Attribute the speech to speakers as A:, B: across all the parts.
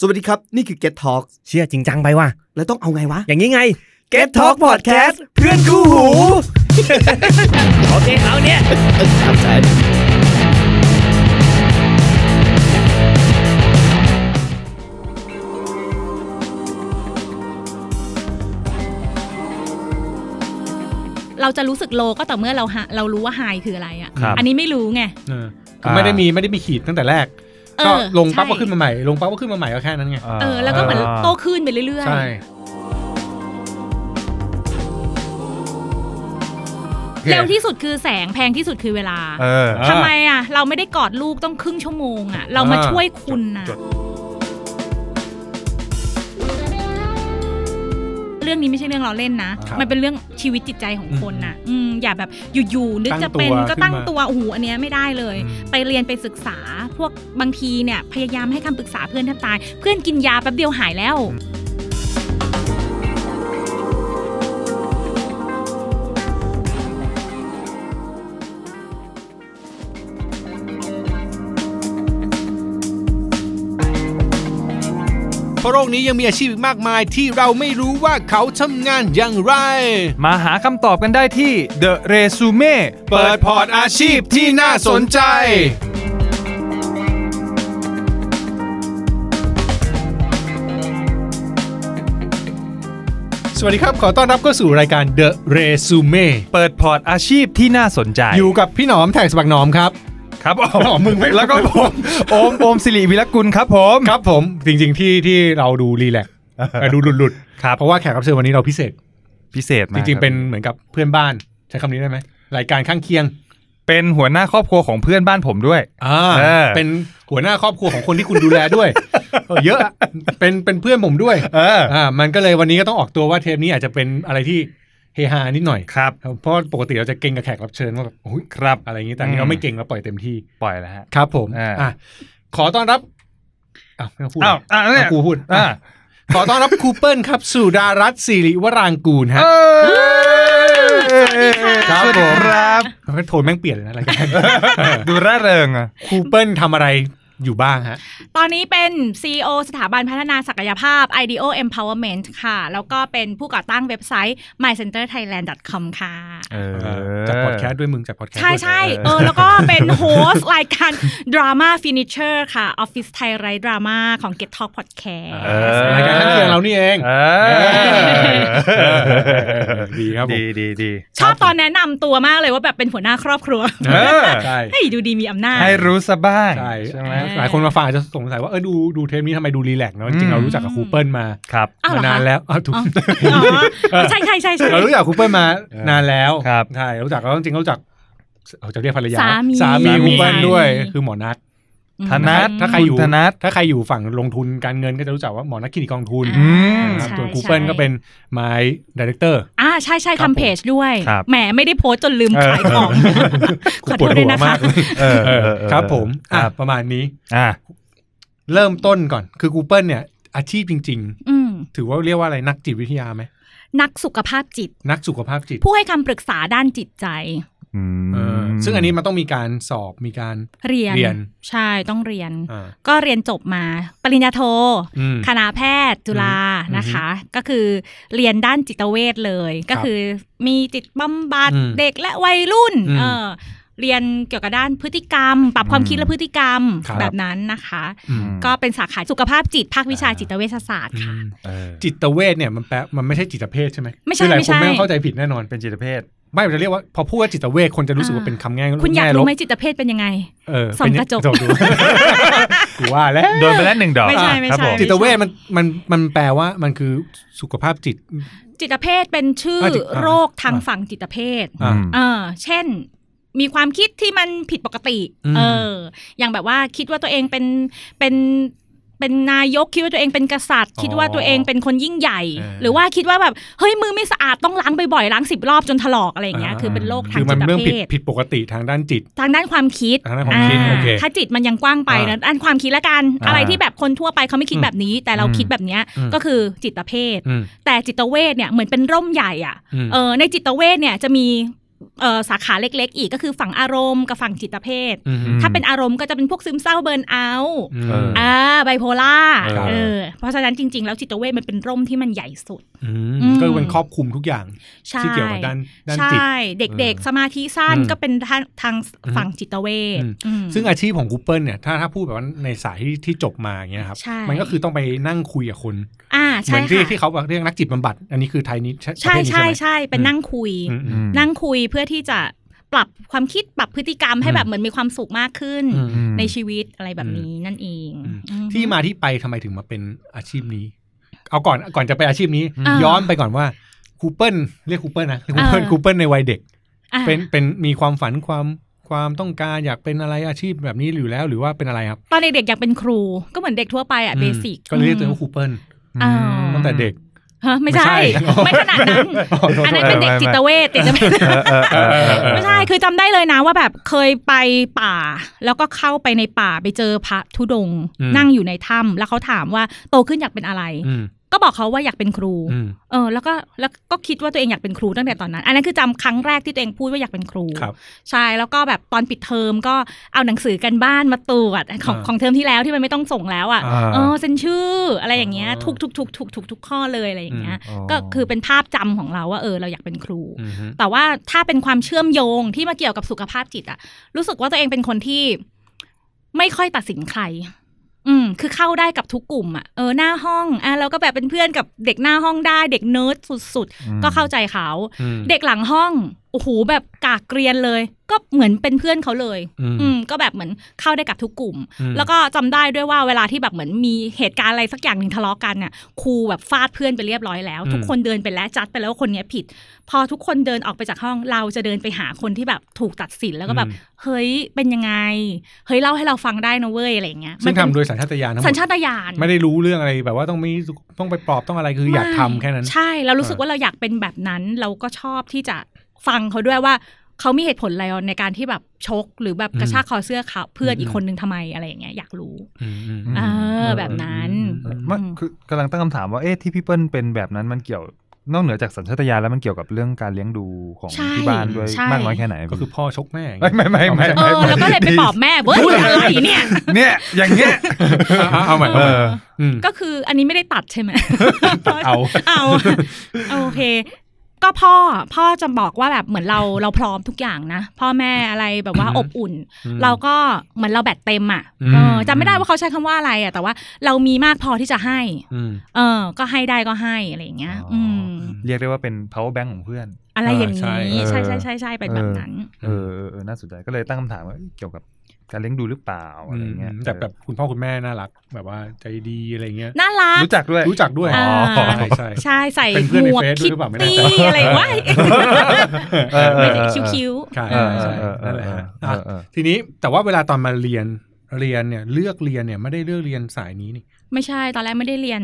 A: สวัสดีครับ นี่คือ Get Talk
B: เชื่อจริงจังไปว่ะ
A: แล้วต้องเอาไงวะ
B: อย่างนี้ไง
A: Get Talk Podcast เพื่อนคู่หู
B: โอเคเอาเนี่ย
C: เราจะรู้สึกโลก็ต่อเมื่อเราหาเรารู้ว่าไฮคืออะไรอะ
D: ครับ
C: อันนี้ไม่รู้ไง
D: เออคือไม่ได้มีไม่ได้มีขีดตั้งแต่แรก
C: เออ
D: ก็ลงปั๊บ
C: ใช่
D: ก็ขึ้นมาใหม่ ลงปั๊บก็ขึ้นมาใหม่ก็แค่นั้นไง
C: เออ แล้วก็เหมือนโตขึ้นไปเรื่อย
D: ใช่
C: ๆ เร็วที่สุดคือแสงแพงที่สุดคือเวลา
E: เออ
C: ทำไมอ่ะ เราไม่ได้กอดลูกต้องครึ่งชั่วโมงอ่ะ เรามาช่วยคุณนะ
E: จด
C: เรื่องนี้ไม่ใช่เรื่องเราเล่นนะ
D: ครับ
C: มันเป็นเรื่องชีวิตจิตใจของคนนะอืมอย่าแบบอยู่ๆนึกจะเป็น
D: ตั้งตัว
C: ก็ตั้ง
D: ขึ้นมา
C: ตัวโอ้โหอันเนี้ยไม่ได้เลย
D: อืม
C: ไปเรียนไปศึกษาพวกบางทีเนี่ย พยายามให้คำปรึกษาเพื่อนแทบตาย เพื่อนกินยาแป๊บเดียวหายแล้ว
D: เพราะโรคนี้ยังมีอาชีพอีกมากมายที่เราไม่รู้ว่าเขาทำงานอย่างไร
E: มาหาคำตอบกันได้ที่ The Resume
D: เปิดพอร์ตอาชีพที่น่าสนใจ สวัสดีครับ ขอต้อนรับเข้าสู่รายการ The Resume
E: เปิดพอร์ตอาชีพที่น่าสนใจ
D: อยู่กับพี่หนอมแท็กสปักหนอมครับ
E: ครับผ
D: อ๋อ
E: ม
D: มึงไม่
E: แล้วก็ผมโอมโอมสิริวิรกุลครับผม
D: ครับผมจริงๆที่ที่เราดูรีแลก ซ์เอ่อดูหลุดๆ
E: ครับ
D: เพราะว่าแขกรับเชิญวันนี้เราพิเศษ
E: พิเศษ
D: จ
E: มาก
D: ริงๆ เป็นเหมือนกับเพื่อนบ้าน ใช้คำนี้ได้ไหมรายการข้างเคียง
E: เป็นหัวหน้าครอบครัวของเพื่อนบ้านผมด้วย
D: อ่า
E: เออ
D: เป็นหัวหน้าครอบครัวของคนที่คุณดูแลด้วย เออเยอะ อะเป็นเป็นเพื่อนผมด้วย
E: เออ
D: อ่ามันก็เลยวันนี้ก็ต้องออกตัวว่าเทปนี้อาจจะเป็นอะไรที่เฮฮานิดหน่อย
E: ครับ
D: ครับเพราะปกติเราจะเก่งกับแขกรับเชิญว่าแบบโอ้ย
E: ครับ
D: อะไรอย่างนี้แต่อันนี้เราไม่เก่งเราปล่อยเต็มที่
E: ปล่อยแล้วฮะ
D: ครับผม
E: อ่า
D: อ่ะขอต้อนรับอ้าวไม่ต้องพูด
E: อ้าวอ่ะเนี่ย
D: เอากูพูด
E: อ่ะ
D: อ่ะ ขอต้อนรับครูเปิลครับ สุดารัตน์สิริวรางกูลฮะ
E: เอ้ย
C: สวัสดีค่ะ
E: ครับ
D: สวัส
E: ผ
D: ดี
E: ม
D: ค
E: ค
D: รั
E: รับ บ
D: มันก็โทนแม่งเปลี่ยนเลยนะ รายการ
E: ดูร่าเริงอ่ะ
D: ครูเปิลทำอะไรอยู่บ้างฮะ
C: ตอนนี้เป็น CEO สถาบันพัฒนาศักยภาพ IDEO Empowerment ค่ะ แล้วก็เป็นผู้ก่อตั้งเว็บไซต์ mycenterthailand.com ค่ะ
E: เออ
D: จัดพอดแคสต์ด้วยมึงจัดพอดแคสต์
C: ใช่ใช่เออ แล้วก็เป็นโฮสต์รายการ Drama Finisher ค่ะ Office Thai ไร้ดราม่าของ Get Talk Podcast
E: เออ
D: รายการข้างเคียงเรานี่เอง
E: เออ
D: ดีครับผม
E: ดีดีดี
C: ชอบตอนแนะนำตัวมากเลยว่าแบบเป็นหัวหน้าครอบครัว
E: เออ
D: ใช่
C: ให้ยดูดีมีอำนาจ
E: ให้รู้ซะบ้าง
D: ใช่
E: ใช่ไหม
D: หลายคนมาฟังอาจจะสงสัยว่าเออดูดูเทปนี้ทำไมดูรีแลกซ์เนาะจริงๆ
E: อืม
D: เรารู้จักกับครูเปิลมา
E: ครับ
C: อ้าวเหร
D: มา
C: อคะ
D: นานแล้วอ้าวถูก
C: อ๋ออ๋อใช่ใช่ใช่ใช่
D: เรารู้จักครูเปิลมา
E: เออน
D: านแล้ว
E: ครับ
D: ใช่รู้จักก็จริงๆรู้จักเราจะเรียกภรรยา
C: สามี
D: สามีครูเปิลด้วย
C: สามี
D: คือหมอนัท
E: ธนัท
D: ถ้าใครอยู่
E: ณธนัท
D: ถ้าใครอยู่ฝั่งลงทุนการเงินก็จะรู้จักว่าหมอนักกินกองทุน
C: อืม
D: นะครับ
C: ใช่
D: ส่วน
C: ใช่
D: Google ก็เป็นไม้ดีเลกเตอร์
C: อ่าใช่ใช่
D: ครับผม
C: ทำเพจด้วย
E: ครับ
C: แหมไม่ได้โพสต์จนลืมขายของ ขอโทษด้วยนะคะ
E: เออเออเออ
D: ครับผม
E: ค
D: อ่ะ
E: รับ
D: ประมาณนี้
E: อ่ะ
D: เริ่มต้นก่อนคือ Google เนี่ย อาชีพจริง
C: อืม
D: ๆ ถือว่าเรียกว่าอะไรนักจิตวิทยาไหม
C: นักสุขภาพจิต
D: นักสุขภาพจิต
C: ผู้ให้คำปรึกษาด้านจิตใจ
D: เออซึ่งอันนี้มันต้องมีการสอบมีการ
C: เรียน
D: เรียน
C: ใช่ต้องเรียน
D: อ่า
C: ก็เรียนจบมาปริญญาโท
D: อืม
C: คณะแพทย์จุฬา
D: อืม
C: นะคะ ก็คือเรียนด้านจิตเวชเลย ก็คือมีจิตบำบัด
D: อืม
C: เด็กและวัยรุ่น
D: อืม
C: เออเรียนเกี่ยวกับด้านพฤติกรรม ปรับความ
E: อืม
C: คิดและพฤติกรรม
D: ครับ
C: แบบนั้นนะคะ
D: อืม
C: ก็เป็นสาขาสุขภาพจิตภาควิชา
E: อ่า
C: จิตเวชศาสตร์ค่ะ
E: เออ
D: จิตเวชเนี่ยมันแปลมันไม่ใช่จิตเภทใช่ไหม
C: ไม่ใช่
D: คือหลาย
C: ไม่
D: คน
C: ใช่
D: ไม่เข้าใจผิดแน่นอน
E: เป็นจิตเภท
D: ไม่จะเรียกว่าพอพูดว่าจิตเวชคนจะรู้สึกว่าเป็นคำง่าย
C: คุณอยาก
D: แง่ล
C: รู้
D: บ
C: ไหมจิตเภทเป็นยังไง
D: เออ
C: ส่อง
D: เป็น
C: กระจก
D: ส่อง ดู กูว่าแล้ว
E: โดนไปแล้วหนึ่งดอก
C: ไม่ใช่ไม่
E: ครับ
C: ใช่
E: ผม
D: จิตเวชมันมันมันแปลว่ามันคือสุขภาพจิต
C: จิตเภทเป็นชื่อ
D: จิตอ่า
C: โรคทาง
D: อ่า
C: ฝั่งจิตเภท
D: อ่ะ
C: เออเช่น มีความคิดที่มันผิดปกติ
D: อืม
C: เออ อย่างแบบว่าคิดว่าตัวเองเป็นเป็นเป็นนายกคิดว่าตัวเองเป็นกษัตริย์
D: อ๋อ
C: คิดว่าตัวเองเป็นคนยิ่งใหญ่
D: เออ
C: หรือว่าคิดว่าแบบเฮ้ยมือไม่สะอาดต้องล้างบ่อยๆล้างสิบรอบจนถลอกอะไรอย่างเงี้ย
D: อ่า
C: คือเป็นโรคทาง
D: คือมั
C: จิ
D: น
C: ต
D: เรื่องผิ
C: เภ
D: ด
C: ท
D: ผิดปกติทางด้านจิต
C: ทางด้านความคิด
D: ทางด้านความคิด
C: อ่
D: โอเค
C: ถ้าจิตมันยังกว้างไปนะด้านความคิดละกัน
E: อ่า
C: อะไรที่แบบคนทั่วไปเขาไม่คิดแบบนี้ แต่เรา
E: อืม
C: คิดแบบเนี้ย
D: อืม
C: ก็คือจิตเภท
D: อืม
C: แต่จิตเวชเนี่ยเหมือนเป็นร่มใหญ่อะ
D: อืม
C: เออในจิตเวชเนี่ยจะมี เอ่อสาขาเล็กๆ อีกก็คือฝั่งอารมณ์กับฝั่งจิตเภท
D: อืม
C: ถ้าเป็นอารมณ์ก็จะเป็นพวกซึมเศร้าเบิร์นเอาท์
D: อื
E: เอ
D: ม
E: อ
C: อ่าไบโพล่า
D: ครับ
C: เออเพราะฉะนั้นจริง ๆ แล้วจิตเวชมันเป็นร่มที่มันใหญ่สุด
D: อืม
C: อืม
D: ก็เป็นครอบคลุมทุกอย่าง
C: ใช่
D: ที่เกี่ยวกับด้านด้านจิต
C: ใช่ เด็กๆ สมาธิสั้น
D: อืม
C: ก็เป็นทางทางฝั่งจิตเวช
D: อืม
C: อืม
D: ซึ่งอาชีพของกูเปิลเนี่ยถ้าถ้าพูดแบบว่าในสายที่ที่จบมาอย่างเงี้ยครับ
C: ใช่
D: มันก็คือต้องไปนั่งคุยกับคน
C: อ่า
D: เหมื
C: ใช่
D: อนที่
C: ค่ะ
D: ที่เขาเรียกนักจิตบำบัด อันนี้คือไทยนี้ใช่ป
C: ใช่
D: ระเภทนี้
C: ใช่
D: ไหม
C: ใช่เป็น
D: อืม
C: นั่งคุย
D: อืมอืม
C: นั่งคุยเพื่อที่จะปรับความคิดปรับพฤติกรรมให้
D: อืม
C: แบบเหมือนมีความสุขมากขึ้น
D: อืมอืม
C: ในชีวิตอะไรแบบ
D: อืม
C: นี้นั่นเอง
D: อืม
C: อืม
D: ที่มาที่ไปทำไมถึงมาเป็นอาชีพนี้ เอาก่อนก่อนจะไปอาชีพนี้
C: อ่า
D: ย้อนไปก่อนว่าคูเปิลเรียกคูเปิลนะเรียกคูเปิล
C: อ่า
D: คูเปิลในวัยเด็ก
C: อ่ะ
D: เป็นเป็นมีความฝันความความต้องการอยากเป็นอะไรอาชีพแบบนี้อยู่แล้วหรือว่าเป็นอะไรครับ
C: ตอนเด็กๆอยากเป็นครูก็เหมือนเด็กทั่วไปอ่ะเบสิก
D: อืมก็เลยเรียกตัวเองว่าคูเปิล
C: อ้าว
D: ตั้งแต่เด็ก
C: ฮะไม่ใช่
D: ไม่
C: ไม่
D: ใช่
C: ขนาด นั้น อันนั้นเป็นเด็กจิตเวชติดไม่
E: เออเออเออเออเออ
C: ไม่ใช่คือจำได้เลยนะว่าแบบเคยไปป่า แล้วก็เข้าไปในป่าไปเจอพระธุดงค์
D: อืม
C: นั่งอยู่ในถ้ำแล้วเขาถามว่าโตขึ้นอยากเป็นอะไร
D: อืม
C: ก็บอกเขาว่าอยากเป็นครู
D: อืม
C: เออแล้วก็แล้วก็คิดว่าตัวเองอยากเป็นครูตั้งแต่ตอนนั้น อันนั้นคือจำครั้งแรกที่ตัวเองพูดว่าอยากเป็นครู
D: ครับ
C: ใช่แล้วก็แบบตอนปิดเทอมก็เอาหนังสือกันบ้านมาตรวจของ
D: อ่า
C: ของเทอมที่แล้วที่มันไม่ต้องส่งแล้วอ่ะ
D: อ่า
C: เออเซ็นชื่ออะไรอย่างเงี้ย
D: อ่า
C: ทุกทุกทุกทุกทุกทุกข้อเลยอะไรอย่างเงี้ย
E: อืมอ๋อ
C: ก็คือเป็นภาพจำของเราว่าเออเราอยากเป็นครู
D: อืมฮึ
C: แต่ว่าถ้าเป็นความเชื่อมโยงที่มาเกี่ยวกับสุขภาพจิตอะรู้สึกว่าตัวเองเป็นคนที่ไม่ค่อยตัดสินใคร อืม คือเข้าได้กับทุกกลุ่มอะเออหน้าห้องอ่ะเราก็แบบเป็นเพื่อนกับเด็กหน้าห้องได้ เด็กเนิร์ดสุดๆ ก็เข้าใจเขา
D: อืม
C: เด็กหลังห้องโอ้โหแบบกากเกรียนเลย ก็เหมือนเป็นเพื่อนเขาเลย
D: อืม
C: อืม ก็แบบเหมือนเข้าได้กับทุกกลุ่ม
D: อืม
C: แล้วก็จำได้ด้วยว่าเวลาที่แบบเหมือนมีเหตุการณ์อะไรสักอย่างหนึ่งทะเลาะกันน่ะครูแบบฟาดเพื่อนไปเรียบร้อยแล้ว
D: อืม
C: ทุกคนเดินไปแล้วจัดไปแล้วว่าคนเนี้ยผิด พอทุกคนเดินออกไปจากห้องเราจะเดินไปหาคนที่แบบถูกตัดสินแล้วก็แบบเฮ้ยเป็นยังไง เฮ้ยเล่าให้เราฟังได้นะเว้ยอะไรอย่างเงี้ย
D: ซึ่ง
C: เป็น
D: ทำโดยสัญชาตญาณทั้งหม
C: สัญ
D: ด
C: ชาตญาณ
D: ไม่ได้รู้เรื่องอะไรแบบว่าต้องมีต้องไปปลอบต้องอะไรคืออยากทำแค่นั้น
C: ใช่เรารู้สึกว่าเราอยากเป็นแบบนั้น เราก็ชอบที่จะฟังเขาด้วยว่าเขามีเหตุผลอะไรในการที่แบบชกหรือแบบกระชากคอเสื้อเขาเพื่อนอีกคนนึงทำไมอะไรอย่างเงี้ยอยากรู้
D: อืมอืม
E: ม
C: เออแบบนั้น
D: อื
E: ไม่คือกำลังตั้งคำถามว่าเอ๊ะที่พี่เปิ้ลเป็นแบบนั้นมันเกี่ยวนอกเหนือจากสัญชาตญาณแล้วมันเกี่ยวกับเรื่องการเลี้ยงดูของ
C: ใช่
E: ที่บ้านด้วย
C: ใช่
E: มากน้อยแค่ไหน
D: ก็คือพ่อชกแม่อย่าง
E: ไม่
D: เงี้ย
E: ไม่ไม่
C: เอ
E: ไม่ไม่
C: อ
E: ม่
C: แล้วก็เลยไปปอบแม่เว้ยอะไรเนี่ย
E: เนี่ยอย่างเงี้ย
D: เอาเอาใหม่
E: เอ
D: เอาใหม่
E: อ
D: อืม
C: ก็คืออันนี้ไม่ได้ตัดใช่ไหม
D: ตัดเอา
C: เอาโอเค ก็พ่อพ่อจะบอกว่าแบบเหมือนเราเราพร้อมทุกอย่างนะพ่อแม่อะไรแบบว่า
D: อือฮึ
C: อบอุ่น เราก็เหมือนเราแบตเต็มอ่ะ
D: อืม
C: เออจำไม่ได้ว่าเขาใช้คำว่าอะไรอ่ะแต่ว่าเรามีมากพอที่จะให้
D: อืม
C: เออ ก็ให้ได้ก็ให้อะไรอย่างเงี้ย
E: อ๋ออื
C: อืม
E: เรียกได้ว่าเป็น power bank ของเพื่อน
C: อะไรอย่างนี้
D: เออใช่
C: ใช่ใช่ใช่ใช่เป็นแบบนั้น
E: เออเออเออน่าสนใจก็เลยตั้งคำถามว่าเอ้ยเกี่ยวกับการเลี้ยงดูหรือเปล่าอะไรเงี้ย
D: แต่แบบคุณพ่อคุณแม่น่ารัก แบบว่าใจดีอะไรเงี้ย
C: น่ารัก
E: รู้จักด้วย
D: รู้จักด้วย
C: อ่า
D: ใช่ใช่
C: ใช่ใส่
D: เป็นเพื่
C: ห
D: อน
C: ม
D: ใน
C: วก
D: เฟซด้ว
C: คิ
D: ยห
C: ต
D: รือเปล่าไม่แน่
C: ตี้
D: ใจ
C: อะไรวะ
E: เออเอ
C: ไม่
E: อเอ
C: ได้
E: อ
C: คิ้ว
D: ใช่
E: เออเอ
D: ใช่
E: อเออเอ
D: นั่น
E: อ
D: แหละฮะ
E: เอ
D: อ่ะ
E: อเออ
D: ทีนี้แต่ว่าเวลาตอนมาเรียนเรียนเนี่ยเลือกเรียนเนี่ยไม่ได้เลือกเรียนสายนี้นี่
C: ๆ ไม่ใช่ตอนแรกไม่ได้เรียน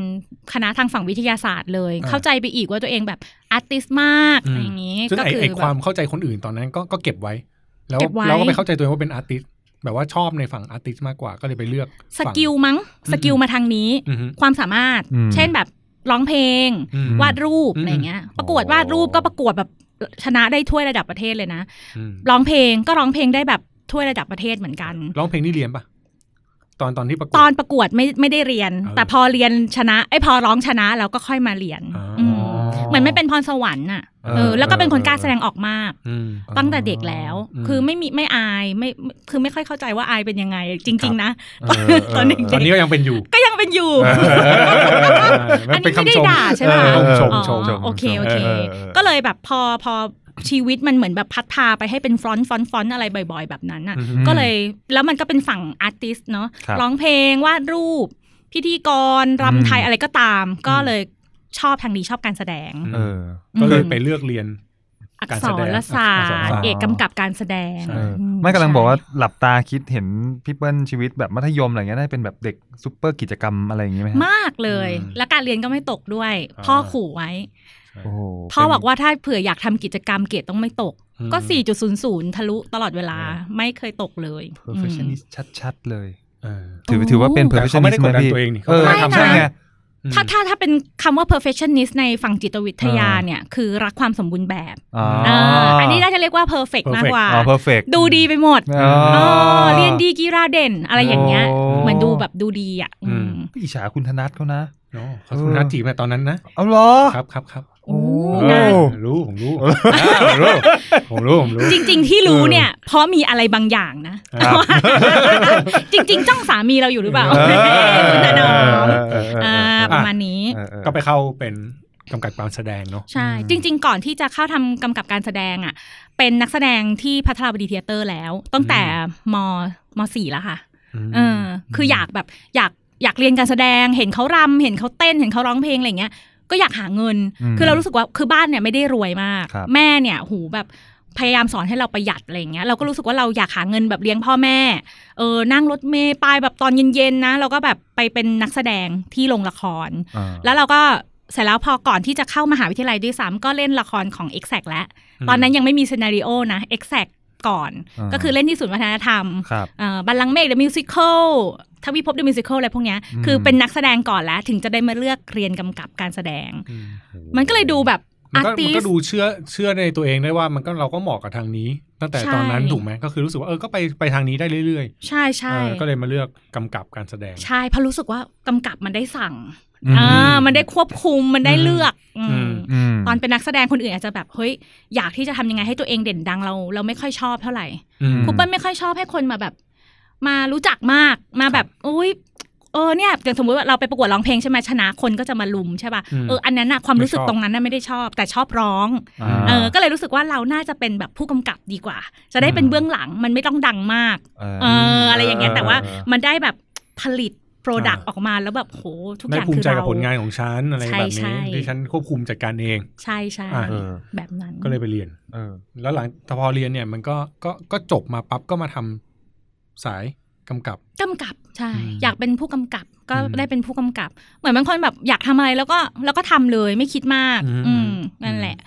C: คณะทางฝั่งวิทยาศาสตร์เลย
D: อ่า
C: เข้าใจไปอีกว่าตัวเองแบบอาร์ติสมากอะไรอย่างนี้
D: ซึ่ง
C: ก็
D: ไอ
C: คือ
D: ไอ
C: แบ
D: ค
C: บ
D: วามเข้าใจคนอื่นตอนนั้นก็ก็เก็บไว้ แล้ว
C: เก็บไว้
D: เราก็ไปเข้าใจตัวเองว่าเป็นอาร์ติสแบบว่าชอบในฝั่งอาร์ติสมากกว่าก็เลยไปเลือก
C: ส
D: ฝั่ง
C: กิลมั้ง
D: อืม
C: สกิลมาทางนี้
D: อือฮึ
C: ความสามารถ
E: อืม
C: เช่นแบบร้องเพลง
D: อืม
C: วาดรูป
D: อืม
C: อะไรอย่างเงี้ย ประกวดวาดรูปก็ประกวดแบบชนะได้ถ้วยระดับประเทศเลยนะ
D: อืม
C: ร้องเพลงก็ร้องเพลงได้แบบถ้วยระดับประเทศเหมือนกัน
D: ร้องเพลงนี่เรียนปะตอนตอนที่ประกวด
C: ตอนประกวดไม่ไม่ได้เรียน
D: เออ
C: แต่พอเรียนชนะไอ้ยพอร้องชนะแล้วก็ค่อยมาเรียน
D: อ๋ออื
C: มเหมือนไม่เป็นพรสวรรค์น่ะ
E: เออ
C: เออแล้วก็เป็นคนกล้าแสดงออกมาก
D: อืม
C: ตั้งแต่เด็กแล้ว
D: อืม
C: คือไม่มีไม่อายไม่คือไม่ค่อยเข้าใจว่าอายเป็นยังไง จริง ๆ นะ
E: เออเออ
C: ตอนเด็ก
D: ตอนนี้ก็ยังเป็นอยู่
C: ก็ยังเป็นอยู่ อัน
D: เป็
C: นี้ไม่ได้ด่าใช่ไหม
D: เออชม
C: อ๋อ
D: ชมชม
C: โอเคโอเค
E: เออเออเออ
C: ก็เลยแบบพอพอชีวิตมันเหมือนแบบพัดพาไปให้เป็นฟรอนต์ฟอนต์ฟอนต์อะไรบ่อย ๆ แบบนั้นน่ะ
D: อือฮึ
C: ก็เลยแล้วมันก็เป็นฝั่งอาร์ติสเนาะ
E: ครับ
C: ร้องเพลงวาดรูป พิธีกร
E: อืม
C: รำไทยอะไรก็ตาม ก็เลยชอบทางนี้ชอบการแสดง
E: เออ
C: ม
D: ก็เลยไปเลือกเรียน
C: อัก
D: การ
C: ษ
D: แสดง
C: รศาส
D: อักษร
C: ต
D: ศาสตร์
C: ร์เอกกำกับการแสดง
D: ใช่
E: เออ
C: อื
E: ไม่กำลังบอกว่า
C: ใช่
E: หลับตาคิดเห็นพี่เปิ้ลชีวิตแบบมัธยมอะไรเงี้ยได้เป็นแบบเด็กซุปเปอร์กิจกรรมอะไรอย่างงี้ไหมฮะ
C: มากเลย
D: อืม
C: และการเรียนก็ไม่ตกด้วย พ่ออา ขู่ไว้
E: โอ้โห
C: พ่อ
E: เป็น
C: บอกว่าถ้าเผื่ออยากทำกิจกรรมเกรดต้องไม่ตก
D: อืม
C: ก็ 4.00 ทะลุตลอดเวลาไม่เคยตกเลย
E: เพอร์เฟคชันนิสชัดๆเลย
D: เออ
E: ถือถือว่าเป็น
C: โ
E: เพอร์เฟคชัน
D: แต่เขาไม่ได้
E: นิ
D: กดดัน
E: สไหมพี่
D: ตัวเองนี่เขา
E: เออ
D: ไม่ได้ทำ
E: ใช่ไง
D: อืม
C: ถ้าถ้าถ้าเป็นคำว่า perfectionist ในฝั่งจิตวิทยา
E: อ่า
C: เนี่ย คือรักความสมบูรณ์แบบ
E: อ่า
C: อ่าอันนี้น่าจะเรียกว่า perfect มาก
D: perfect
C: กว่า
E: อ๋อ perfect
C: ดูดีไปหมด
E: อ๋อ
C: เออเรียนดีกีฬาเด่น อะไรอย่างเงี้ย
E: โอ้
C: เหมือนดูแบบดูดีอ่ะอืม
D: อืม
E: อิจฉาคุณธนัทเขานะ
D: เนอะเขาคุณนัดจีบมาตอนนั้นนะ
E: เอาเหรอ
D: ครับครับครับ
C: โอ้
E: โอ้
C: งาน
D: ผมรู้ผมรู้ผมรู้ผมรู้ผมรู้
C: จริง ๆ ที่รู้เนี่ย เพราะมีอะไรบางอย่างนะ
E: ครับ
C: จริง ๆ จ้องสามีเราอยู่หรือเปล่า
E: เออ
C: คุณตาหนอม
E: เออเออเออเออเออ
C: อ่าประมาณนี้
E: เออเออ
D: ก็ไปเข้าเป็นกำกับการแสดงเนาะ
C: ใช่ จริง ๆ ก่อนที่จะเข้าทำกำกับการแสดงอ่ะ เป็นนักแสดงที่พัทราวดีเทยเตอร์แล้ว ตั้งแต่มมสี่แล้วค่ะ เออคืออยากแบบอยากอยากเรียนการแสดง เห็นเขารำเห็นเขาเต้นเห็นเขาร้องเพลงอะไรเงี้ยก็อยากหาเงิน
E: ม
C: คือเรารู้สึกว่าคือบ้านเนี่ยไม่ได้รวยมาก
E: ครับ
C: แม่เนี่ยหูแบบพยายามสอนให้เราประหยัดอะไรเงี้ยเราก็รู้สึกว่าเราอยากหาเงินแบบเลี้ยงพ่อแม่เออนั่งรถเมย์ไปแบบตอนเย็นๆนะเราก็แบบไปเป็นนักแสดงที่โรงละคร
E: อ่า
C: แล้วเราก็เสร็จแล้วพอก่อนที่จะเข้ามหาวิทยาลัยด้วยซ้ำก็เล่นละครของ e x a c t แล้ว ตอนนั้นยังไม่มีซีนารีโอนะ e x a c t ก่อน
E: อ่า
C: ก็คือเล่นที่ศูนย์วัฒนธรรม
E: ครับ
C: เอ่อบัลลังก์เมฆเดอะมิวสิคลทวิภพเดอะมิวสิคลอะไรพวกเนี้ย
E: อืม
C: คือเป็นนักแสดงก่อนแล้ว ถึงจะได้มาเลือกเรียนกำกับการแสดง มันก็เลยดูแบบ
D: มั
C: อาน
D: ก็
C: ร์ติ
D: มัน
C: ส
D: ก็ดูเชื่อเชื่อในตัวเองได้ว่ามันก็เราก็เหมาะกับทางนี้ ตั้งแต่
C: ใช่
D: ตอนนั้นถูกไหมก็คือรู้สึกว่าเออก็ไปไปทางนี้ได้เรื่อย
C: ใช่
D: ๆเอ
C: ใช่
D: อก็เลยมาเลือกกำกับการแสดง
C: ใช่เพราะรู้สึกว่ากำกับมันได้สั่ง
E: อืม
C: อ่ามันได้ควบคุมมันได้เลือก
D: อื
C: อื
D: ม
C: ม
E: ม
C: ตอนเป็นนักแสดงคนอื่นอาจจะแบบเฮ้ยอยากที่จะทำยังไงให้ตัวเองเด่นดังเรา เราไม่ค่อยชอบเท่าไหร่
D: อืม
C: ครูเปิ้ลไม่ค่อยชอบให้คนมาแบบ มารู้จักมากมาแบบอุ้ยเออเนี่ยอย่างสมมติว่าเราไปประกวดร้องเพลงใช่ไหมชนะคนก็จะมาลุมใช่ป่ะ
D: ม
C: เอออันนั้นน่ะความรู้สึก
D: ไม่ชอบ
C: ตรงนั้นน่ะไม่ได้ชอบ แต่ชอบร้อง
E: า
C: เออก็เลยรู้สึกว่าเราน่าจะเป็นแบบผู้กำกับดีกว่า จะได้เป็น
E: อืม
C: เบื้องหลังมันไม่ต้องดังมาก
E: เออ
C: เอออะไรอย่างเงี้ยแต่ว่า
E: เออ
C: มันได้แบบผลิตโปรดักต์
D: อ่า
C: ออกมาแล้วแบบโหทุกอ
D: ได้
C: ย่าง
D: ภู
C: คื
D: มิ
C: อ
D: ใจกับ
C: เรา
D: ผลงานของฉันอะไร
C: ใช่
D: แบบ
C: ใช่
D: นี้ที่ฉันควบคุมจัดการเอง
C: ใช่ใช่
D: อ่า
E: เออ
C: แบบนั้น
D: ก็เลยไปเรียน
E: เออ
D: แล้วหลังพอเรียนเนี่ยมันก็ก็ก็จบมาปั๊บก็มาทำสายกำกับ
C: กำกับใช่
D: อืม
C: อยากเป็นผู้กำกับก็
D: อืม
C: ได้เป็นผู้กำกับ เหมือนบางคนแบบอยากทำอะไรแล้วก็แล้วก็ทำเลยไม่คิดมาก
D: อืม
C: อืมนั่นแหละ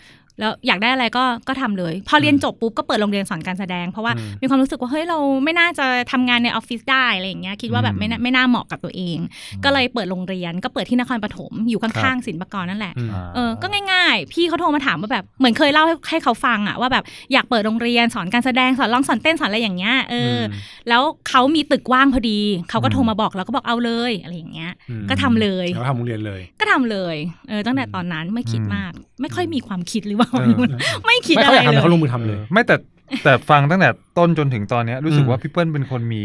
C: แล้วอยากได้อะไรก็ก็ทำเลย พอเรียนจบปุ๊บก็เปิดโรงเรียนสอนการแสดง เพราะว่า
D: อืม
C: มีความรู้สึกว่าเฮ้ยเราไม่น่าจะทำงานในออฟฟิศได้อะไรอย่างเงี้ยคิดว่าแบบไม่น่าไม่น่าเหมาะกับตัวเอง ก็เลยเปิดโรงเรียนก็เปิดที่นครปฐมอยู่
E: ครั
C: ข้าง
E: บ
C: ๆศิลปากรนั่นแหละ
D: อืม
C: เออ ก็ง่ายๆ พี่เขาโทรมาถามว่าแบบ เหมือนเคยเล่าให้ให้เขาฟังอะว่าแบบอยากเปิดโรงเรียนสอนการแสดงสอนร้องสอนเต้นสอนอะไรอย่างเงี้ย เอออ แล้วเขามีตึกว่างพอดี เขาก็
E: อืม
C: โทรมาบอกแล้วก็บอกเอาเลยอะไรอย่างเงี้ย
D: อืม
C: ก็ทำเลย
D: แล้วทำโรงเรียนเลย
C: ก็ทำเลย เออตั้งแต่ตอนนั้นไม่คิดมาก ไม่ค่อยมีความคิดหรือว่า ไม่คิด
D: ไม่
C: อะ
D: เขา
C: ไร
D: อยากทำ
C: เล
D: แต่เขาล
C: ย
D: งมือทำเลย
E: ไม่แต่แต่ฟังตั้งแต่ต้นจนถึงตอนเนี้ยรู้สึก
D: อืม
E: ว่าพี่เปิ้ลเป็นคนมี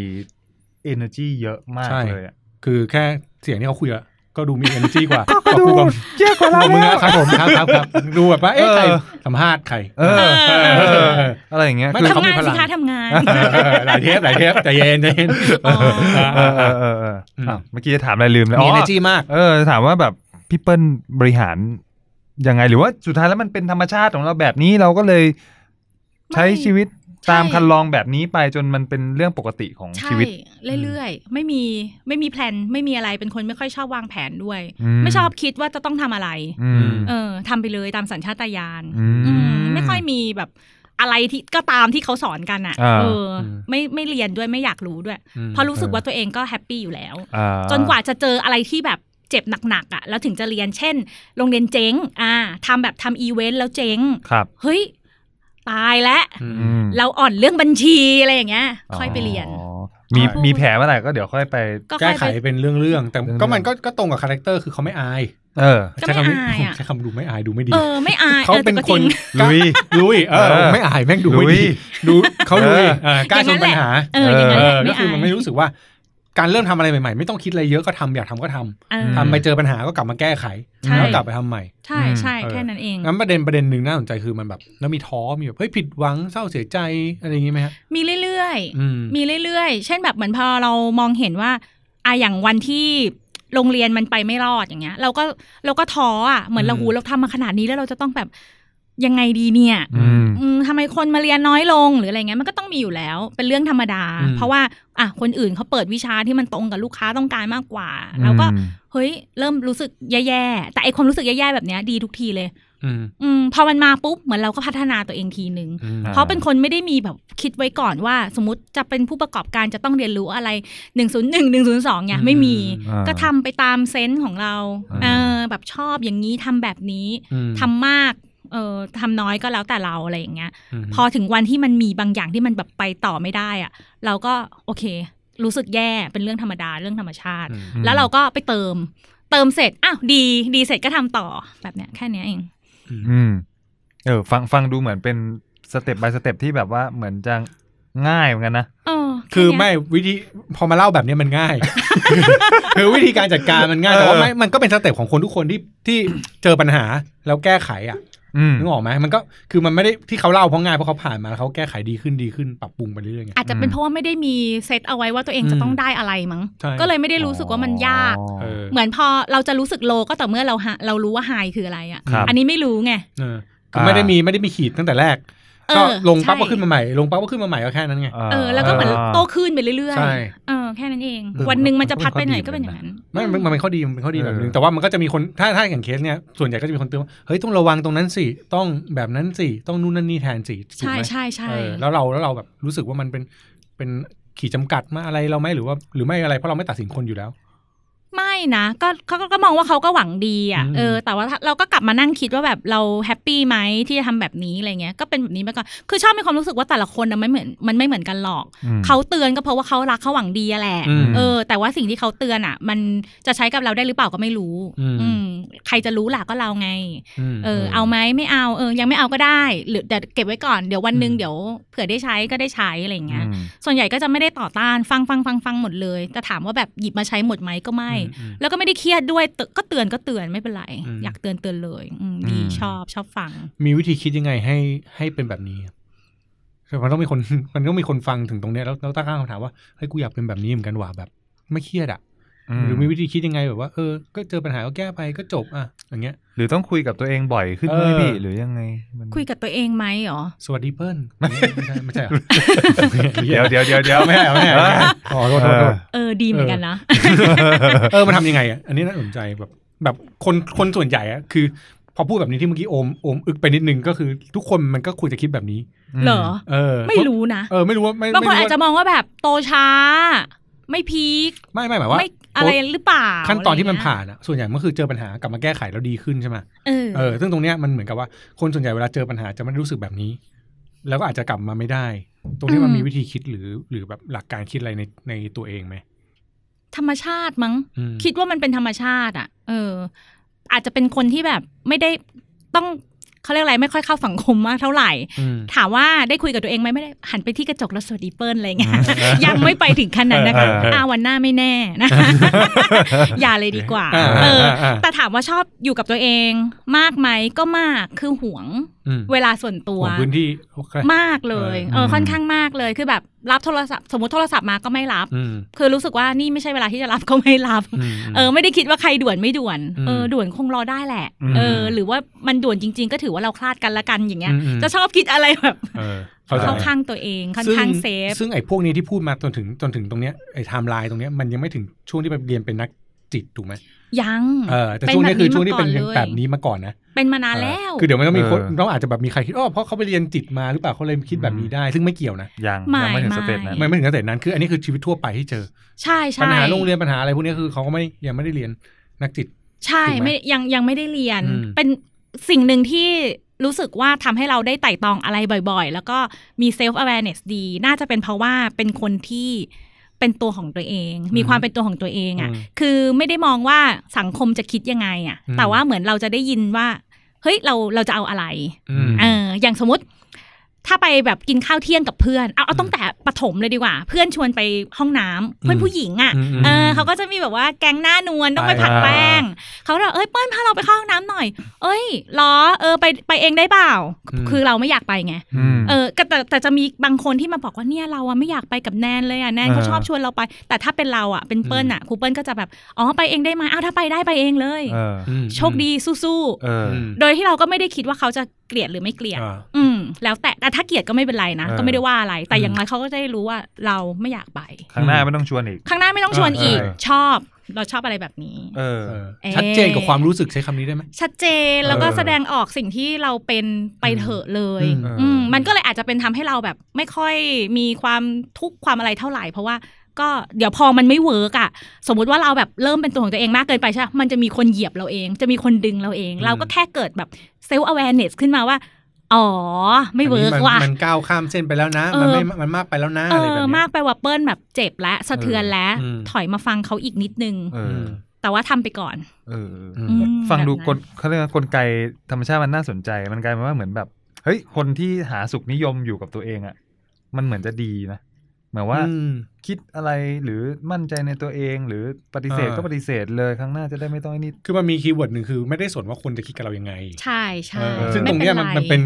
E: energy เยอะมาก
D: ใช่
E: เลยอะ
D: คือแค่เสียงที่เขาคุยอะก็ดูมี energy กว่า
E: ก็ดู
D: กว่า
E: เยอะกว่าเรา
D: ผมมึง
E: แล้ว
D: นะครับผมครับครับครับดูแบบว่าเอ๊ะ
E: เออ
D: ใครสัมภาษณ์ใคร
E: เออ
C: เออ
E: เอออะไรอย่างเงี้ย
D: ไม่
E: คือ
C: ทำงานสิคะทำงาน
D: เออหลายเทปหลายเทปใจเย็นใจเย็น
C: อ๋อ
E: เออเออเออเอออ่ะเมื่อกี้จะถามอะไรลืมเลย
D: มี
E: อ๋อ
D: energy มาก
E: เออถามว่าแบบพี่เปิ้ลบริหารยังไงหรือว่าสุดท้ายแล้วมันเป็นธรรมชาติของเราแบบนี้เราก็เลย ใช้ชีวิตตามคันลองแบบนี้ไปจนมันเป็นเรื่องปกติของ
C: ใช่
E: ชีวิต
C: เรื่อยๆ ไม่มีไม่มีแพลนไม่มีอะไรเป็นคนไม่ค่อยชอบวางแผนด้วย
E: อืม
C: ไม่ชอบคิดว่าจะต้องทำอะไร
E: อืม
C: เออทำไปเลยตามสัญชาตญาณ
E: อืม
C: อืมไม่ค่อยมีแบบอะไรที่ก็ตามที่เขาสอนกันอ่ะ
E: อ่า
C: เอออ
D: ม
C: ไม่ไม่เรียนด้วยไม่อยากรู้ด้วย
D: อืม
C: เพราะรู้สึกว่าตัวเองก็แฮปปี้อยู่แล้ว
E: อ่
C: จนกว่าจะเจออะไรที่แบบเจ็บหนักๆอะ่ะ แล้วถึงจะเรียนเช่น โรงเรียนเจ๊ง อ่าทำแบบทำอีเวนต์แล้วเจ๊ง
E: ครับ
C: เฮ้ย ตายแล้ว
D: อืม
E: อืม
C: เราอ่อนเรื่องบัญชีอะไรอย่างเงี้ย ค่อยไปเรียน
E: อ๋อมี
D: ใช่
E: มีแผลเมื่อไหร่ก็เดี๋ยวค่อยไป
C: ก็
D: แก้
C: ค่อ
D: ไข
C: ยไป
D: เป็นเรื่องๆแต่
E: เรื่องๆ
D: ก็มันก็ก็ตรงกับคาแรคเตอร์คือเขาไม่อาย
E: เออ
C: ก็
D: ใช้คำ
C: ไม่
D: นี้
C: อายอะ
D: ใช้คำดูไม่อายดูไม่ดี
C: เออ ไม่อาย
D: เขาเป็น
C: แต่ก็
D: ค
C: จริ
D: น
C: ง
D: กล้า
E: ลุย
D: ลุยเออ
E: เออ
D: ไม่อายแม่งดูไม่
E: ลุ
D: ดี
E: ย
D: ดูเขาลุย
E: เออ
D: เออกล้าชนปัญหา
C: เอออย่างนั้น
D: เออ
C: แหละไม่
D: ก็คือ
C: อาย
D: มันไม่รู้สึกว่า การเริ่มทำอะไรใหม่ๆ ไม่ต้องคิดอะไรเยอะก็ทำอยากทำก็ทำ
C: เออ
D: ทำไปเจอปัญหาก็กลับมาแก้ไข
C: ใช่
D: แล้วกลับไปทำใหม่
C: ใช่ใช่
D: เออ
C: แค่นั้นเอง
D: งั้นประเด็นประเด็นหนึ่งน่าสนใจคือมันแบบ แล้วมีท้อมีแบบเฮ้ยผิดหวังเศร้าเสียใจอะไรอย่างงี้ไหมฮะ
C: มีเรื่อยๆ
D: อืม
C: มีเรื่อยๆ เช่นแบบเหมือนพอเรามองเห็นว่าอ่ะอย่างวันที่โรงเรียนมันไปไม่รอดอย่างเงี้ย เราก็เราก็ท้ออ่ะ เหมือนเรา
D: อืม
C: หูเราทำมาขนาดนี้แล้วเราจะต้องแบบ ยังไงดีเนี่ย
E: อืม
C: อืมทำไมคนมาเรียนน้อยลงหรืออะไรเงี้ยมันก็ต้องมีอยู่แล้ว เป็นเรื่องธรรมดา
D: อืม
C: เพราะว่าอ่ะคนอื่นเขาเปิดวิชาที่มันตรงกับลูกค้าต้องการมากกว่า แล้วก็
E: อืม
C: เฮ้ยเริ่มรู้สึกแย่ๆแต่ไอความรู้สึกแย่ๆแบบเนี้ยดีทุกทีเลย
D: อืม
C: อืมพอมันมาปุ๊บเหมือนเราก็พัฒนาตัวเองทีนึง
D: อืม
E: อ่า
C: เพราะเป็นคนไม่ได้มีแบบคิดไว้ก่อนว่า สมมติจะเป็นผู้ประกอบการจะต้องเรียนรู้อะไร 1 0 1 1 0 2เนี่ยไม่มี
E: อ่า
C: ก็ทำไปตามเซนส์ของเรา
E: อ่า
C: เออแบบชอบอย่างนี้ทำแบบนี้
D: อืม
C: ทำมากเออทำน้อยก็แล้วแต่เราอะไรอย่างเงี้ย
D: ม
C: พอถึงวันที่มันมีบางอย่างที่มันแบบไปต่อไม่ได้อะเราก็โอเค รู้สึกแย่เป็นเรื่องธรรมดาเรื่องธรรมชาติ
D: อืม
C: แล้วเราก็ไปเติม เติมเสร็จอ้าวดี ดีเสร็จก็ทำต่อแบบเนี้ยแค่เนี้ยเอง
E: อืมเออฟังฟังดูเหมือนเป็นสเต็ปบายสเต็ปที่แบบว่าเหมือนจะง่ายเหมือนกันนะ
C: เออแ
D: คือ
C: เนี้ย
D: ไม่วิธีพอมาเล่าแบบเนี้ยมันง่าย คือวิธีการจัดการมันง่ายแต่ว่า
E: เออ
D: ไม่มันก็เป็นสเต็ปของคนทุกคนที่ที่ เจอปัญหาแล้วแก้ไขอ่ะ
E: อืม
D: นึกออกไหมมันก็คือมันไม่ได้ที่เขาเล่าเพราะง่ายเพราะเขาผ่านมาแล้วเขาแก้ไขดีขึ้นดีขึ้นปรับปรุงไปเรื่อยๆไง
C: อาจจะเป็
E: อื
C: น
E: ม
C: เพราะว่าไม่ได้มีเซตเอาไว้ว่าตัวเองจะต้องได้อะไรมั้ง
D: ใช่
C: ก็เลยไม่ได้รู้สึกว่ามันยาก
E: อ๋อ
D: เออ
C: เหมือนพอเราจะรู้สึกโลก็ต่อเมื่อเราหาเรารู้ว่าไฮคืออะไรอ่ะ
E: ครับ
C: อันนี้ไม่รู้ไง
D: เออคือไม่ได้มีไม่ได้มีขีดตั้งแต่แรก
C: เออ
D: ก็ลงปั๊บ
C: ใช่
D: ก็ขึ้นมาใหม่ลงปั๊บก็ขึ้นมาใหม่ก็แค่นั้นไง
E: า
C: เออ แล้วก็เหมือนโตขึ้นไปเรื่อย
D: ใช่
C: ๆ เออ แค่นั้นเอง
E: เออ
C: วันหนึ่งมันจะ
E: มันก็
C: พัดไปไหน
E: ดี
C: ก็เป็นอย่างนั้น
D: ไม่มันมันเป็นข้อดีมันเป็นข้อดี
E: เออ
D: แบบนึงแต่ว่ามันก็จะมีคนถ้าถ้าอย่างเคสเนี่ยส่วนใหญ่ก็จะมีคนเตือนว่าเฮ้ยต้องระวังตรงนั้นสิต้องแบบนั้นสิต้องนู่นนั่นนี่แทนสิถูก
C: ใช่
D: ไหม
C: ใช่ใช่
D: เออแล้วเราแล้วเราแบบรู้สึกว่ามันเป็นเป็นขีดจำกัดมาอะไรเราไหมหรือว่าหรือไม่อะไรเพราะเราไม่ตัดสินคนอยู่แล้ว
C: ไม่นะก็เขาก็ก็มองว่าเขาก็หวังดีอ่ะ
D: อืม
C: เออแต่ว่าเราก็กลับมานั่งคิดว่าแบบเราแฮปปี้ไหมที่จะทำแบบนี้อะไรเงี้ยก็เป็นแบบนี้ไปก่อนคือชอบมีความรู้สึกว่าแต่ละคนนะไม่เหมือนมันไม่เหมือนกันหรอก
E: อืม
C: เขาเตือนก็เพราะว่าเขารักเขาหวังดีอะแหละ
D: อืม
C: เออ แต่ว่าสิ่งที่เขาเตือนอ่ะ มันจะใช้กับเราได้หรือเปล่าก็ไม่รู้
D: อืม
C: อืมใครจะรู้ล่ะก็เราไง
D: ม
C: เออเอาไหมไม่เอาเออยังไม่เอาก็ได้หรือแต่เก็บไว้ก่อนเดี๋ยววันหนึ่ง
D: อืม
C: เดี๋ยวเผื่อได้ใช้ก็ได้ใช้อะไรอย่างเงี้ย
E: อืม
C: ส่วนใหญ่ก็จะไม่ได้ต่อต้านฟังฟังฟังฟังหมดเลยแต่ถามว่าแบบหยิบมาใช้หมดไหมก็ไม่
D: อืม
C: แล้วก็ไม่ได้เครียดด้วยเตก็เตือนก็เตือนไม่เป็นไร
D: อืม
C: อยากเตือนเตือนเลยอืมดี
E: อืม
C: ชอบชอบฟัง
D: มีวิธีคิดยังไงให้ให้เป็นแบบนี้ครับคือมันต้องมีคน มันต้องมีคนฟังถึงตรงเนี้ยแล้วแล้วตั้งข้อคำถามว่าเฮ้ยกูอยากเป็นแบบนี้เหมือนกันว่ะแบบ ไม่เครียดอ่ะหรือมีวิธีคิดยังไงแบบว่าเออก็เจอปัญหาก็แก้ไปก็จบอ่ะอย่างเงี้ย
E: หรือต้องคุยกับตัวเองบ่อยขึ้น
D: เออ
E: ด้วยพี่หรือยังไงมัน
C: คุยกับตัวเองไหมเหรอ
D: สวัสดีเพิ่นไม่ใช่ไม่ใช่เหรอ
E: เดี๋ยวเดี๋ยวเดี๋ยวเดี๋ยว
D: ไม่ใช่เหรอไม่ใช่เหรออ๋อโทษโทษโทษ
C: เออดีเหมือนกันนะ
D: เออมันทำยังไงอ่ะ อันนี้น่าสนใจแบบแบบคนคนส่วนใหญ่อ่ะคือ พอพูดแบบนี้ที่เมื่อกี้โอมโอมอึกไปนิดนึงก็คือ ทุกคนมันก็ควรจะคิดแบบนี้
C: เหรอ
D: เออ
C: ไม่รู้นะ
D: เออไม่รู้ว่าไม่
C: บางคน
D: ไม่
C: อา
D: รู้
C: จ
D: ว่
C: จะมองว่าแบบโตช้า ไม่พีค
D: ไม่ไม่หมายว่า
C: ไม่อะไรหรือเปล่า
D: ขั้นตอนที่มัน
C: อะไร
D: ผ่านอ่ะส่วนใหญ่มันคือเจอปัญหากลับมาแก้ไขแล้วดีขึ้นใช่ไหม
C: เงี้ยเอ
D: เอ
C: อ
D: อซึ่งตรงเนี้ยมันเหมือนกับว่าคนส่วนใหญ่เวลาเจอปัญหาจะไม่ได้รู้สึกแบบนี้ แล้วก็อาจจะกลับมาไม่ได้ ตรงนี้มัน
C: อืม
D: มีวิธีคิดหรือหรือแบบหลักการคิดอะไรในในตัวเองไหม
C: ธรรมชาติมั้ง
D: อืม
C: คิดว่ามันเป็นธรรมชาติอ่ะ เออ อาจจะเป็นคนที่แบบไม่ได้ต้องเขาเรียกอะไรไม่ค่อยเข้าสังคมมากเท่าไหร่
D: อืม
C: ถามว่าได้คุยกับตัวเองไหมไม่ได้หันไปที่กระจกแล้วสวัสดีเปิ้ลอะไรเงี้ย ยังไม่ไปถึงขั้นนั้นนะคะ
E: เออเออ
C: อาวันหน้าไม่แน่ นะ อย่าเลยดีกว่า
D: อ่า
C: เออ
D: าอ่า
C: แต่ถามว่าชอบอยู่กับตัวเองมากไหมก็มากคือหวง
D: อืม
C: เวลาส่วนตัว
D: ห่วงพื้นที่โอเค
C: มากเลย
D: เออ
C: เออ
E: ม
C: ค่อนข้างมากเลยคือแบบรับโทรศัพท์สมมติโทรศัพท์มาก็ไม่รับ
D: อืม
C: คือรู้สึกว่านี่ไม่ใช่เวลาที่จะรับก็ไม่รับ
D: อืม
C: เออไม่ได้คิดว่าใครด่วนไม่ด่วน
D: อืม
C: เออด่วนคงรอได้แหละ
E: อืม
C: เออ หรือว่ามันด่วนจริง ๆ ก็ถือว่าเราคลาดกันละกันอย่างเงี้ย
D: อืมอืม
C: จะชอบคิดอะไรแบบ
D: เออเข้าใจ
C: เข้าข้างตัวเองค่อนข้างเซฟ
D: ซึ่งไอ้พวกนี้ที่พูดมาจนถึงจนถึงตรงเนี้ยไอ้ไทม์ไลน์ตรงเนี้ยมันยังไม่ถึงช่วงที่ไปเรียนเป็นนักจิตถูกไหม
C: ยัง
D: เออแต่ช่วงนี้คือช่วงที่เป็น
C: มาก่
D: แบบนี้มาก่อนนะ
C: เป็นมานาน
D: เออ
C: แล้ว
D: คือเดี๋ยวมันต้องมีคน
E: เออ
D: ต้องอาจจะแบบมีใครคิดอ๋อเพราะเขาไปเรียนจิตมาหรือเปล่าเขาเลยคิดแบบนี้ได้ ซึ่งไม่เกี่ยวนะ
E: ยัง
C: ไม่
E: ยังไม่ถึง
C: ไม่
E: สเตจนั้น
D: ไม่ไม่ถึงขนาดนั้นคืออันนี้คือชีวิตทั่วไปที่เจอ
C: ใช่ใช่
D: ปัญหาโรงเรียนปัญหาอะไรพวกนี้คือเขาก็ไม่ยังไม่ได้เรียนนักจิต
C: ใช่
D: ถูกไหม
C: ไม่ยังยังไม่ได้เรียน
D: อืม
C: เป็นสิ่งหนึ่งที่รู้สึกว่าทำให้เราได้ไต่ตองอะไรบ่อยๆ แล้วก็มี self awareness ดี น่าจะเป็นเพราะว่าเป็นคนที่เป็นตัวของตัวเอง มีความเป็นตัวของตัวเองอ่ะ
D: อืม
C: คือไม่ได้มองว่าสังคมจะคิดยังไงอะ่ะ
D: อืม
C: แต่ว่าเหมือนเราจะได้ยินว่า เฮ้ยเราเราจะเอาอะไร
D: อืม
C: เอออย่างสมมติ ถ้าไปแบบกินข้าวเที่ยงกับเพื่อนเอาเอาตั้งแต่ปฐมเลยดีกว่า เพื่อนชวนไปห้องน้ำเพื่อนผู้หญิงอ่ะ
D: อืมอืม
C: เออเขาก็จะมีแบบว่าแก๊งหน้านวลต้องไปผัดแป้งเขาก็แบบเอ้ยเปิ้ลพาเราไปเข้าห้องน้ำหน่อย เอ้ยเหรอเออไปไปเองได้เปล่า
D: อืม
C: คือเราไม่อยากไปไง
E: อืม
C: เออก็แต่แต่จะมีบางคนที่มาบอกว่าเนี่ยเราอะไม่อยากไปกับแนนเลยอะแนนเขา
E: อ่า
C: ชอบชวนเราไป แต่ถ้าเป็นเราอะเป็นเปิ้ลอะครูเปิ้ลก็จะแบบอ๋อไปเองได้ไหมอ้าวถ้าไปได้ไปเองเลย
E: เออ
D: อืม
C: โชคดีสู้
E: เออ
D: อืม
C: ๆโดยที่เราก็ไม่ได้คิดว่าเขาจะเกลียดหรือไม่เกลียด
D: อ่า
C: อืม แล้วแต่แต่ถ้าเกลียดก็ไม่เป็นไรนะ
E: เออ
C: ก็ไม่ได้ว่าอะไร แต่
D: อืม
C: อย่างน้อยเขาก็จะได้รู้ว่าเราไม่อยากไป
E: ครั้งหน้าไม่ต้องชวนอีก
C: ข้างหน้าไม่ต้องชวนอีก
E: เออ
C: ชอบ เราชอบอะไรแบบนี้
E: เออ
D: เออ
C: เอ๊ะ
D: ชัดเจนกับความรู้สึกใช้คำนี้ได้ไหม
C: ชัดเจนแล้วก็
E: เออ
C: แสดงออกสิ่งที่เราเป็นไปเถอะเลย
D: เอออื
C: อืมมันก็เลยอาจจะเป็นทำให้เราแบบไม่ค่อยมีความทุกข์ความอะไรเท่าไหร่ เพราะว่าก็เดี๋ยวพอมันไม่เวิร์กอะสมมติว่าเราแบบเริ่มเป็นตัวของตัวเองมากเกินไปใช่ไหมมันจะมีคนเหยียบเราเอง จะมีคนดึงเราเอง เราก็แค่เกิดแบบเซลล์ awareness ขึ้นมาว่า อ๋อ ไม่เวิร์ก
D: อันนี้น
C: ว่ะ
D: มันก้าวข้ามเส้นไปแล้วนะ
C: เออ
D: มันไม่มันมากไปแล้วนะ
C: เอ
D: อะไรแบบ
C: อ
D: เนี้ย
C: มากไปว่าเปิ้ลแบบเจ็บและสะเทือนแล้ว
D: เอออืม
C: ถอยมาฟังเขาอีกนิดนึง
E: เอ
D: อื
E: อ
D: ม
C: แต่ว่าทำไปก่อน
E: เออเออ
D: อืม
C: อืม
E: ฟังดู
C: แบบ
E: ก
C: นั้น
E: ลเขาเรียกว่ากลไกธรรมชาติมันน่าสนใจ มันกลายเป็นว่าเหมือนแบบ เฮ้ย คนที่หาสุขนิยมอยู่กับตัวเองอะ่ะ มันเหมือนจะดีนะเหมือนว่า
D: อืม
E: คิดอะไรหรือมั่นใจในตัวเอง หรือปฏิเสธ
D: เออ
E: ก็ปฏิเสธเลยครั้งหน้าจะได้ไม่ต้องไอ้นี่
D: คือมันมีคีย์เวิร์ดหนึ่งคือไม่ได้สนว่าคนจะคิดกับเรายังไง
C: ใช่ใช่
D: เออ
E: เออ
D: ซึ่งตรงเนี้ยมัน
C: ไ
D: มันเป็น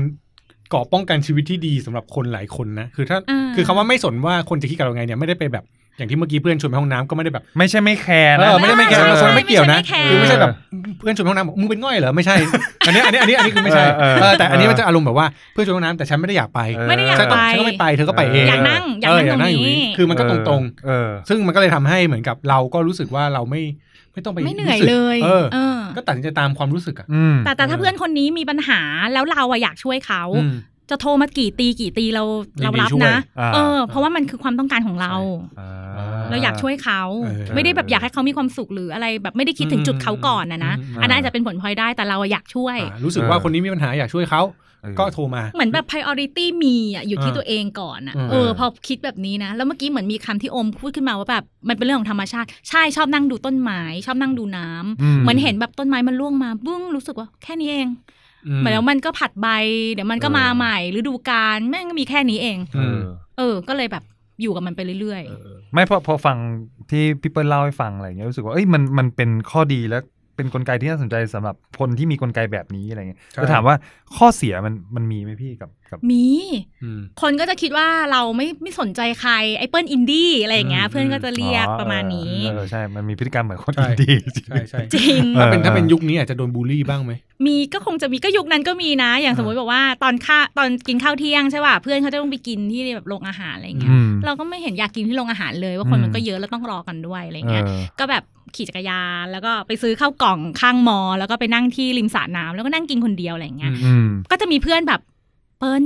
D: เกราะป้องกันชีวิตที่ดีสำหรับคนหลายคนนะ คือถ้า
C: อ่า
D: คือคำว่าไม่สนว่าคนจะคิดกับเรายังไงเนี่ยไม่ได้ไปแบบอย่างที่เมื่อกี้เพื่อนชวนไปห้องน้ำก็ไม่ได้แบบ
E: ไม่ใช่ไม่แคร์
D: เอ
E: นะ
D: อไม่ได้ไม่แคร์
E: เออ
D: เราชวนไม่เกี่ยวนะ
C: ไม่ใช่ไม่แคร์
D: คือไม่ใช่แบบเพื่อนชวนไปห้องน้ำบอกมึงเป็นง่อยเหรอไม่ใช่ อันเนี้ยอันเนี้ยอันเนี้ยอันนี้คือไม่ใช่
E: เออเออ
D: เออแต่อันนี้มันจะอารมณ์แบบว่าเพื่อนชวนไปห้องน้ำแต่ฉันไม่ได้อยากไป
E: เออ
C: ไม่ได้อยาก
D: ฉันก็
C: ไป
D: ฉันก็ไม่ไปเธอก็ไปเอง
C: อยากนั่งอยา
D: เ
C: กนั่งตรง
D: อยู่
C: นี้
D: คือมันก็ตรงๆ
E: เออ
D: ซึ่งมันก็เลยทำให้เหมือนกับเราก็รู้สึกว่าเราไม่ไม่ต้องไป
C: ไม่เหนื่อย
D: รู้สึก
C: เลย
D: เออ
C: เออ
D: ก็ตัดสินใจตามความรู้สึกอ่ะ
E: อืม
C: แต่แต่ถ้า
D: เออ
C: เพื่อนคนนี้มีปัญหาแล้วเราอะอยากช่วยเขา
D: อืม
C: จะโทรมากี่ตีกี่ตีเรา
D: ยิ
C: เรา
D: นดี
C: รับ
D: ช่วย
C: นะ
E: อ่า
C: เออ เพราะว่ามันคือความต้องการของเรา
E: อ่า
C: เราอยากช่วยเขา
D: เออ
C: ไม่ได้แบบอยากให้เขามีความสุขหรืออะไรแบบไม่ได้คิดถึงจุดเขาก่อนนะนะ
D: อืมอืม
C: อันนั้นอาจจะเป็นผลพลอยได้แต่เราอะอยากช่วย
D: อ่ารู้สึกว่า
E: เออ
D: คนนี้มีปัญหาอยากช่วยเขา
E: เออ
D: ก็โทรมา
C: เหมือนแบบ priority มีอะอยู่ที่
D: อ่า
C: ตัวเองก่อนอะ
D: อืม
C: เออพอคิดแบบนี้นะ แล้วเมื่อกี้เหมือนมีคำที่โอมพูดขึ้นมาว่าแบบมันเป็นเรื่องของธรรมชาติใช่ชอบนั่งดูต้นไม้ชอบนั่งดูน้ำ
E: อืม
C: เหมือนเห็นแบบต้นไม้มันร่วงมาบึ้งรู้สึกว่าแค่นี้เอง เหมือนแล้วมันก็ผัดใบ เดี๋ยวมันก็มา
E: เออ
C: ใหม่ฤดูกาลแม่งก็มีแค่นี้เอง
E: เออ
C: เออ ก็เลยแบบอยู่กับมันไปเรื่อย
E: ไม่พอพอฟังที่พี่เปิ้ลเล่าให้ฟังอะไรเงี้ยรู้สึกว่าเอ้ยมันมันเป็นข้อดีและเป็นกลไกที่น่าสนใจสำหรับคนที่มีกลไกแบบนี้อะไรเงี้ย
D: ใช่
E: จะถามว่าข้อเสียมันมันมีไหมพี่กับกับ
C: ๆ มี
D: อืม
C: คนก็จะคิดว่าเราไม่ไม่สนใจใครไอเปิลอินดี้อะไรอย่างเงี้ย
D: อืม
C: เพื่อนก็จะเรียกประมาณนี้
E: อ๋อเออเออใช่ มันมีพฤติกรรมเหมือนคน
D: ใช่
E: อินดี้จริง
D: ใช่ใช่
C: จริง
E: เอ
D: ถ้า
E: อ
D: เป็นถ้าเป็นยุคนี้อาจจะโดนบูลลี่บ้างไหม
C: มีก็คงจะมีก็ยุคนั้นก็มีนะ อย่าง
D: อ่า
C: สมมติบอกว่าตอนค่าตอนกินข้าวเที่ยงใช่ป่ะเพื่อนเขาจะต้องไปกินที่แบบโรงอาหารอะไรอย่างเงี้ย
E: อืม
C: เราก็ไม่เห็นอยากกินที่โรงอาหารเลยว่าคน
E: อืม
C: มันก็เยอะแล้วต้องรอกันด้วยอะไร
E: เอ
C: เงี้ย
E: อ
C: ก็แบบขี่จักรยานแล้วก็ไปซื้อข้าวกล่องข้างมอ แล้วก็ไปนั่งที่ริมสระน้ำแล้วก็นั่งกินคนเดียวอะไรอย่างเงี้ย
E: อืม
C: ก็จะมีเพื่อนแบบเปิ้ล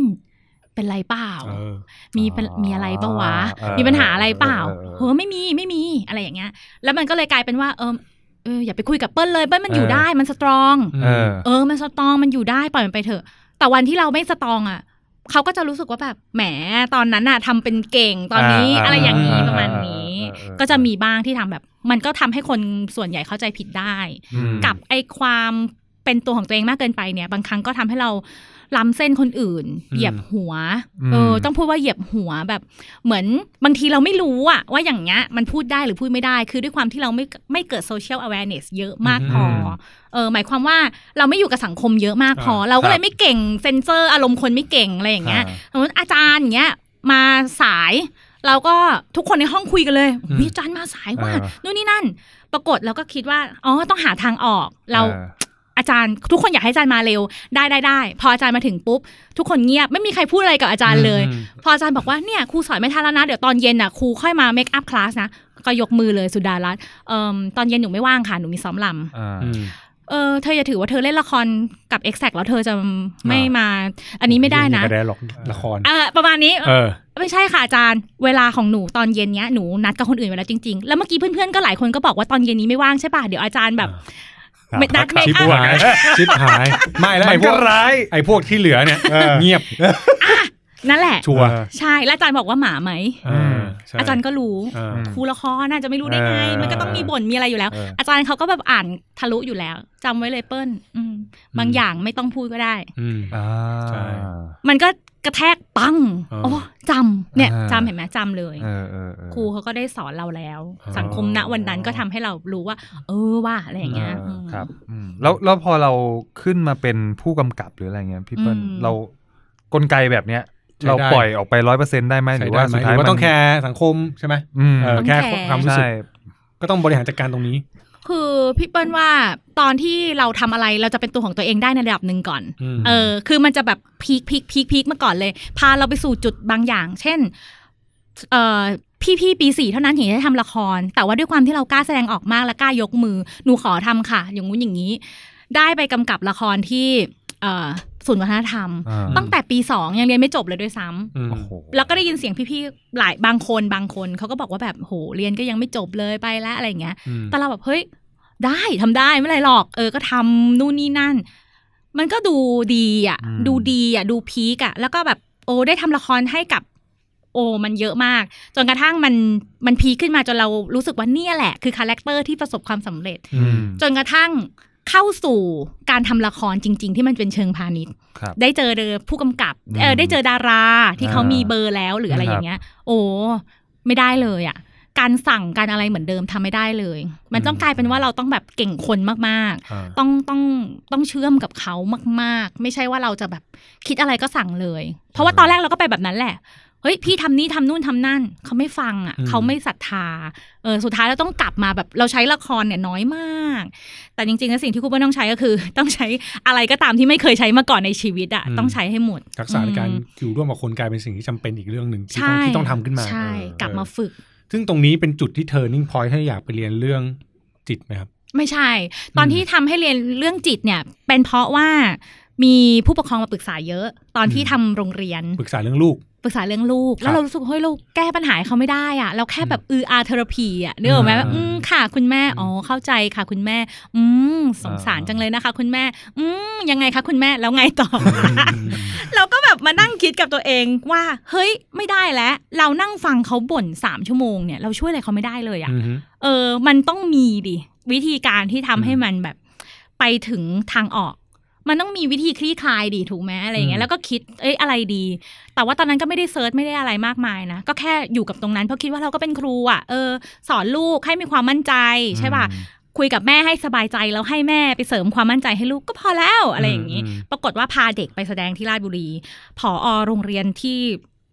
C: เป็นไรเปล่า
D: เออ
C: มีเป็น
E: อ๋อ
C: มีอะไรเปล่าวะ
E: เออ
C: มีปัญหาอะไรเปล่า
E: เออเออเออ
C: เฮ้ยไม่มีไม่มีอะไรอย่างเงี้ย แล้วมันก็เลยกลายเป็นว่าเออเอออย่าไปคุยกับเปิ้ลเลยเปิ้ลมันอยู่
E: เออ
C: ได้มันสตรอง
E: เออ
C: เออ มันสตรองมันอยู่ได้ปล่อยมันไปเถอะ แต่วันที่เราไม่สตรองอ่ะเขาก็จะรู้สึกว่าแบบแหมตอนนั้นน่ะทำเป็นเก่งตอนนี้
E: อ่า
C: อะไรอย่างนี้
E: อ่า
C: ประมาณนี้
E: อ่าอ่าอ่า
C: ก็จะมีบ้างที่ทำแบบ มันก็ทำให้คนส่วนใหญ่เข้าใจผิดได้
E: อืม
C: กับไอความเป็นตัวของตัวเองมากเกินไปเนี่ย บางครั้งก็ทำให้เราล้ำเส้นคนอื่น
D: อืม
C: เหยียบหัว
E: อืม
C: เออ ต้องพูดว่าเหยียบหัวแบบ เหมือนบางทีเราไม่รู้อะว่าอย่างเงี้ยมันพูดได้หรือพูดไม่ได้ คือด้วยความที่เราไม่ไม่เกิด social awareness เยอะมากพอ
E: อืม
C: เออ หมายความว่าเราไม่อยู่กับสังคมเยอะมากพอ
D: อ่า
C: เราก็เล
E: ครั
C: ย
E: บ
C: ไม่เก่งเซนเซอร์อารมณ์คนไม่เก่งอะไรอย่างเงี้ย สมมติอาจารย์อย่างเงี้ยมาสายเราก็ทุกคนในห้องคุยกันเลย
D: อืม
C: วิจารย์มาสายว่า
E: เออ
C: นู่นนี่นั่น ปรากฏเราก็คิดว่าอ๋อต้องหาทางออก เรา
E: ออ
C: อาจารย์ทุกคนอยากให้อาจารย์มาเร็วได้ได้ได้พออาจารย์มาถึงปุ๊บ ทุกคนเงียบไม่มีใครพูดอะไรกับอาจารย์เลย
D: อืม
C: พออาจารย์บอกว่าเนี่ยครูสอนไม่ทันแล้วนะเดี๋ยวตอนเย็นน่ะครูค่อยมาเมคอัพคลาสนะก็ยกมือเลยสุดารัตน์เอิ่มตอนเย็นหนูไม่ว่างค่ะหนูมีซ้อมลำ
E: อ่า
D: อืม
C: เออเธออย่าถือว่าเธอเล่นละครกับ Exact แล้วเธอจะไม่มา อันนี้ไม่ได้นะ
D: ม่ได้หรอกละคร
C: เออประมาณนี้
D: เออ
C: ไม่ใช่ค่ะอาจารย์ เวลาของหนูตอนเย็นเนี้ยหนูนัดกับคนอื่นไว้แล้วจริงๆ แล้วเมื่อกี้เพื่อนๆก็หลายคนก็บอกว่าตอนเย็นนี้ไม่ว่างใช่ป่ะ เดี๋ยวอาจารย์แบบ
E: อ่า
C: ไม่นัดไม่
D: ชิบ
C: อ่ะ
D: หาย ชิบหาย ไม่แล้ว
E: มั
D: ไอ้
E: น
D: พ
E: ก็
D: วก
E: ร้าย
D: ไอ้พวกที่เหลือเนี่ย
E: เออ
D: เงียบ
C: นั่นแหละ
D: ชัวร์
C: ใช่แล้วอาจารย์บอกว่าหมาไหม
E: อืม
D: ใช่
C: อาจารย์ก็รู้
D: เออ
E: ม
C: ครูละครน่าจะไม่รู้ได้ไง
E: เออ
C: มันก็ต้องมีบ่นมีอะไรอยู่แล้ว
E: เอออ
C: อาจารย์เขาก็แบบอ่านทะลุอยู่แล้วจำไว้เลยเปิ้ลอืมบาง
D: อืม
C: อย่างไม่ต้องพูดก็ได้
D: อืม
E: อ่า
D: ใช่
C: มันก็กระแทกปัง
D: เออ
C: โอ้จำเนี่ย
E: อ่า
C: จำเห็นไหมจำเลย
E: เออเออเออ
C: ครูเขาก็ได้สอนเราแล้ว
D: อ๋อ
C: สังคมณวันนั้นก็ทำให้เรารู้ว่า เออว่าอะไรอย่างเงี้ย
E: เออ
C: ม
E: ครับอืมแล้วแล้วพอเราขึ้นมาเป็นผู้กำกับหรืออะไรเงี้ยพี่เปิ้ล
C: อืม
E: เรากลไกแบบเนี้ย
D: ใช้ได้
E: เราปล่อยออกไปร้อยเปอร์เซ็นได้ไหมห
D: ใช่
E: รือ
D: ได้
E: ว่า
D: ไหม
E: สุด
D: ห
E: ท้าย
D: รือว่า
E: มัน
D: ต้องแคร์สังคมใช่ไหม
E: อืม
D: เออแค่
C: ต้องแคร์
D: ความรู้สึ
E: ใช่
D: กก็ต้องบริหารจัดการตรงนี้
C: คือพี่เปิ้ลว่าตอนที่เราทำอะไรเราจะเป็นตัวของตัวเองได้ในระดับหนึ่งก่อน
D: อืม
C: เออ คือมันจะแบบพีคพีคพีคพีคมาก่อนเลย พาเราไปสู่จุดบางอย่าง เช่น เอ่อ พี่พี่ๆปีสี่เท่านั้นถึงได้ทำละคร แต่ว่าด้วยความที่เรากล้าแสดงออกมากและกล้ายกมือ หนูขอทำค่ะ อย่างงู้นอย่างนี้ ได้ไปกำกับละครที่ เอ่อศูนย์วัฒนธรรม
E: อ่า
C: ตั้งแต่ปีสองยังเรียนไม่จบเลยด้วยซ้ำ
D: อืม
E: โอ้โห
C: แล้วก็ได้ยินเสียงพี่ๆ หลายบางคนบางคนเขาก็บอกว่าแบบโหเรียนก็ยังไม่จบเลยไปแล้วอะไรอย่างเงี้ย
D: อืม
C: แต่เราแบบเฮ้ยได้ทำได้ไม่เป็นไรหรอก เออก็ทำนู่นนี่นั่น มันก็ดูดีอ่ะ ดูดีอ่ะดูพีกอ่ะ แล้วก็แบบโอ้ได้ทำละครให้กับ โอ้มันเยอะมาก จนกระทั่งมันมันพีคขึ้นมาจนเรารู้สึกว่าเนี่ยแหละคือคาแรคเตอร์ที่ประสบความสำเร็จ
E: อืม
C: จนกระทั่งเข้าสู่การทำละครจริง ๆ ที่มันเป็นเชิงพาณิชย์
E: ครับ
C: ได้เจอเดอผู้กำกับ
E: อืม
C: เออได้เจอดาราที่เขา
E: อ่ามี
C: มีเบอร์แล้วหรืออะไร
E: ครับ
C: อย่างเงี้ย โอ้ไม่ได้เลยอ่ะ การสั่งการอะไรเหมือนเดิมทำไม่ได้เลย มันต้องกลายเป็นว่าเราต้องแบบเก่งคนมาก
E: อ่า
C: ๆ ต้องต้องต้องเชื่อมกับเขามาก ๆ ไม่ใช่ว่าเราจะแบบคิดอะไรก็สั่งเลย เพราะว่าตอนแรกเราก็ไปแบบนั้นแหละเฮ้ยพี่ทำนี่ทำนู่นทำนั่นเขาไม่ฟังอ่ะ
D: อืม
C: เขาไม่ศรัทธาเออสุดท้ายเราต้องกลับมาแบบเราใช้ละครเนี่ยน้อยมาก แต่จริงๆแล้วสิ่งที่ครูเปิ้ลต้องใช้ก็คือ ต้องใช้อะไรก็ตามที่ไม่เคยใช้มาก่อนในชีวิตอะ
D: อืม
C: ต้องใช้ให้หมด
D: ทักษะในการ
C: อืม
D: อยู่ร่วมกับคนกลายเป็นสิ่งที่จำเป็นอีกเรื่องหนึ่งที่
C: ใช่
D: ต้องที่ต้องทำขึ้นมา
C: ใช่
D: เออก
C: ลับมาฝึก
D: ซึ่งตรงนี้เป็นจุดที่ turning point ให้อยากไปเรียนเรื่องจิตไหมครับ
C: ไม่ใช่ ตอนที่ทำให้เรียนเรื่องจิตเนี่ย เป็นเพราะว่ามีผู้ปกครองมาปรึกษาเยอะ ตอนที่
D: อืม
C: ทำโรงเรียน
D: ปรึกษาเรื่องลูก
C: ปรึกษาเรื่องลูก
D: ครับ
C: แล้วเรารู้สึกเฮ้ยเราแก้ปัญหาให้เขาไม่ได้อะเราแค่แบบอืออาเทอราพีอะเนื้ออกไหม
D: อ่า
C: แบบอืมค่ะ คุณแม่อ๋อเข้าใจค่ะ คุณแม่ อืมสงสาร
E: อ่า
C: จังเลยนะคะ คุณแม่ อืมยังไงคะคุณแม่แล้วไง ต่ออ เราก็แบบมานั่งคิดกับตัวเองว่า เฮ้ยไม่ได้แล้ว เรานั่งฟังเขาบ่นสามชั่วโมงเนี่ยเราช่วยอะไรเขาไม่ได้เลยอะ่ะ
D: อืมฮึ
C: เออ มันต้องมีดิวิธีการที่ทำให้มันแบบไปถึงทางออก มันต้องมีวิธีคลี่คลายดีถูกไหมอะไรอย่างเงี้ยแล้วก็คิดเอ้ยอะไรดี แต่ว่าตอนนั้นก็ไม่ได้เซิร์ชไม่ได้อะไรมากมายนะก็แค่อยู่กับตรงนั้นเพราะคิดว่าเราก็เป็นครูอะ่ะเออ สอนลูกให้มีความมั่นใจใช่ป่ะคุยกับแม่ให้สบายใจแล้วให้แม่ไปเสริมความมั่นใจให้ลูกก็พอแล้วอะไรอย่างงี้
D: ม
C: ปรากฏว่าพาเด็กไปแสดงที่ราชบุรี ผอ โรงเรียนที่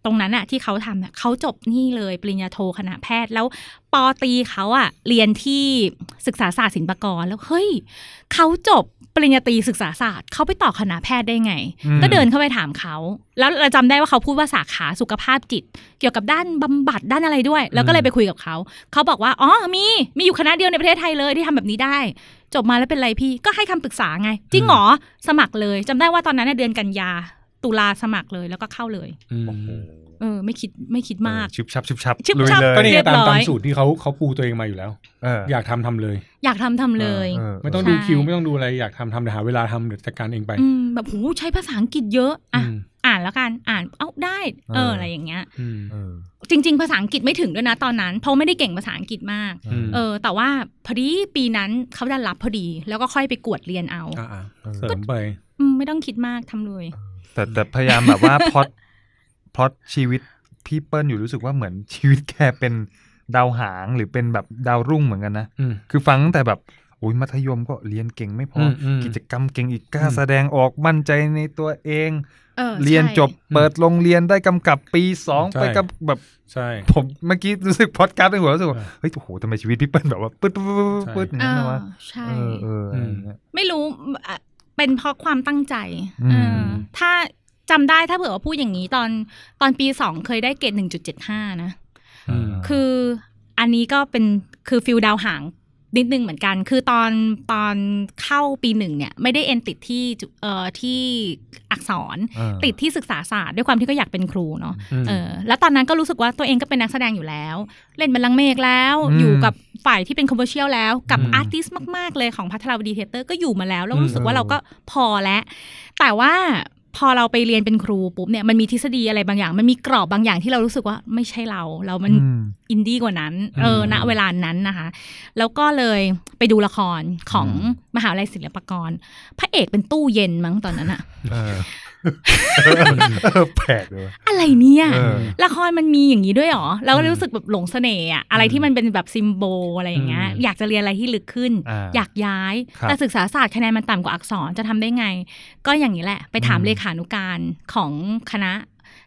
C: ตรงนั้นอะที่เขาทำเนี่ยเขาจบนี่เลยปริญญาโทคณะแพทย์ แล้วปอตรีเขาอะเรียนที่ศึกษาศาสตร์ศิลปากรแล้วเฮ้ยเขาจบปริญญาตรีศึกษาศาสตร์เขาไปต่อคณะแพทย์ได้ไง
E: อืม
C: ก็เดินเข้าไปถามเขา แล้วเราจำได้ว่าเขาพูดว่าสาขาสุขภาพจิต เกี่ยวกับด้านบำบัดด้านอะไรด้วย แล้วก็เลยไปคุยกับเขา เขาบอกว่าอ๋อมีมีอยู่คณะเดียวในประเทศไทยเลยที่ทำแบบนี้ได้ จบมาแล้วเป็นไรพี่ก็ให้คำปรึกษาไง จริงเหรอสมัครเลยจำได้ว่าตอนนั้นนะเดือนกันยา ตุลาสมัครเลยแล้วก็เข้าเลย เออ ไม่คิดไม่คิดมาก
E: เออชุบชับชุบชับ
C: ชุบ
E: ลุย
C: ชับ
E: เลย
D: ก็นี่ไงตาม
C: เรียบร้อย
D: ตามสูตรที่เขาเขาปูตัวเองมาอยู่แล้ว
E: เออ
D: อยากทำทำเลย
C: อยากทำทำเลย
E: เเ
D: ไม่ต้องดู
C: ใช่
D: คิวไม่ต้องดูอะไรอยากทำทำแต่หาเวลาทำเดี๋ยวจัดการเองไป
C: อืมแบบโหใช้ภาษาอังกฤษเยอะอ่ะ
D: ม
C: อ่านแล้วกันอ่านเอ้าได้ เอ
E: เอ
C: อ
E: ออ
C: อะไรอย่างเงี้ย
D: อืม
E: เออ
C: จริง ๆ ภาษาอังกฤษไม่ถึงด้วยนะตอนนั้น เพราะไม่ได้เก่งภาษาอังกฤษมาก
E: เออ
C: เออ แต่ว่าพอดีปีนั้นเขาดันรับพอดี แล้วก็ค่อยไปกวดเรียนเอา
D: อ่า
E: เออ
D: ๆเสริมไป
C: อืมไม่ต้องคิดมากทำเลย
E: แต่แต่พยายามแบบว่า พล็อตพล็อตชีวิตพี่เปิ้ลอยู่รู้สึกว่าเหมือนชีวิตแกเป็นดาวหางหรือเป็นแบบดาวรุ่งเหมือนกันนะ
D: อืม
E: คือฟังตั้งแต่แบบโอ้ยมัธยมก็เรียนเก่งไม่พออ
D: มอืม
E: กิจกรรมเก่งอีกกล้า
D: อืม
E: แสดงออกมั่นใจในตัวเอง
C: เออ
E: เรียน
C: ใช่
E: จบเปิดโรงเรียนได้กำกับปีสอง
D: ใช่
E: ไปกับแบบ
D: ใช่
E: ผมเมื่อกี้รู้สึกพอดแคาสต์ในหัวรู้สึกว่า
D: เออ
E: เฮ้ยโอ้โหทำไมชีวิตพี่เปิ้ลแบบว่าปื๊ดปื๊ดปื๊ด
D: ใช่
E: ปื๊ดอย่าง
C: เออ
E: นั้นนะวะ
C: ใช่
E: เออเอออะไรอย่างเงี้ย
C: ไม่รู้อ่ะเป็นเพราะความตั้งใจ
E: อืม
C: เออถ้าจำได้ถ้าเผื่อว่าพูดอย่างนี้ตอนตอนปีสองเคยได้เกรดหนึ่งจุดเจ็ดห้านะ
D: อืม
C: คืออันนี้ก็เป็นคือฟิลดาวหางนิดนึงเหมือนกัน คือตอนตอนเข้าปีหนึ่งเนี่ย ไม่ได้เอ็นติดที่จุเอ่อที่อักษร
E: เออ
C: ติดที่ศึกษาศาสตร์ด้วยความที่ก็อยากเป็นครูเนาะ
D: ม
C: เออแล้วตอนนั้นก็รู้สึกว่าตัวเองก็เป็นนักแสดงอยู่แล้ว เล่นบันลังก์เมฆแล้ว
E: อืม
C: อยู่กับฝ่ายที่เป็นคอมเมอร์เชียลแล้ว กับ
D: อืม
C: อาร์ติสต์มาก ๆ เลยของพัทรวดีเทเตอร์ก็อยู่มาแล้ว แล้ว
D: อืม
C: รู้สึกว่าเรา
E: เออ
C: ก็พอแล้ว แต่ว่า พอเราไปเรียนเป็นครูปุ๊บเนี่ยมันมีทฤษฎีอะไรบางอย่าง มันมีกรอบบางอย่างที่เรารู้สึกว่าไม่ใช่เรา เรามัน
E: อืม
C: อินดี้กว่านั้น เออ
D: อืม
C: ณเวลานั้นนะคะ แล้วก็เลยไปดูละครของ
E: อืม
C: มหาวิทยาลัยศิลปากร พระเอกเป็นตู้เย็นมั้งตอนนั้นอะ
E: เออเออแปลกเลยว่ะ
C: อะไรเนี่ย
E: เออ
C: ละครมันมีอย่างนี้ด้วยเหรอ แล้วก็
E: อืม
C: รู้สึกแบบหลงเสน่ห์อะอะไรที่มันเป็นแบบซิมโบลอะไรอย่างเงี้ย
D: อืม
C: อยากจะเรียนอะไรที่ลึกขึ้น
E: อ่า
C: อยากย้าย
E: ครับ
C: แต่ศึกษาศาสตร์คะแนนมันต่ำกว่าอักษรจะทำได้ไง ก็อย่างนี้แหละ ไปถาม
E: อืม
C: เลขานุการของคณะ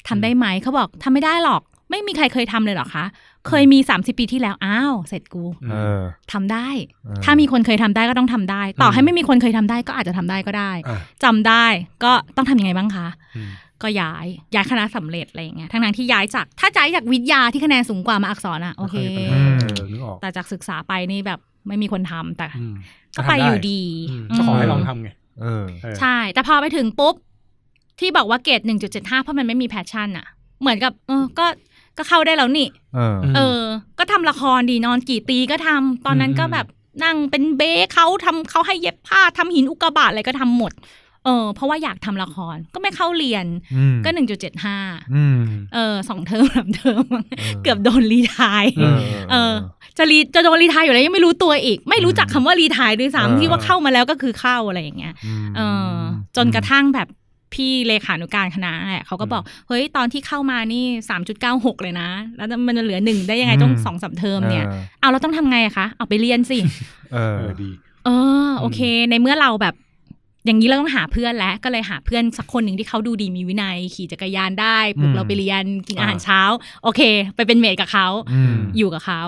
C: ทำได้ไหม เขาบอกทำไม่ได้หรอก ไม่มีใครเคยทำเลยเหรอคะ เคยมี 30 ปีที่แล้ว อ้าว เสร็จกู
E: เออ
C: ทำได้
E: เออ
C: ถ้ามีคนเคยทำได้ก็ต้องทำได้ ต่อให้ไม่มีคนเคยทำได้ก็อาจจะทำได้ก็ได้
D: อ่ะ
C: จำได้ก็ต้องทำยังไงบ้างคะ
D: อืม
C: ก็ย้ายย้ายคณะสำเร็จอะไรอย่างเงี้ยทั้งนั้นที่ย้ายจากถ้าย้ายจากวิทยาที่คะแนนสูงกว่ามาอักษรอะโอเค
D: ไม่ยมีปัญหาเออนึกออก
C: แต่จากศึกษาไปนี่แบบไม่มีคนทำแต่
D: อืม
C: ก็ไปอยู่ดี
D: อืม
C: อืม
D: เจ้าของให้ลองทำไง
E: เออ
D: เออ
C: ใช่ แต่พอไปถึงปุ๊บ ที่บอกว่าเกรด1.75 เพราะมันไม่มีแพชชั่นอะเหมือนกับเออก็ก็เข้าได้แล้วนี่
E: เออ
D: ม
C: เออ ก็ทำละครดีนอนกี่ตีก็ทำตอนนั้น
D: อืม
C: ก็แบบนั่งเป็นเบ้เขาทำเขาให้เย็บผ้าทำหินอุกกาบาตอะไรก็ทำหมด เออ เพราะว่าอยากทำละครก็ไม่เข้าเรียน
E: อืม
C: ก็ 1.75
E: อืม
C: เออสองเทอมสามเทอมเกือบโดนรีไทาย
E: เออ
C: เออ จะรีจะโดนรีไทายอยู่แล้วยังไม่รู้ตัวอีก ไม่รู้จักคำว่ารีไทายด้วย
E: เออ
C: ซ้ำที่ว่าเข้ามาแล้วก็คือเข้าอะไรอย่างเงี้ย
E: ม
C: เอออจนกระทั่งแบบพี่เลขานุการคณะแหละเขาก็บอกเฮ้ยตอนที่เข้ามานี่สามจุดเก้าหกเลยนะ แล้วมันเหลือหนึ่งได้ยังไงต้องสองสามเทอมเนี่ยเอาเราต้องทำไงอะคะเอาไปเรียนสิ
E: เออ
D: เออ
E: เออ
D: ดี
C: เออโอเค ในเมื่อเราแบบ อย่างนี้เราต้องหาเพื่อนแล้ว ก็เลยหาเพื่อนสักคนหนึ่งที่เขาดูดีมีวินัย ขี่จักรยานได้ปลุกเราไปเรียนกินอาหารเช้า โอเค ไปเป็นเมดกับเขา
E: อืม
C: อยู่กับเขา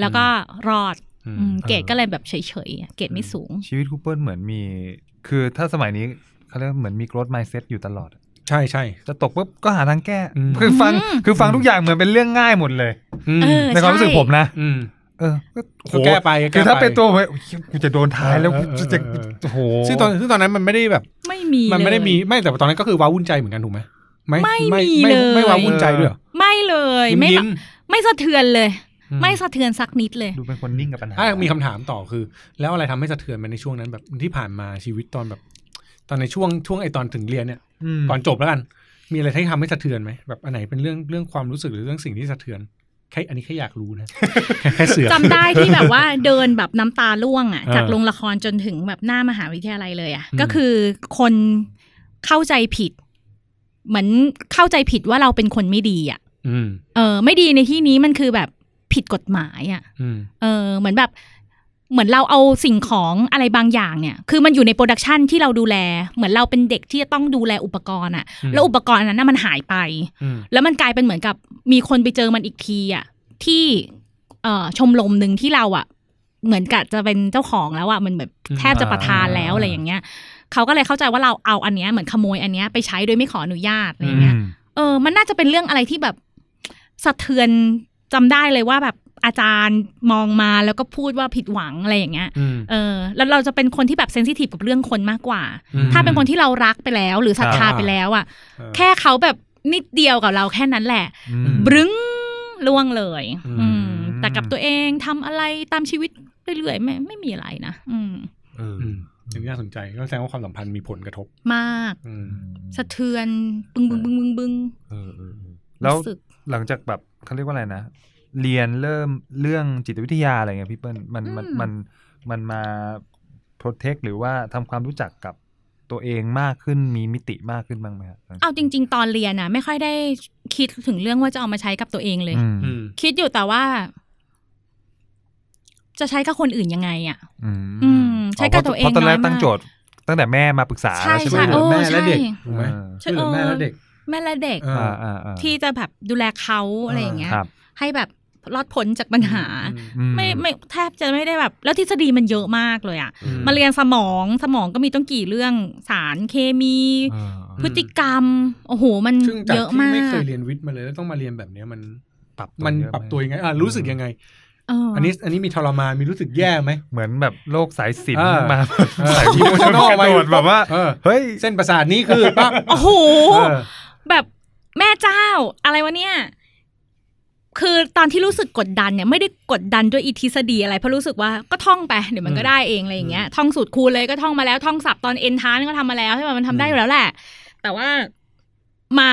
C: แล้วก็รอด
D: อืม
C: อืม
E: เออ
C: เกรดก็เลยแบบเฉยๆเกรดไม่สูง
E: ชีวิตคูเปิลเหมือนมี คือถ้าสมัยนี้เขาเรียกว่าเหมือนมี growth mindset อยู่ตลอด
D: ใช่ใช่
E: จะตกปุ๊บก็หาทางแก้
D: อืม
E: คือฟัง
C: อืม
E: คือฟังทุกอย่างเหมือนเป็นเรื่องง่ายหมดเลย
D: อืม
C: เออ
E: ในความรู้สึก
C: ใช่
E: ผมนะ
D: อืม
E: เออ ก็โห
D: ก็แก้ไปก็แก้
E: คือถ้าเป็น
D: ไป
E: ตัวผมกูจะโดนท้ายแล้ว
D: เออ
E: กู
D: เออ
E: จะจะ
D: เออ
E: โอ้โห
D: ซึ่งตอนซึ่งตอนนั้นมันไม่ได้แบบ
C: ไม่มี
D: มันไม่ได้
C: เลย
D: มีไม่แต่ตอนนั้นก็คือว้าวุ่นใจเหมือนกันถูกไหมไม่
C: ไม่มี
D: ไม่
C: เลย
D: ไม่ว้าวุ่นใจด้วยเหรอ
C: ไม่เลยไม่
D: ยิ้ม
C: ไม่สะเทือนเลย
D: ๆอืม
C: ไม่สะเทือนสักนิดเลย
E: ดูเป็นคนนิ่งกับปัญหา
D: อ่ะมีคำถามต่อคือ แล้วอะไรทำให้สะเทือนมันในช่วงนั้นแบบที่ผ่านมาชีวิตตอนแบบ ตอนในช่วงช่วงไอตอนถึงเรียนเนี่ย
E: ม
D: ก่อนจบแล้วกัน มีอะไรที่ทำให้สะเทือนไหมแบบอันไหนเป็นเรื่องเรื่องความรู้สึกหรือเรื่องสิ่งที่สะเทือนแค่อันนี้แค่อยากรู้นะ แค่เสือก
C: จำได้ ที่แบบว่าเดินแบบน้ำตาล่วงอ่ะ
D: อ่า
C: จากโรงละครจนถึงแบบหน้ามหาวิทยาลัยเลยอ่ะ
D: อืม
C: ก็คือคนเข้าใจผิด เหมือนเข้าใจผิดว่าเราเป็นคนไม่ดีอ่ะ
D: อืม
C: เออ ไม่ดีในที่นี้มันคือแบบผิดกฎหมายอ่ะ
D: อืม
C: เออ เหมือนแบบ เหมือนเราเอาสิ่งของอะไรบางอย่างเนี่ย คือมันอยู่ในโปรดักชันที่เราดูแล เหมือนเราเป็นเด็กที่จะต้องดูแลอุปกรณ์อ่ะ
D: อืม
C: แล้วอุปกรณ์อันนั้นนะมันหายไป
D: อืม
C: แล้วมันกลายเป็นเหมือนกับมีคนไปเจอมันอีกทีอ่ะที่เอ่อชมรมหนึ่งที่เราอ่ะ เหมือนกับจะเป็นเจ้าของแล้วอ่ะมันแบบ
D: อืม
C: แทบจะประทานแล้วอะไรอย่างเงี้ยเขาก็เลยเข้าใจว่าเราเอาอันเนี้ยเหมือนขโมยอันเนี้ยไปใช้โดยไม่ขออนุญาตอะไรอย่างเงี้ย
E: อืม
C: เออมันน่าจะเป็นเรื่องอะไรที่แบบสะเทือนจำได้เลยว่าแบบอาจารย์มองมาแล้วก็พูดว่าผิดหวังอะไรอย่างเงี้ย
D: อืม
C: เออแล้วเราจะเป็นคนที่แบบเซนซิทีฟกับเรื่องคนมากกว่า
D: อืม
C: ถ้าเป็นคนที่เรารักไปแล้ว หรือศรัทธา
D: อ่า
C: ไปแล้วอ่ะ
D: เออ
C: แค่เขาแบบนิดเดียวกับเราแค่นั้นแหละ
D: อืม
C: บรึ้งล่วงเลย
D: อืม
C: อืม แต่กับตัวเองทำอะไรตามชีวิตเรื่อยๆไม่ไม่มีอะไรนะอืม
E: เออ
D: อืมถึงน่าสนใจก็แสดงว่าความสัมพันธ์มีผลกระทบ
C: มาก
D: อืม
C: สะเทือนบึงบึงบึงบึงบึง
E: เออเออเออแล้ว
C: รู้สึก
E: หลังจากแบบเขาเรียกว่าอะไรนะ เรียนเริ่มเรื่องจิตวิทยาอะไรเงี้ยพี่เปิ้ลมันมัน
C: อืม
E: มันมันมาโปรเทคหรือว่าทำความรู้จักกับตัวเองมากขึ้นมีมิติมากขึ้นบ้างไหมครับ
C: เอาจริง ๆ ตอนเรียนนะไม่ค่อยได้คิดถึงเรื่องว่าจะเอามาใช้กับตัวเองเลย
E: อืม
D: อืม
C: คิดอยู่แต่ว่า จะใช้กับคนอื่นยังไงอ่ะ
E: อืม
C: อืมใช้กับตัวเอง
E: เพราะตอนแรก
C: น้อยมาก
E: ตั้งโจทย์ ตั้งแต่แม่มาปรึกษา
C: ใช่
E: แล้วใช่ไหม
D: เหลือแม่
C: ใช่โอ้
D: และ
C: ใช่
D: เด็ก ถูกไหม
E: เออ
C: ใช่
D: ช่วยเหลือแม่
C: เออ
D: และเด็ก
C: แม่และเด็ก
D: เออ
E: อ่าอ่าอ่า
C: ที่จะแบบดูแลเขาอะไรอย่างเงี้ย
E: ครับ
C: ให้แบบรอดพ้นจากปัญหา
E: อื
C: ไม่ไม่แทบจะไม่ได้แบบ แล้วทฤษฎีมันเยอะมากเลยอะ
D: อื
C: มาเรียนสมองสมองก็มีต้องกี่เรื่องสารเคมี
E: เออ
C: พฤติกรรม โอ้โห มัน
D: ซึ่งจาก
C: เยอะ
D: ที่
C: มาก
D: ไม่เคยเรียนวิทย์มาเลยแล้วต้องมาเรียนแบบเนี้ยมัน
E: ปรับ
D: มัน
E: เยอะไห
D: ปรับตัวยังไงอ่ะรู้สึกยังไง
C: เออ
D: อั
C: อั
D: นนี้อันนี้มีทรมานมีรู้สึกแย่ไหม
E: เหมือนแบบโลกสายสิน
D: เออ
E: มา
D: เออ
E: สายวิทย์
D: นอก
E: กระโดดแบบว่า
D: เออ
E: เฮ้ย
D: เส้นประสาทนี้คือปั๊บ
C: โอ้โห
D: เออ
C: แบบแม่เจ้า อะไรวะเนี่ย คือตอนที่รู้สึกกดดันเนี่ยไม่ได้กดดันด้วยอีทฤษฎีอะไรเพราะรู้สึกว่าก็ท่องไปเดี๋ยวมันก็ได้เองอะไรอย่างเงี้ยท่องสูตรคูณเลยก็ท่องมาแล้วท่องศัพท์ตอนเอ็นทานก็ทำมาแล้วใช่ไหมมันทำได้อยู่แล้วแหละ แต่ว่ามา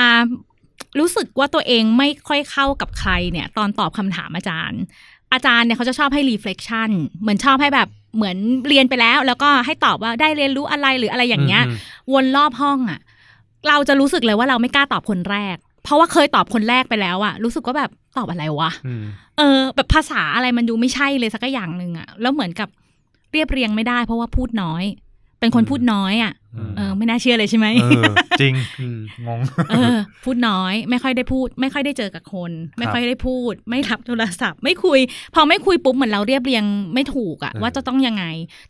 C: รู้สึกว่าตัวเองไม่ค่อยเข้ากับใครเนี่ย ตอนตอบคำถามอาจารย์ อาจารย์เนี่ยเขาจะชอบให้ reflection เหมือนชอบให้แบบเหมือนเรียนไปแล้ว แล้วก็ให้ตอบว่าได้เรียนรู้อะไรหรืออะไรอย่างเงี้ย
D: ม
C: วนรอบห้องอะเราจะรู้สึกเลยว่าเราไม่กล้าตอบคนแรก เพราะว่าเคยตอบคนแรกไปแล้วอะรู้สึกว่าแบบตอบอะไรวะ
D: อืม
C: เออแบบภาษาอะไรมันดูไม่ใช่เลยสักอย่างหนึ่งอะแล้วเหมือนกับเรียบเรียงไม่ได้ เพราะว่าพูดน้อย เป็นคนพูดน้อยอะ
D: อืม
C: เออไม่น่าเชื่อเลยใช่ไหม
E: เออจริง
D: อืม
E: งง
C: เออ พูดน้อย ไม่ค่อยได้พูด ไม่ค่อยได้เจอกับคน ไม่ค่อยได้พูด ไม่รับโทรศัพท์ ไม่คุย พอไม่คุยปุ๊บเหมือนเราเรียบเรียงไม่ถูกอะ
D: เออ
C: ว่าจะต้องยังไง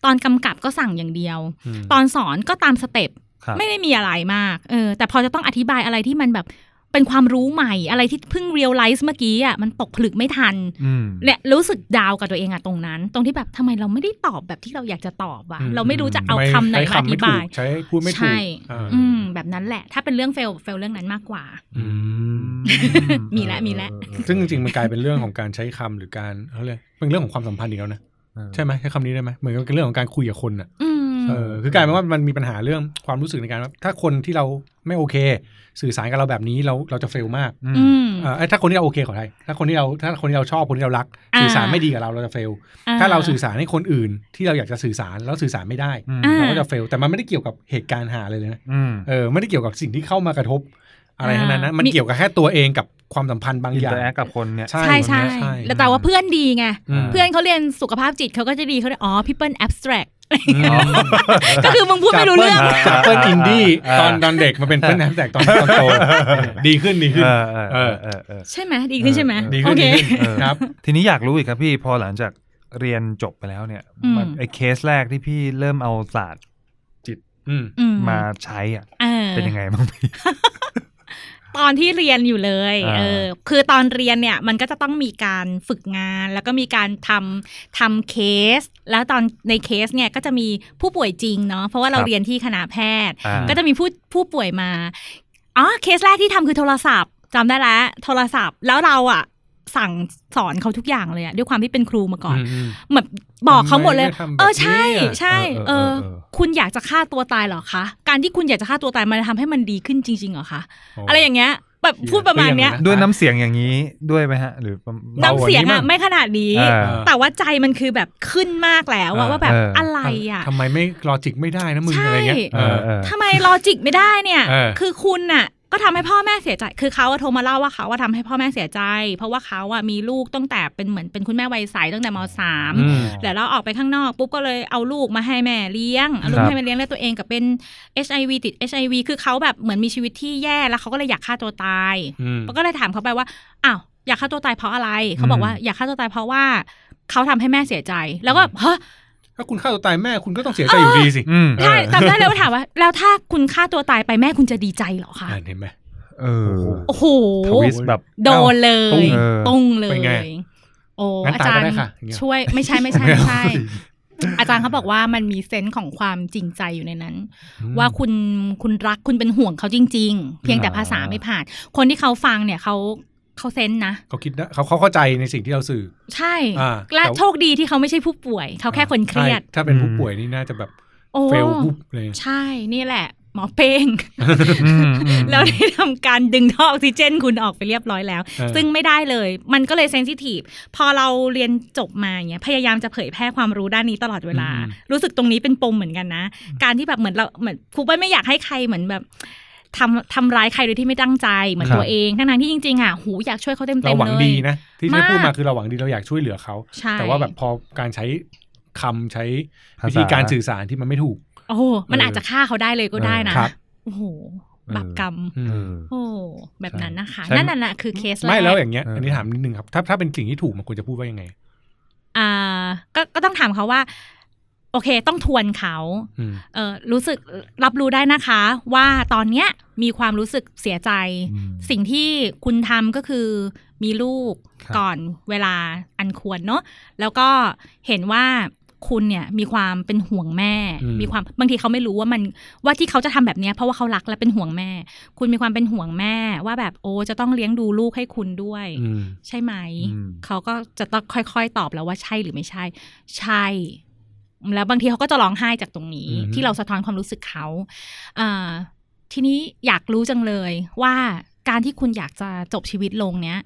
C: ตอนกำกับก็สั่งอย่างเดียว
D: ม
C: ตอนสอนก็ตามสเต็ป
E: ครับ
C: ไม่ได้มีอะไรมาก เออ แต่พอจะต้องอธิบายอะไรที่มันแบบเป็นความรู้ใหม่ อะไรที่เพิ่งเรียลไลซ์เมื่อกี้อ่ะ มันตกผลึกไม่ทัน
E: อืม
C: เนี่ยรู้สึกดาวกับตัวเองอะตรงนั้น ตรงที่แบบทำไมเราไม่ได้ตอบแบบที่เราอยากจะตอบอะ
D: อืม
C: เราไม่รู้จะเอาคำไหนมา
D: ใช้
C: อธิบาย
D: ไม่ถูกใช้พูดไม่ถู
C: ใช่
D: กอ่า
C: อืม แบบนั้นแหละ ถ้าเป็นเรื่องเฟลเฟลเรื่องนั้นมากกว่า
D: อืม
C: มีละมีละ
D: ซึ่งจริงๆ มันกลายเป็นเรื่องของการใช้คำหรือการเขาเรียกเป็นเรื่องของความสัมพันธ์อีกแล้วนะ ใช่ไหมใช้คำนี้ได้ไหมเหมือนกับเป็นเรื่องของการคุยกับคนอ่ะ
C: อืม
D: เออคือกลายเป็นว่ามันมีปัญหาเรื่องความรู้สึกในการว่าถ้าคนที่เราไม่โอเค สื่อสารกับเราแบบนี้เราเราจะเฟลมาก
C: อืม
D: เอ่อไอ้ถ้าคนที่เราโอเคขอไทยถ้าคนที่เราถ้าคนที่เราชอบคนที่เรารัก
C: อ่า
D: สื่อสารไม่ดีกับเราเราจะเฟลถ้าเราสื่อสารให้คนอื่นที่เราอยากจะสื่อสารแล้วสื่อสารไม่ได้
E: อืม
C: อ่า
D: เราก็จะเฟลแต่มันไม่ได้เกี่ยวกับเหตุการณ์หาเลยนะ
E: อืม
D: เออไม่ได้เกี่ยวกับสิ่งที่เข้ามากระทบ อะไรทั้งนั้นนะ
C: อ่ามั
D: มันเกี่ยวกับแค่ตัวเองกับความสัมพันธ์บาง
E: อิน
D: อย่า
E: เต
D: ง
E: อร์แอคกับคนเนี่ย
D: ใช่
C: ใช่ใช่
D: ใช่
C: แล้วแต่ว่าเพื่อนดีไง
D: อืม
C: เพื่อนเขาเรียนสุขภาพจิตเขาก็จะดีเขาเลยอ๋อพี่เปิ้ลแอบสแตร ก
E: อืม
C: ก็คือมึงพูดไม่รู้เรื่อง
D: จากเปิ้ลอินดี้
E: อ่า
D: ตอนตอนเด็กมาเป็นเปิ้ลแฮมแตกตอนตอนโตดีขึ้นดีขึ้น
E: เออเออเออเออ
C: ใช่ไหมดีขึ้นใช่ไหม
E: เออ
D: ดี
C: โอ
D: ขึ้น
C: เค
D: ดีขึ้น
E: เออ
D: ครับ
E: ทีนี้อยากรู้อีกครับพี่พอหลังจากเรียนจบไปแล้วเนี่ย
C: อืม
E: มันไอ้เคสแรกที่พี่เริ่มเอาศาสตร์
D: อืม
C: อืม
E: มาใช้อ่ะ
C: เออ
E: เป็นยังไงบ้างพี่
C: ตอนที่เรียนอยู่เลย
E: อ่า
C: เออคือตอนเรียนเนี่ยมันก็จะต้องมีการฝึกงาน แล้วก็มีการทำทำเคส แล้วตอนในเคสเนี่ยก็จะมีผู้ป่วยจริงเนาะเพราะว่าเราเรียนที่คณะแพทย์
E: อ่า
C: ก็จะมีผู้ผู้ป่วยมาอ๋อเคสแรกที่ทำคือโทรศัพท์จำได้แล้วโทรศัพท์แล้วเราอะสั่งสอนเขาทุกอย่างเลยอะด้วยความที่เป็นครูมาก่อนแบบบอกเขาหมดเลย
D: ทำไมไม่ทำแบบ
C: เออใช่
D: นี้อะ
C: ใช่
E: เอ
C: เอ
E: อ
C: อ
E: เออเออ
C: คุณอยากจะฆ่าตัวตายเหรอคะการที่คุณอยากจะฆ่าตัวตายมันทำให้มันดีขึ้นจริงๆเหรอคะ อะไรอย่างเงี้ยแบบพูดประมาณเนี้ย
E: ด้วยน้ำเสียงอย่างนี้ด้วยไหมฮะ หรือประมาณ
C: น้ำเสียง
D: เบากว่า
C: อะ
D: นี้มั้ง
C: ไม่ขนาดนี้
E: อ่า
C: แต่ว่าใจมันคือแบบขึ้นมากแล้วอะ
D: อ่า
C: ว่าแบบ
E: เอออ
C: อะไรอะ
D: ทำไมไม่ลอจิกไม่ได้นะมึงอะไรเงี้ย
E: เออเออ
C: ทำไมลอจิกไม่ได้เนี่ย
D: เออ
C: คือคุณอะก็ทำให้พ่อแม่เสียใจ คือเขาอะโทรมาเล่าว่าเขาว่าทำให้พ่อแม่เสียใจ เพราะว่าเขาอะมีลูกตั้งแต่เป็นเหมือนเป็นคุณแม่วัยใสตั้งแต่มสาม
D: อืม
C: แต่เราออกไปข้างนอกปุ๊บก็เลยเอาลูกมาให้แม่เลี้ยงเอาลูก
E: ครับ
C: ให้แม่เลี้ยงแล้วตัวเองกับเป็น HIV ติด HIV คือเขาแบบเหมือนมีชีวิตที่แย่แล้วเขาก็เลยอยากฆ่าตัวตาย
D: อืม
C: ก็เลยถามเขาไปว่า อ้าว อยากฆ่าตัวตายเพราะอะไร เขาบอกว่าอยากฆ่าตัวตายเพราะว่าเขาทำให้แม่เสียใจ แล้วก็เฮ้อ
D: ถ้าคุณฆ่าตัวตายแม่คุณก็ต้องเสียใจอยู่ดีสิ
E: อืม
C: ใช่จำได้เลยว่าถามว่า แล้วถ้าคุณฆ่าตัวตายไปแม่คุณจะดีใจเหรอคะ
D: อ่านเห็นไหม
E: เออ
C: โอ้โห
E: ทวิสต์แบบ
C: โดนเล
E: ตุ้
C: ย
E: งเออ
C: ตุ้งเล
D: เป็นไง
C: ย โอ้
D: งั้น
C: อาจา
D: ตา
C: ร
D: ยก็ได้
C: ย์
D: ค่ะอย่างเงี้ย
C: ช่วย ไม่ใช่ไม่ใช่ไม่ใช่ อาจารย์เขาบอกว่ามันมีเซนส์ของความจริงใจอยู่ในนั้น ว่าคุณคุณรักคุณเป็นห่วงเขาจริง ๆ เพียงแต่ภาษาไม่ผ่าน คนที่เขาฟังเนี่ยเขาเขาเซนส์นะ
D: เขาคิดนะเขาเขาเข้าใจในสิ่งที่เราสื่อ
C: ใช่
D: อ่า
C: และ
D: แต่
C: โชคดีที่เขาไม่ใช่ผู้ป่วย เขาแค่คนเครียด
D: ใช่ถ้าเป็นผู้ป่วยนี่น่าจะแบบ
C: โอ้
D: เฟลปุ๊บเลย
C: ใช่นี่แหละ หมอเป้ง
E: อืมอืม
C: แล้วได้ทำการดึงท่อออกซิเจนคุณออกไปเรียบร้อยแล้ว
D: เออ
C: ซึ่งไม่ได้เลย มันก็เลยเซนซิทีฟพอเราเรียนจบมาอย่างเงี้ยพยายามจะเผยแพร่ความรู้ด้านนี้ตลอดเวลา
D: อืม
C: รู้สึกตรงนี้เป็นปมเหมือนกันนะ การที่แบบเหมือนเราเหมือนครูเป้ยไม่อยากให้ใครเหมือนแบบทำทำร้ายใครโดยที่ไม่ตั้งใจเหมือน
E: ครับ
C: ตัวเองทั้งๆที่จริงๆอ่ะหูอยากช่วยเขาเต็มๆเลย
D: เราหวังดีนะ ที่ที่
C: มาก
D: พูดมาคือเราหวังดีเราอยากช่วยเหลือเขา
C: ใช่
D: แต่ว่าแบบพอการใช้คำใช้
E: ภา
D: วิ
E: ษา
D: ธีการสื่อสารที่มันไม่ถูก
C: โอ้โหมัน
D: เอออ
C: อาจจะฆ่าเขาได้เลยก็ได้นะ
D: ครับ
C: โอ้โหบาปกรรม
D: อืม
E: เออ
C: โอ้แบบนั้นนะคะ
E: ใช่
C: นั่นน่ะนะคือเคสแรก
D: ไม่แล้วอย่างเงี้ย
E: เอออั
D: อันนี้ถามนิดนึงครับ ถ้าถ้าเป็นสิ่งที่ถูกมันควรจะพูดว่ายังไง
C: อ่าก็ก็ต้องถามเขาว่า โอเค ต้องทวนเขา
D: อืม
C: เออรู้สึกรับรู้ได้นะคะ ว่าตอนเนี้ยมีความรู้สึกเสียใจ
E: อืม
C: สิ่งที่คุณทำก็คือมีลูก
E: ครับ
C: ก่อนเวลาอันควรเนอะแล้วก็เห็นว่าคุณเนี่ยมีความเป็นห่วงแม่
D: อืม
C: มีความบางทีเขาไม่รู้ว่ามันว่าที่เขาจะทำแบบเนี้ยเพราะว่าเขารักและเป็นห่วงแม่ คุณมีความเป็นห่วงแม่ ว่าแบบโอ้จะต้องเลี้ยงดูลูกให้คุณด้วย
D: อืม
C: ใช่ไหม
E: อืม
C: เขาก็จะต้องค่อยๆ ตอบแล้วว่าใช่หรือไม่ใช่ ใช่ แล้วบางทีเขาก็จะร้องไห้จากตรงนี้
D: อือฮึ
C: ที่เราสะท้อนความรู้สึกเขาอ่า ทีนี้อยากรู้จังเลย ว่าการที่คุณอยากจะจบชีวิตลงเนี้ย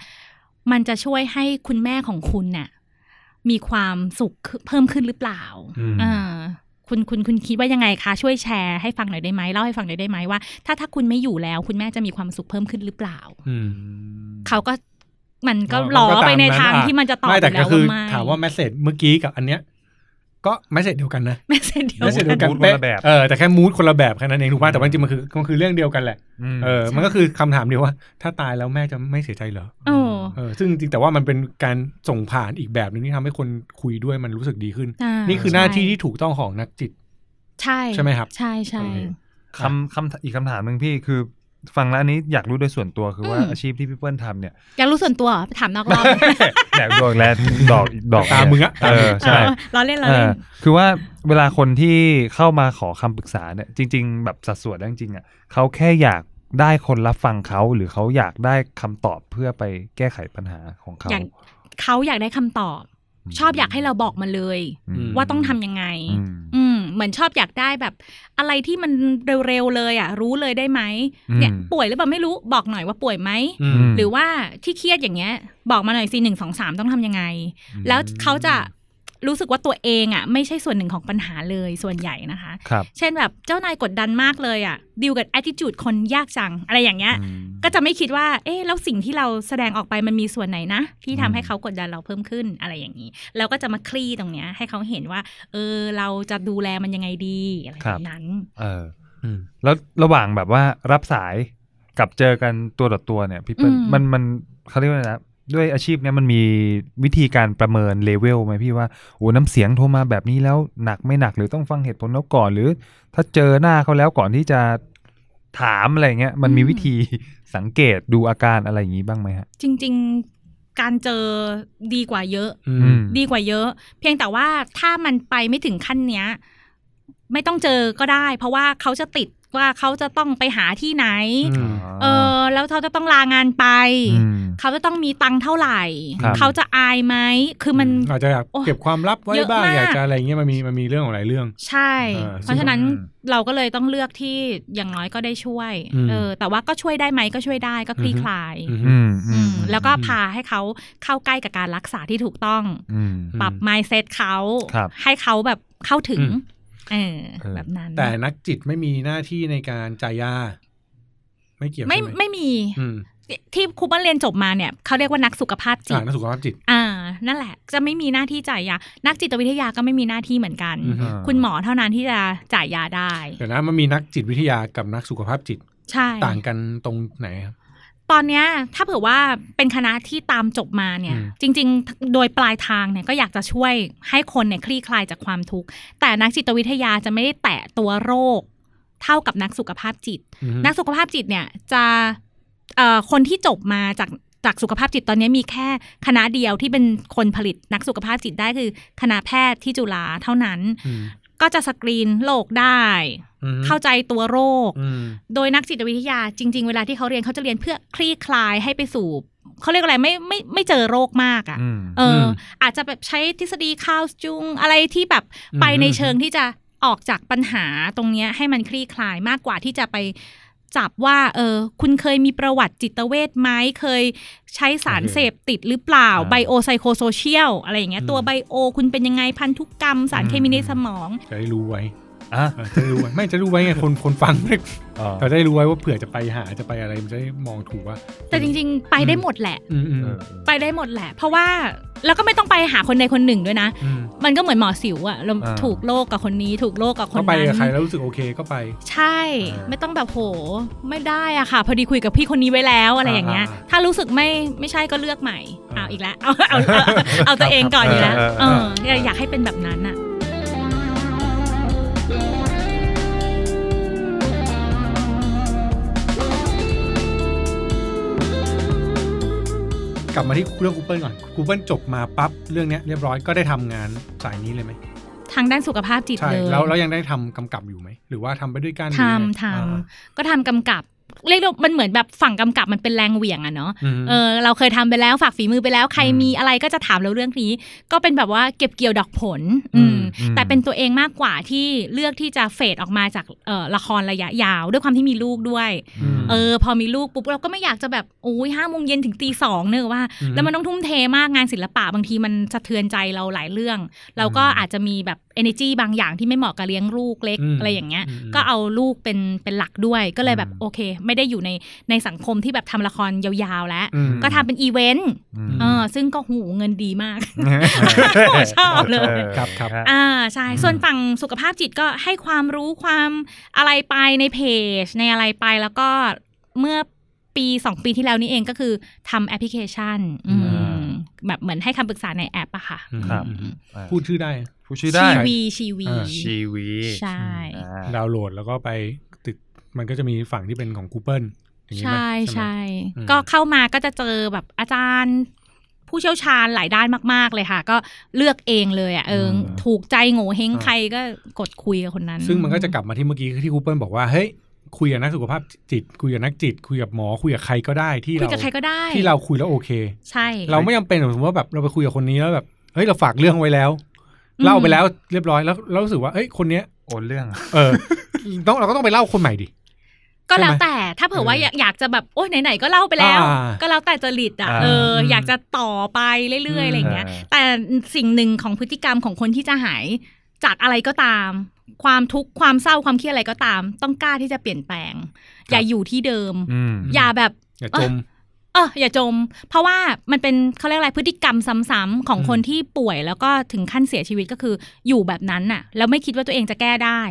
C: มันจะช่วยให้คุณแม่ของคุณเนี่ยมีความสุขเพิ่มขึ้นหรือเปล่า
D: อืม
C: เออคุณคุณคุณคิดว่ายังไงคะ ช่วยแชร์ให้ฟังหน่อยได้ไหมเล่าให้ฟังหน่อยได้ไหมว่า ถ้าถ้าคุณไม่อยู่แล้ว คุณแม่จะมีความสุขเพิ่มขึ้นหรือเปล่า
D: อืม
C: เขาก็มันก็
D: มัน
C: หลอไป
D: ตม
C: ในทาง
D: อ่
C: ที่มันจะตอบ
D: ไม่แต่
C: ยู่
D: ก็
C: แล้ว
D: คือ
C: ไม่
D: ถามว่าแมสเซจเมื่อกี้กับอันเนี้ย ก็แมสเซจเดียวกันนะ
C: ไม่เส้นเดียว
D: แมสเซจเดียวกัน
E: มูดคน
D: เป๊ะ
E: ละแบบ
D: เออแต่แค่มูดคนละแบบแค่นั้นเองถูกป่ะแต่ว่าจริงๆมันคือมันคือเรื่องเดียวกันแหละ
E: ม
D: เออมันก็คือคำถามเดียวว่า ถ้าตายแล้วแม่จะไม่เสียใจเหรอ
C: โอ้
D: เออซึ่งจริงๆแต่ว่ามันเป็นการส่งผ่านอีกแบบหนึ่งที่ทำให้คนคุยด้วยมันรู้สึกดีขึ้น
C: อ่า
D: นี่คือหน้าที่ที่ถูกต้องของนักจิต
C: ใช่
D: ใช่ไหมครับ
C: ใช่ใช่
D: โอเค
E: คำคำอีกคำถามหนึ่งพี่คือ ฟังแล้วอันนี้อยากรู้โดยส่วนตัวคือว่า
C: อืม
E: อาชีพที่พี่เปิ้ลทำเนี่ย
C: อยากรู้ส่วนตัวเหรอถามนอกรอบ
E: แหลกดอกแล ดอกดอก
D: ตามมึงอะ
E: เออใช่
C: เราเล่นเรา
E: เอ
C: เล่
E: อน คือว่าเวลาคนที่เข้ามาขอคำปรึกษาเนี่ยจริง ๆ แบบสัดส่วนแล้วจริงๆอ่ะเขาแค่อยากได้คนรับฟังเขาหรือเขาอยากได้คำตอบเพื่อไปแก้ไขปัญหาของเขา
C: อยาก เขาอยากได้คำตอบ ชอบอยากให้เราบอกมาเลย
E: อืม
C: ว่าต้องทำยังไง
E: อืม
C: อืมเหมือนชอบอยากได้แบบ อะไรที่มันเร็วๆเลยอ่ะ รู้เลยได้ไหมเนี่ย
E: อืม
C: ป่วยหรือเปล่าไม่รู้บอกหน่อยว่าป่วยไหม
D: อืม
E: อืม
C: หรือว่าที่เครียดอย่างเงี้ย บอกมาหน่อยสิหนึ่งสองสามต้องทำยังไง แล้วเขาจะรู้สึกว่าตัวเองอ่ะ ไม่ใช่ส่วนหนึ่งของปัญหาเลยส่วนใหญ่นะคะ
E: ครับ
C: เช่นแบบเจ้านายกดดันมากเลยอ่ะดิวกับ attitude คนยากจัง อะไรอย่างเงี้ย
E: อืม
C: ก็จะไม่คิดว่า เอ๊ะ แล้วสิ่งที่เราแสดงออกไปมันมีส่วนไหนนะ ที่ทำให้
E: อืม
C: เขากดดันเราเพิ่มขึ้นอะไรอย่างนี้ แล้วก็จะมาคลี่ตรงเนี้ย ให้เขาเห็นว่า เออ เราจะดูแลมันยังไงดี อะไรแบบนั้น
E: เออ
D: อืม
E: แล้วระหว่างแบบว่ารับสายกับเจอกันตัวต่อตัวเนี่ยพี่เปิ้ล
C: อืม
E: มันมันเขาเรียกว่าอะไรนะด้วยอาชีพเนี่ยมันมีวิธีการประเมินเลเวลไหมพี่ว่าโอ้น้ำเสียงโทรมาแบบนี้แล้วหนักไม่หนักหรือต้องฟังเหตุผลเขาก่อน หรือ ถ้าเจอหน้าเขาแล้วก่อนที่จะถามอะไรเงี้ยมันมีวิธีสังเกตดูอาการอะไรอย่างนี้บ้างไหมฮะ
C: จริง ๆ การเจอดีกว่าเยอะ
D: อืม
E: อืม
C: ดีกว่าเยอะ เพียงแต่ว่าถ้ามันไปไม่ถึงขั้นเนี้ย ไม่ต้องเจอก็ได้ เพราะว่าเขาจะติดว่าเขาจะต้องไปหาที่ไหน
D: อืม
C: เออ แล้วเขาจะต้องลางานไป
E: ม
C: เขาจะต้องมีตังค์เท่าไหร่
E: ครับ
C: เขาจะอายไหม คือมัน
D: อาจจะอยาก
C: โอ้ย
D: เก็บความลับไว้
C: เยอะ
D: บ้าง
C: มาก
D: อยากจะอะไรเงี้ยมันมีมันมีเรื่องของหลายเรื่อง
C: ใช่
D: เออ
C: เพราะฉะนั้น
E: ซึ่งก็
C: เราก็เลยต้องเลือกที่อย่างน้อยก็ได้ช่วย
D: อืม
C: เออ แต่ว่าก็ช่วยได้ไหมก็ช่วยได้ก็คลี่คลาย
D: อืม
E: อืมอื
C: อื
E: ม
C: ม แล้วก็
D: อืม
C: พาให้เขาเข้าใกล้กับการรักษาที่ถูกต้อง
E: อื
D: อ
E: ม
D: ืม
C: ปรับ mindset เขา
E: ครับ
C: ให้เขาแบบเข้าถึง
D: อืม
C: เออ แบบนั้น
D: แต่นักจิตไม่มีหน้าที่ในการจ่ายยา ไม่เกี่ยว
C: ไม่
D: ใช่ห
C: ไม่มี
D: อืม
C: ที่ครูเบ้านเรียนจบมาเนี่ยเขาเรียกว่านักสุขภาพจิ
D: อ่า
C: ต
D: นักสุขภาพจิต
C: อ่า นั่นแหละ จะไม่มีหน้าที่จ่ายยา นักจิตวิทยาก็ไม่มีหน้าที่เหมือนกัน
D: อืม
E: อ่า
C: คุณหมอเท่านั้นที่จะจ่ายยาได้
D: เดี๋ยวนะมันมีนักจิตวิทยากับนักสุขภาพจิต
C: ใช่
D: ต่างกันตรงไหนครับ
C: ตอนเนี้ยถ้าเผื่อว่าเป็นคณะที่ตามจบมาเนี่ย
D: อืม
C: จริง ๆ โดยปลายทางเนี่ยก็อยากจะช่วยให้คนเนี่ยคลี่คลายจากความทุกข์ แต่นักจิตวิทยาจะไม่ได้แตะตัวโรค เท่ากับนักสุขภาพจิต
D: อืม
C: นักสุขภาพจิตเนี่ยจะเอ่อคนที่จบมาจากจากสุขภาพจิตตอนนี้มีแค่คณะเดียวที่เป็นคนผลิตนักสุขภาพจิตได้คือคณะแพทย์ที่จุฬาเท่านั้น
D: อืม
C: ก็จะสกรีนโรคได้
D: อืม
C: เข้าใจตัวโรค
D: อืม
C: โดยนักจิตวิทยาจริง ๆ เวลาที่เขาเรียนเขาจะเรียนเพื่อคลี่คลายให้ไปสู่เขาเรียกอะไรไม่ไม่ไม่เจอโรคมากอะ่ะ
E: อืม
C: เอออ
D: ม
C: อาจจะแบบใช้ทฤษฎีข้าวจุง อะไรที่แบบ
D: อืม
C: ไปในเชิงที่จะออกจากปัญหาตรงเนี้ยให้มันคลี่คลายมากกว่าที่จะไปจับว่า เออ คุณเคยมีประวัติจิตเวชไหมเคยใช้สารเสพติดหรือเปล่า
E: อ่า
C: ไบโอไซโคโซเชียลอะไรอย่างเงี้ยตัวไบโอ คุณเป็นยังไงพันธุกรรม สารเคมีในสมอง
D: จะได้รู้ไว้
E: อ่ะ
D: เออจะได้รู้ไว้ ไม่จะรู้ไว้ไงคนคนฟังไม่
E: อ๋อ
D: เราได้รู้ไว้ว่าเผื่อจะไปหาจะไปอะไรมันจะได้มองถูกว่า
C: แต่จริง ๆ ไปได้หมดแหละ
D: อืมอืม
E: เออ
C: ไปได้หมดแหละ เพราะว่าแล้วก็ไม่ต้องไปหาคนใดคนหนึ่งด้วยนะ
D: อืม
C: มันก็เหมือนหมอสิวอะเรา
E: อ่า
C: ถูกโรคกับคนนี้ ถูกโรคกับคน
D: ก็ไป
C: นั้
D: กับใคร
C: น
D: แล้วรู้สึกโอเคก็ไป
C: ใช่ ไม่ต้องแบบโห ไม่ได้อะค่ะ พอดีคุยกับพี่คนนี้ไว้แล้วอะไรอย่างเงี้ย
D: อ่า
C: ถ้ารู้สึกไม่ไม่ใช่ก็เลือกใหม่
D: อ่า
C: เอาอีกแล้วเอาเอาเอาเอาเอาตัวเองก่อนอยู่แล้ว
E: ครับ
C: เอ
E: ครับ
C: ออยากให้เป็นแบบนั้นอะ
D: กลับมาที่เรื่องคูเปิลก่อนคูเปิลจบมาปั๊บเรื่องเนี้ยเรียบร้อยก็ได้ทำงานสายนี้เลยไหม
C: ทางด้านสุขภาพจิต
D: ใช่
C: เลย
D: แล้วแล้วยังได้ทำกำกับอยู่ไหมหรือว่าทำไปด้วยกัน
C: ทำท
D: อ่า
C: ำก็ทำกำกับ เรียกได้ว่ามันเหมือนแบบฝั่งกำกับมันเป็นแรงเหวี่ยงอะเนาะ
D: ม
C: เออเราเคยทำไปแล้วฝากฝีมือไปแล้วใครมีอะไรก็จะถามเราเรื่องนี้ ก็เป็นแบบว่าเก็บเกี่ยวดอกผล อื
E: อืม
C: ม
E: อืม
C: แต่เป็นตัวเองมากกว่าที่เลือกที่จะเฟดออกมาจากเอ่อละครระยะยาว ด้วยความที่มีลูกด้วย
E: ม
C: เออ พอมีลูกปุ๊บเราก็ไม่อยากจะแบบโอ้ยห้าโมงเย็นถึงตีสองเนอะว่า
D: ม
C: แล้วมันต้องทุ่มเทมากงานศิลปะบางทีมันสะเทือนใจเราหลายเรื่อง เราก็
E: อืม
C: อาจจะมีแบบ energy บางอย่างที่ไม่เหมาะกับเลี้ยงลูกเล็ก
D: อืม
C: อะไรอย่างเงี้ย
D: อืม
C: ก็เอาลูกเป็นเป็นหลักด้วยก็เลยแบบ
E: อืม
C: โอเค ไม่ได้อยู่ในในสังคมที่แบบทำละครยาวๆแล้ว
D: อืม
C: ก็ทำเป็นอีเวนต์
E: อืม
C: เออซึ่งก็หูเงินดีมาก
E: เ
C: โอ้ชอบเลย
D: ครับครับ
E: ฮะ
C: อ่าใช่
E: อืม
C: ส่วนฝั่งสุขภาพจิตก็ให้ความรู้ความอะไรไปในเพจ ในอะไรไปแล้วก็เมื่อปี 2 ปีที่แล้วนี่เองก็คือทำแอปพลิเคชันอืม
E: อ่า
C: แบบเหมือนให้คำปรึกษาในแอปอะค่ะ
D: อืม
E: ครับ
D: อืม
E: อ่า
D: พูดชื่อได้
E: ผู้ชื่อได้
C: ชีวีชีวี
D: อ่า
E: ชีวี
C: ใช่
E: อ่า
D: ดาวน์โหลดแล้วก็ไปติดมันก็จะมีฝั่งที่เป็นของ Google อย่างนี้ไหมไ
C: ใช่
D: หม
C: ใช่
D: อืม
C: ก็เข้ามาก็จะเจอแบบอาจารย์ ผู้เชี่ยวชาญหลายด้านมาก ๆ เลยค่ะ ก็เลือกเองเลยอ่ะเออ
E: อืม
C: ถูกใจโง่เฮงใครก็กดคุยกับคนนั้น
D: ซึ่งมันก็จะกลับมาที่เมื่อกี้ที่ Google บอกว่าเฮ้ยคุยกับนักสุขภาพจิต คุยกับนักจิต คุยกับหมอคุยกับใครก็ได้ที่
C: คุ
D: เรา
C: ยกับใครก็ได้
D: ที่เราคุยแล้วโอเค
C: ใช่
D: เราไม่จำเป็นสมมติว่าแบบเราไปคุยกับคนนี้แล้วแบบเฮ้ยเราฝากเรื่องไว้แล้ว เล่าไปแล้วเรียบร้อยแล้วเรารู้สึกว่าเอ้ยคนเนี้ย
E: โอนเรื่อง
D: เอ อ ต้องเราก็ต้องไปเล่าคนใหม่ดิ
C: ก็แล้ว
D: ใช่ไหม
C: แต่ถ้าเผื่อว่า
D: เออ
C: อยากอยากจะแบบ โอ้ยไหนๆก็เล่าไปแล้ว
D: อ่า
C: ก็แล้วแต่จริตอ่ะ
E: อ่า
C: เอออ
D: ม
C: อยากจะต่อไปเรื่อ
D: อืม
C: ยๆอะไรอย่างเงี้ย
E: เออ
C: แต่สิ่งหนึ่งของพฤติกรรมของคนที่จะหายจากอะไรก็ตาม ความทุกข์ความเศร้าความเครียดอะไรก็ตาม ต้องกล้าที่จะเปลี่ยนแปลง อย่าอยู่ที่เดิม
E: อืม
D: ม
C: อย่าแบบ
D: อย่าจม
C: เอออย่าจม เพราะว่ามันเป็นเขาเรียกอะไรพฤติกรรมซ้ำๆของคนที่ป่วยแล้วก็ถึงขั้นเสียชีวิตก็คืออยู่แบบนั้นน่ะแล้วไม่คิดว่าตัวเองจะแก้ได้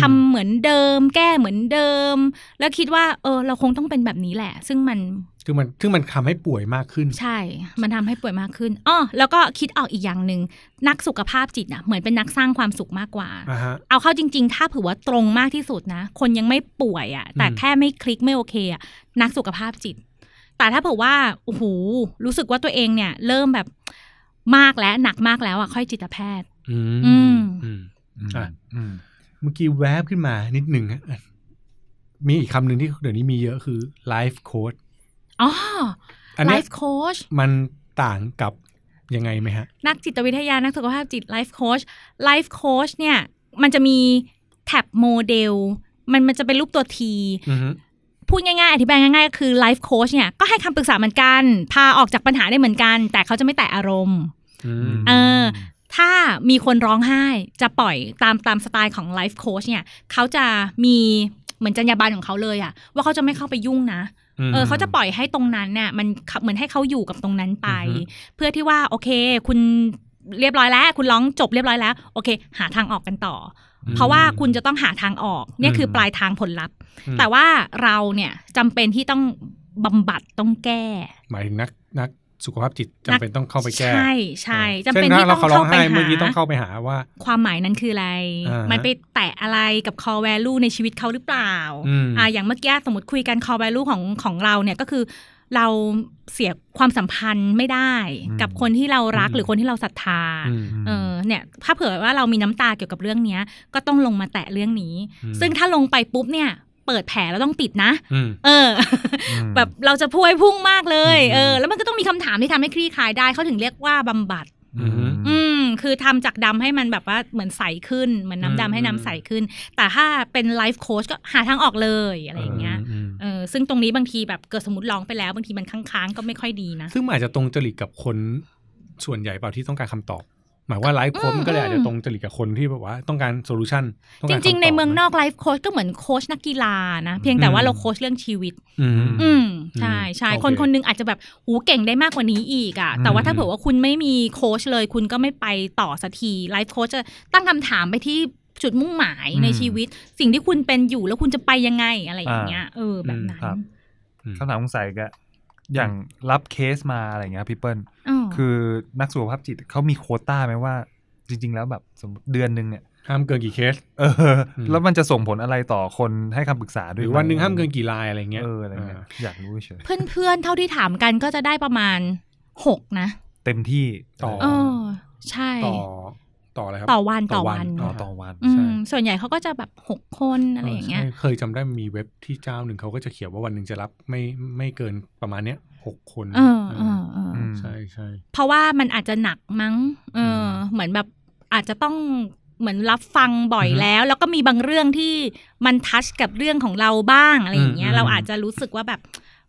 C: ทำเหมือนเดิม แก้เหมือนเดิม แล้วคิดว่า เออ เราคงต้องเป็นแบบนี้แหละ ซึ่งมัน
D: ซึ่งมันซึ่งมันทำให้ป่วยมากขึ้น
C: ใช่ มันทำให้ป่วยมากขึ้นอ้อแล้วก็คิดออกอีกอย่างหนึ่งนักสุขภาพจิตอ่ะเหมือนเป็นนักสร้างความสุขมากกว่า
D: อ่าฮะ
C: เอาเข้าจริง ๆ ถ้าเผือว่าตรงมากที่สุดนะ คนยังไม่ป่วยอะ่ะ แต่
D: อืม
C: แค่ไม่คลิกไม่โอเคอะ่ะ นักสุขภาพจิต แต่ถ้าเผือว่า โอ้โห รู้สึกว่าตัวเองเนี่ย เริ่มแบบมากแล้วหนักมากแล้วอะ่ะ ค่อยจิตแพทย์
D: อืม
C: อืม
D: อืม อ่ะ
E: อืม
D: เมื่อกี้แวบขึ้นมานิดหนึ่งฮะมีอีกคำหนึ่งที่เดี๋ยวนี้มีเยอะคือ life coach
C: อ๋อ
D: อัน
C: ไล
D: เนี้ย
C: ฟ์โค้ช
D: มันต่างกับยังไงไหมฮะ
C: นักจิตวิทยา นักสุขภาพจิตไลฟ์โค้ชไลฟ์โค้ชเนี่ย มันจะมีแท็บโมเดล มันมันจะเป็นรูปตัวที
D: อือฮึ
C: พูดง่ายๆ อธิบายง่ายๆ ก็คือไลฟ์โค้ชเนี่ยก็ให้คำปรึกษาเหมือนกัน พาออกจากปัญหาได้เหมือนกัน แต่เขาจะไม่แตะอารมณ์
D: อืม
C: เออ ถ้ามีคนร้องไห้จะปล่อยตามตามสไตล์ของไลฟ์โค้ชเนี่ยเขาจะมีเหมือนจรรยาบรรณของเขาเลยอะว่าเขาจะไม่เข้าไปยุ่งนะ เออเขาจะปล่อยให้ตรงนั้นเนี่ยมันเขาเหมือนให้เขาอยู่กับตรงนั้นไป
D: อือฮึ
C: เพื่อที่ว่าโอเค คุณเรียบร้อยแล้ว คุณร้องจบเรียบร้อยแล้ว โอเค หาทางออกกันต่ออ
D: อืม
C: เพราะว่าคุณจะต้องหาทางออกเนี่ยคืออ
D: ม
C: ปลายทางผลลัพธ์ แต่ว่าเราเนี่ยจำเป็นที่ต้องบำบัดต้องแก้
D: หมายถึงนักนักสุขภาพจิตจำเป็นต้องเข้าไปแก้
C: ใช่ใช่จำเป็น
D: ช่ถ้
C: ที่ต้อง
D: ขร้
C: เข้าไป
D: ห้
C: หา
D: เมื่อกี้ต้องเข้าไปหาว่า
C: ความหมายนั้นคืออะไร
D: อ่าฮะ
C: มันไปแตะอะไรกับ core value ในชีวิตเขาหรือเปล่า
D: อืม
C: อ่าอย่างเมื่อกี้สมมติคุยกัน core value ของของเราเนี่ยก็คือ เราเสียความสัมพันธ์ไม่ได้
E: อืม
C: กับคนที่เรารัก
D: อืม
C: หรือคนที่เราศรัทธา
D: อืม
C: เออเนี่ยถ้าเผื่อว่าเรามีน้ำตาเกี่ยวกับเรื่องเนี้ย ก็ต้องลงมาแตะเรื่องนี้
D: อืม
C: ซึ่งถ้าลงไปปุ๊บเนี่ย เปิดแผลแล้วต้องปิดนะ
D: อืม
C: เอ อ
E: ม
C: แบบเราจะพวยพุ่งมากเลย
D: อืม
C: เออ แล้วมันก็ต้องมีคำถามที่ทำให้คลี่คลายได้เขาถึงเรียกว่าบำบัด
E: อืม
C: อืม คือทำจากดำให้มันแบบว่าเหมือนใสขึ้น เหมือนน้ำดำให้น้ำใสขึ้น แต่ถ้าเป็นไลฟ์โค้ชก็หาทางออกเลยอะไรอย่างเงี้ย
D: อืม
C: เออซึ่งตรงนี้บางทีแบบเกิดสมมติร้องไปแล้ว บางทีมันค้างๆก็ไม่ค่อยดีนะ
D: ซึ่งมันอาจจะตรงจริตกับคนส่วนใหญ่เปล่าที่ต้องการคำตอบ หมายว่าไลฟ์โค้ชมันก็เลยอาจจะตรงจริตกับคนที่แบบว่าต้องการโซลูชัน
C: จริง ๆ ในเมืองนอกไลฟ์โค้ชก็เหมือนโค้ชนักกีฬานะ เพียงแต่ว่าเราโค้ชเรื่องชีวิต
D: อืม
C: อืมใช่ใช่
D: โอเค
C: คนคนหนึงอาจจะแบบหูเก่งได้มากกว่านี้อีกอะ่ะ แต่ว่าถ้าเผื่อว่าคุณไม่มีโค้ชเลย คุณก็ไม่ไปต่อสักทีไลฟ์โค้ชจะตั้งคำถามไปที่จุดมุ่งหมายใน
E: อืม
C: ชีวิต สิ่งที่คุณเป็นอยู่แล้วคุณจะไปยังไงอะไรอย่างเงี้ยเออแบบนั้
E: อืมครับ
C: น
E: คำถามสงสัยก็อย่างรับเคสมาอะไรเงี้ยพี่เปิ้ล
C: อ๋อ
E: คือนักสุขภาพจิตเขามีโควต้าไหมว่า จริง ๆ แล้วแบบสมมติเดือนหนึ่งเนี่ย
D: ห้ามเกินกี่เคส
E: เอออ
D: ม
E: แล้วมันจะส่งผลอะไรต่อคนให้คำปรึกษาด้
D: ห
E: วย
D: รือ
E: ไ
D: วันหนึ่งห้ามเกินกี่ลายอะไรเงี้ย
E: เอออะไรเงี้ย
D: า
E: อยากรู้เฉย
C: เพื่อนๆเท่าที่ถามกันก็จะได้ประมาณหกนะ
E: เต็มที่
D: ต่อ
C: เออใช่
D: ต่อ ต่ออะไรครับ
C: ต่อวันต่อวัน
D: ต่
E: อ๋อต่อวัน
C: อื
E: ใช่
C: มส่วนใหญ่เขาก็จะแบบหกคนอะไรอย่างเงี้ย
D: ใช่เคยจำได้มีเว็บที่เจ้าหนึ่งเขาก็จะเขียนว่าวันหนึ่งจะรับไม่ไม่เกินประมาณเนี้ยหกคน
C: เออเออเอออ
E: อืม
D: ใช่ใช่
C: เพราะว่ามันอาจจะหนักมั้ง เอออ
E: ม
C: เหมือนแบบอาจจะต้องเหมือนรับฟังบ่อยแล้ว แล้วก็มีบางเรื่องที่มันทัชกับเรื่องของเราบ้างอะไรอย่างเงี้ย
D: อืม
C: เราอาจจะรู้สึกว่าแบบ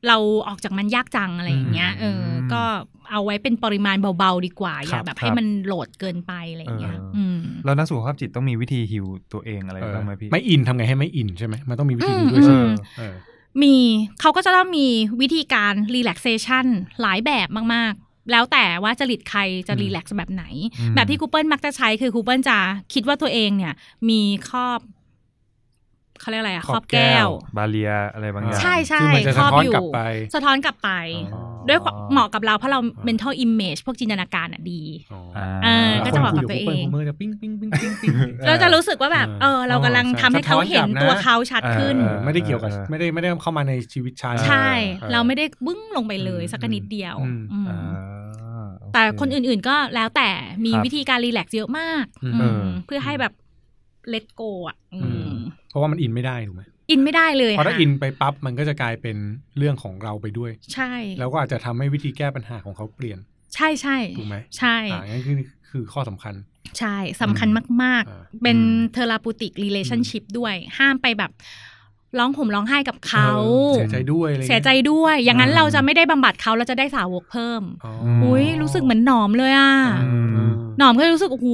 C: เราออกจากมันยากจังอะไรอย่างเงี้ย เออ ก็เอาไว้เป็นปริมาณเบาๆดีกว่า อย่าแบบให้มันโหลดเกินไปอะไรอย่างเงี้ย อืม
E: แล้วนักสุขภาพจิตต้องมีวิธีฮิวตัวเองอะไรบ้างไหมพี่
D: ไม่อินทำไงให้ไม่อินใช่ไหมมันต้องมีวิธีนี้
C: อืม
D: ด้วยใช่ไหม
C: อืม
D: เออ
C: มีเขาก็จะต้องมีวิธีการ relaxation หลายแบบมาก ๆ แล้วแต่ว่าจริตใครจะ
D: อืม
C: relax แบบไหน
E: อืม
C: แบบที่คูเปิลมักจะใช้คือคูเปิลจะคิดว่าตัวเองเนี่ย มีครอบเขาเรียกอะไรอะ
D: ครอบแก้ว
E: บาเลียอะไรบางอย่าง
C: ใช่ใช่
D: คือมันจะ
C: คร
D: สะ
C: อบ
D: ท้อน
C: อยู่
D: กลับไป
C: สะท้อนกลับไป
E: อ๋อ
C: ด้วยความเหมาะกับเราเพราะเรา
D: อ่า
C: mental image พวกจินตนาการอ่ะดี
D: อ๋อ
E: อ่า
C: เออ ก็จะบอกกับตัวเอง
D: คนคุยกับเพื่อนผมเมื่อจะปิ้งปิ้งปิ้งปิ้งปิ้ง
E: เออ
C: เราจะรู้สึกว่าแบบ
D: อ่า
C: เออ เรากำลัง
D: ใช่
C: ทำให้เขา
D: สะท้อนกลับ
C: เห็นตัว
D: นะ
C: เขาชัดขึ้น
E: เออ
D: ไม่ได้เกี่ยวกับ
E: เออ
D: ไม่ได้ไม่ได้เข้ามาในชีวิตฉัน
C: ใช่
D: เออ
C: เราไม่ได้บึ้งลงไปเลยสักนิดเดียว
D: อืม
C: อืม
E: อ่าโเ
C: แต่คนอื่นๆก็แล้วแต่มี
E: ครับ
C: วิธีการรีแลกซ์เยอะมาก
D: อืม
C: อืม
E: เออ
C: เพื่อให้แบบเลตโกอ่ะอืม
D: เพราะว่ามันอินไม่ได้ถูกไหม
C: อินไม่ได้เลย
D: พอถ้า
C: ค่ะ
D: อินไปปั๊บมันก็จะกลายเป็นเรื่องของเราไปด้วย
C: ใช่
D: แล้วก็อาจจะทำให้วิธีแก้ปัญหาของเขาเปลี่ยน
C: ใช่ใช่
D: ถูกไหม
C: ใช่
D: อ่านั่นคือคือข้อสำคัญ
C: ใช่สำคัญมาก
D: อ่า
C: ๆ เป็นเทอราปูติกรีเลชั่นชิพด้วย ห้ามไปแบบร้องห่มร้องไห้กับเขา
D: ออเสียใจด้วยอะไรงี้
C: เสียใจด้วย อย่างนั้น
D: อืม
C: เราจะไม่ได้บำบัดเขาเราจะได้สาวกเพิ่ม
D: อ๋อ
E: ม
C: อุ้ยรู้สึกเหมือนหนอมเลยอ่ะ
D: อืม
C: หนอมก็รู้สึกโอ้โห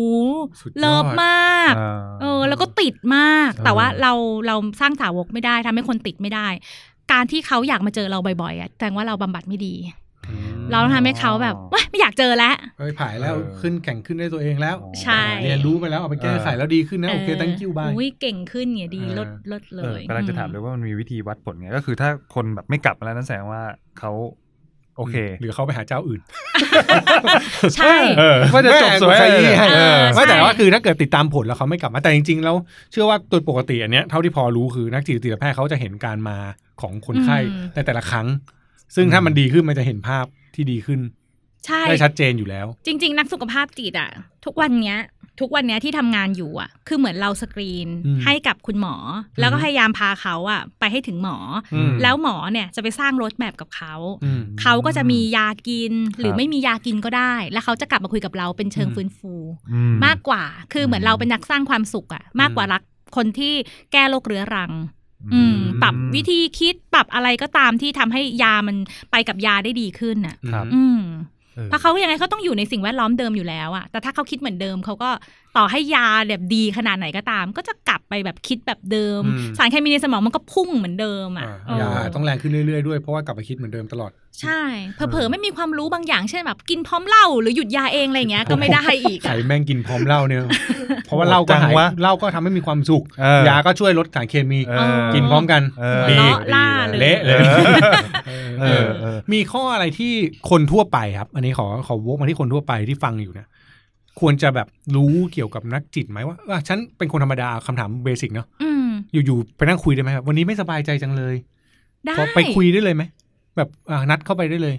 D: สุดยอด
C: เลิฟมาก
E: อ่า
C: เออแล้วก็ติดมาก
E: เออ
C: แต่ว่าเราเราสร้างสาวกไม่ได้ทำให้คนติดไม่ได้ การที่เขาอยากมาเจอเราบ่อยๆอ่ะแสดงว่าเราบำบัดไม่ดี เราทำให้เขาแบบว้ายไม่อยากเจอแล้ว
D: เอ้ยผ่ายแล้ว
E: เออ
D: ขึ้นแข่งขึ้นได้ตัวเองแล้ว
C: ใช่
D: เรียนรู้ไปแล้วเอาไปแก้ไขแล้วดีขึ้นนะโอเค thank you บาย
C: อุ้ยเก่งขึ้นเนี่ยดี
D: เออ
C: ลดลดเล
E: เออย กำลังจะถามเลยว่ามันมีวิธีวัดผลไงก็คือถ้าคนแบบไม่กลับมาแล้วนั่นแสดงว่าเขาโอเค
D: หรือเขาไปหาเจ้าอื่น
C: ใช่
D: เออ
E: ว่าจะจบสวย
D: แม่กูขยี้ให้
C: เออใช่
D: ไม่แต่ว่าคือถ้าเกิดติดตามผลแล้วเขาไม่กลับมาแต่จริงๆแล้วเชื่อว่าตัวปกติอันเนี้ยเท่าที่พอรู้คือนักจิตแพทย์เขาจะเห็นการมาของคนไข้ในแต่ละครั้ง ซึ่งถ้ามันดีขึ้นมันจะเห็นภาพที่ดีขึ้น
C: ใช่
D: ได้ชัดเจนอยู่แล้ว
C: จริง ๆ นักสุขภาพจิตอ่ะ ทุกวันเนี้ย ทุกวันเนี้ยที่ทำงานอยู่อ่ะ คือเหมือนเราสกรีน
D: อืม
C: ให้กับคุณหมอ แล้วก็
D: อืม
C: พยายามพาเขาอ่ะ ไปให้ถึงหมออ
D: อืม
C: แล้วหมอเนี่ยจะไปสร้างรถแมพกับเขา
D: อืม
C: เขาก็จะมียากินหรือ
E: ครับ
C: ไม่มียากินก็ได้ แล้วเขาจะกลับมาคุยกับเราเป็นเชิง
D: อืม
C: ฟื้นฟู
E: อื
C: มากกว่า คือเหมือนเราเป็นนักสร้างความสุขอะมากกว่ารักคนที่แก้โรคเรื้อรัง อืม ปรับวิธีคิดปรับอะไรก็ตามที่ทำให้ยามันไปกับยาได้ดีขึ้นอะ
D: อืม
C: อืม
D: เออ
C: เพราะเขายังไงเขาต้องอยู่ในสิ่งแวดล้อมเดิมอยู่แล้วอะแต่ถ้าเขาคิดเหมือนเดิมเขาก็ต่อให้ยาแบบดีขนาดไหนก็ตาม ก็จะกลับไปแบบคิดแบบเดิม
D: อืม
C: สารเคมีในสมองมันก็พุ่งเหมือนเดิมอะเออ
D: ยาต้องแรงขึ้นเรื่อยๆด้วยเพราะว่ากลับไปคิดเหมือนเดิมตลอด
C: ใช่ เผลอๆไม่มีความรู้บางอย่างเช่นแบบกินพร้อมเหล้าหรือหยุดยาเองอะไรอย่างเงี้ ยก็ไม่ได้อีก
D: ใคร
C: อะ
D: แม่งกินพร้อมเหล้า เนี่ย เพราะว่าเหล้าก็
E: จัง
D: หายว
E: ะ
D: เหล้าก็ทำให้มีความสุข
E: เออย
D: าก็ช่วยลดสารเคมี
E: เออ
D: กินพร้อมกัน
E: เออ
C: หัว
D: ดี
C: เลาะล่าเลย
D: เละเลย
E: เอ
D: เอ
E: อ
D: อ
E: เออ
D: มีข้ออะไรที่คนทั่วไปครับ อันนี้ขอขอวกมาที่คนทั่วไปที่ฟังอยู่เนะ ควรจะแบบรู้เกี่ยวกับนักจิตไหมว่าว่าฉันเป็นคนธรรมดาคำถามเบสิกเนาะ
C: อืม
D: อยู่ๆไปนั่งคุยได้ไหมครับวันนี้ไม่สบายใจจังเลย
C: ได้
D: ขอไปคุยได้เลยไหมแบบอ่านัดเข้าไปได้เลย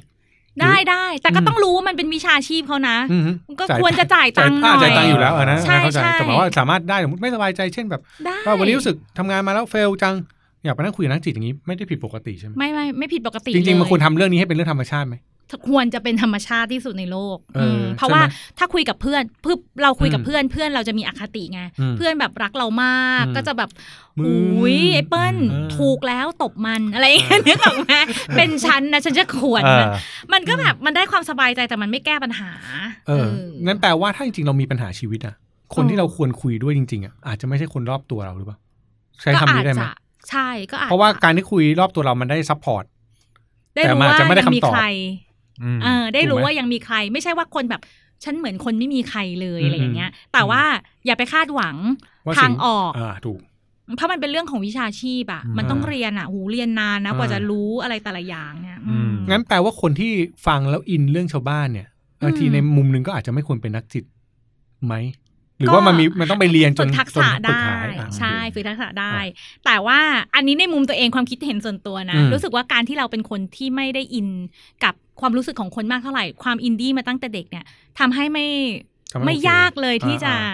C: ได้ได้ แต่ก็
D: อืม
C: ต้องรู้ว่ามันเป็นวิชาชีพเขานะ
D: อือฮึ
C: ก็ควรจะจ่ายตังค์หน่อย
D: จ่ายตังค์อยู่แล้วเออนะ
C: ใช่
D: เข้าใจ
C: ใช่
D: แต่หมายว่าสามารถได้สมมติไม่สบายใจเช่นแบบ
C: ได้
D: ว่าวันนี้รู้สึกทำงานมาแล้วเฟลจัง อยากไปนั่งคุยกับนักจิตอย่างนี้ไม่ได้ผิดปกติใช่ไหม
C: ไม่ไม่ไม่ผิดปกติ
D: จริงๆ
C: เล
D: มัน
C: ย
D: ควรทำเรื่องนี้ให้เป็นเรื่องธรรมชาติไหม
C: ควรจะเป็นธรรมชาติที่สุดในโลก
D: เออ
C: มเพราะ
D: ใช่ไหม
C: ว่าถ้าคุยกับเพื่อนเพื่อเราคุยกับ
D: อืม
C: เพื่อนเพื่อนเราจะมีอคติไง
D: อืม
C: เพื่อนแบบรักเรามาก
D: อืม
C: ก็จะแบบ
D: มึง
C: อุ้ยไอ้เปิ้ล
D: อืม
C: ถูกแล้วตบมันอะไรอย่างเงี้ยนึกออกไหม เป็นฉันนะฉันจะขวนมั
E: เออน
C: มันก็แบบมันได้ความสบายใจแต่มันไม่แก้ปัญหา
D: เออ
C: เออ
D: งั้นแปลว่าถ้าจริงๆเรามีปัญหาชีวิตอะคน
C: เออ
D: ที่เราควรคุยด้วยจริงๆอะอาจจะไม่ใช่คนรอบตัวเราหรือเปล่าใช้คำ
C: ก็อา
D: นี้
C: จ
D: ได้ไหม
C: จะใช่ก็อาจจ
D: เพราะว่าการที่คุยรอบตัวเรามันได้ซัพพอร์ต
C: ได้
D: แต่
C: รู้
D: มันอาจ
C: ว่า
D: จะไม่ได้
C: ยังมี
D: คำตอบ
C: ใคร
E: อืม
C: เออได้รู้
D: ถูกไหม
C: ว่ายังมีใคร ไม่ใช่ว่าคนแบบฉันเหมือนคนไม่มีใครเลย
D: อืม
C: อะไรอย่างเงี้ย แต่ว่าอย่าไปคาดหวัง
D: ว่า
C: ทา
D: สิ่
C: ง
D: ง
C: ออก
D: อ่าถูก
C: เพราะมันเป็นเรื่องของวิชาชีพอะ
E: อืม
C: มันต้องเรียนอะหูเรียนนานนะ
D: อ่าก ก
C: ว่าจะรู้อะไรแต่ละอย่างเนี่ยอืม
E: อืม
D: งั้นแปลว่าคนที่ฟังแล้วอินเรื่องชาวบ้านเนี่ยบางที
C: อืม
D: ในมุมหนึ่งก็อาจจะไม่ควรเป็นนักจิตไหม หรือ
C: ก็
D: ว่ามันมีมันต้องไปเรียนจ
C: ฝึ
D: น
C: กทัก
D: จน
C: ษะ
D: ฝึก
C: ได้
D: หายอ่ะ
C: ใช่ฝึกทักษะได้ แต่ว่าอันนี้ในมุมตัวเองความคิดเห็นส่วนตัวนะ
D: อืม
C: รู้สึกว่าการที่เราเป็นคนที่ไม่ได้อินกับความรู้สึกของคนมากเท่าไหร่ ความอินดี้มาตั้งแต่เด็กเนี่ยทำให้ไม่
D: ทำให้
C: ไม่
D: โอเค
C: ยากเลยที่จะ
E: อ่า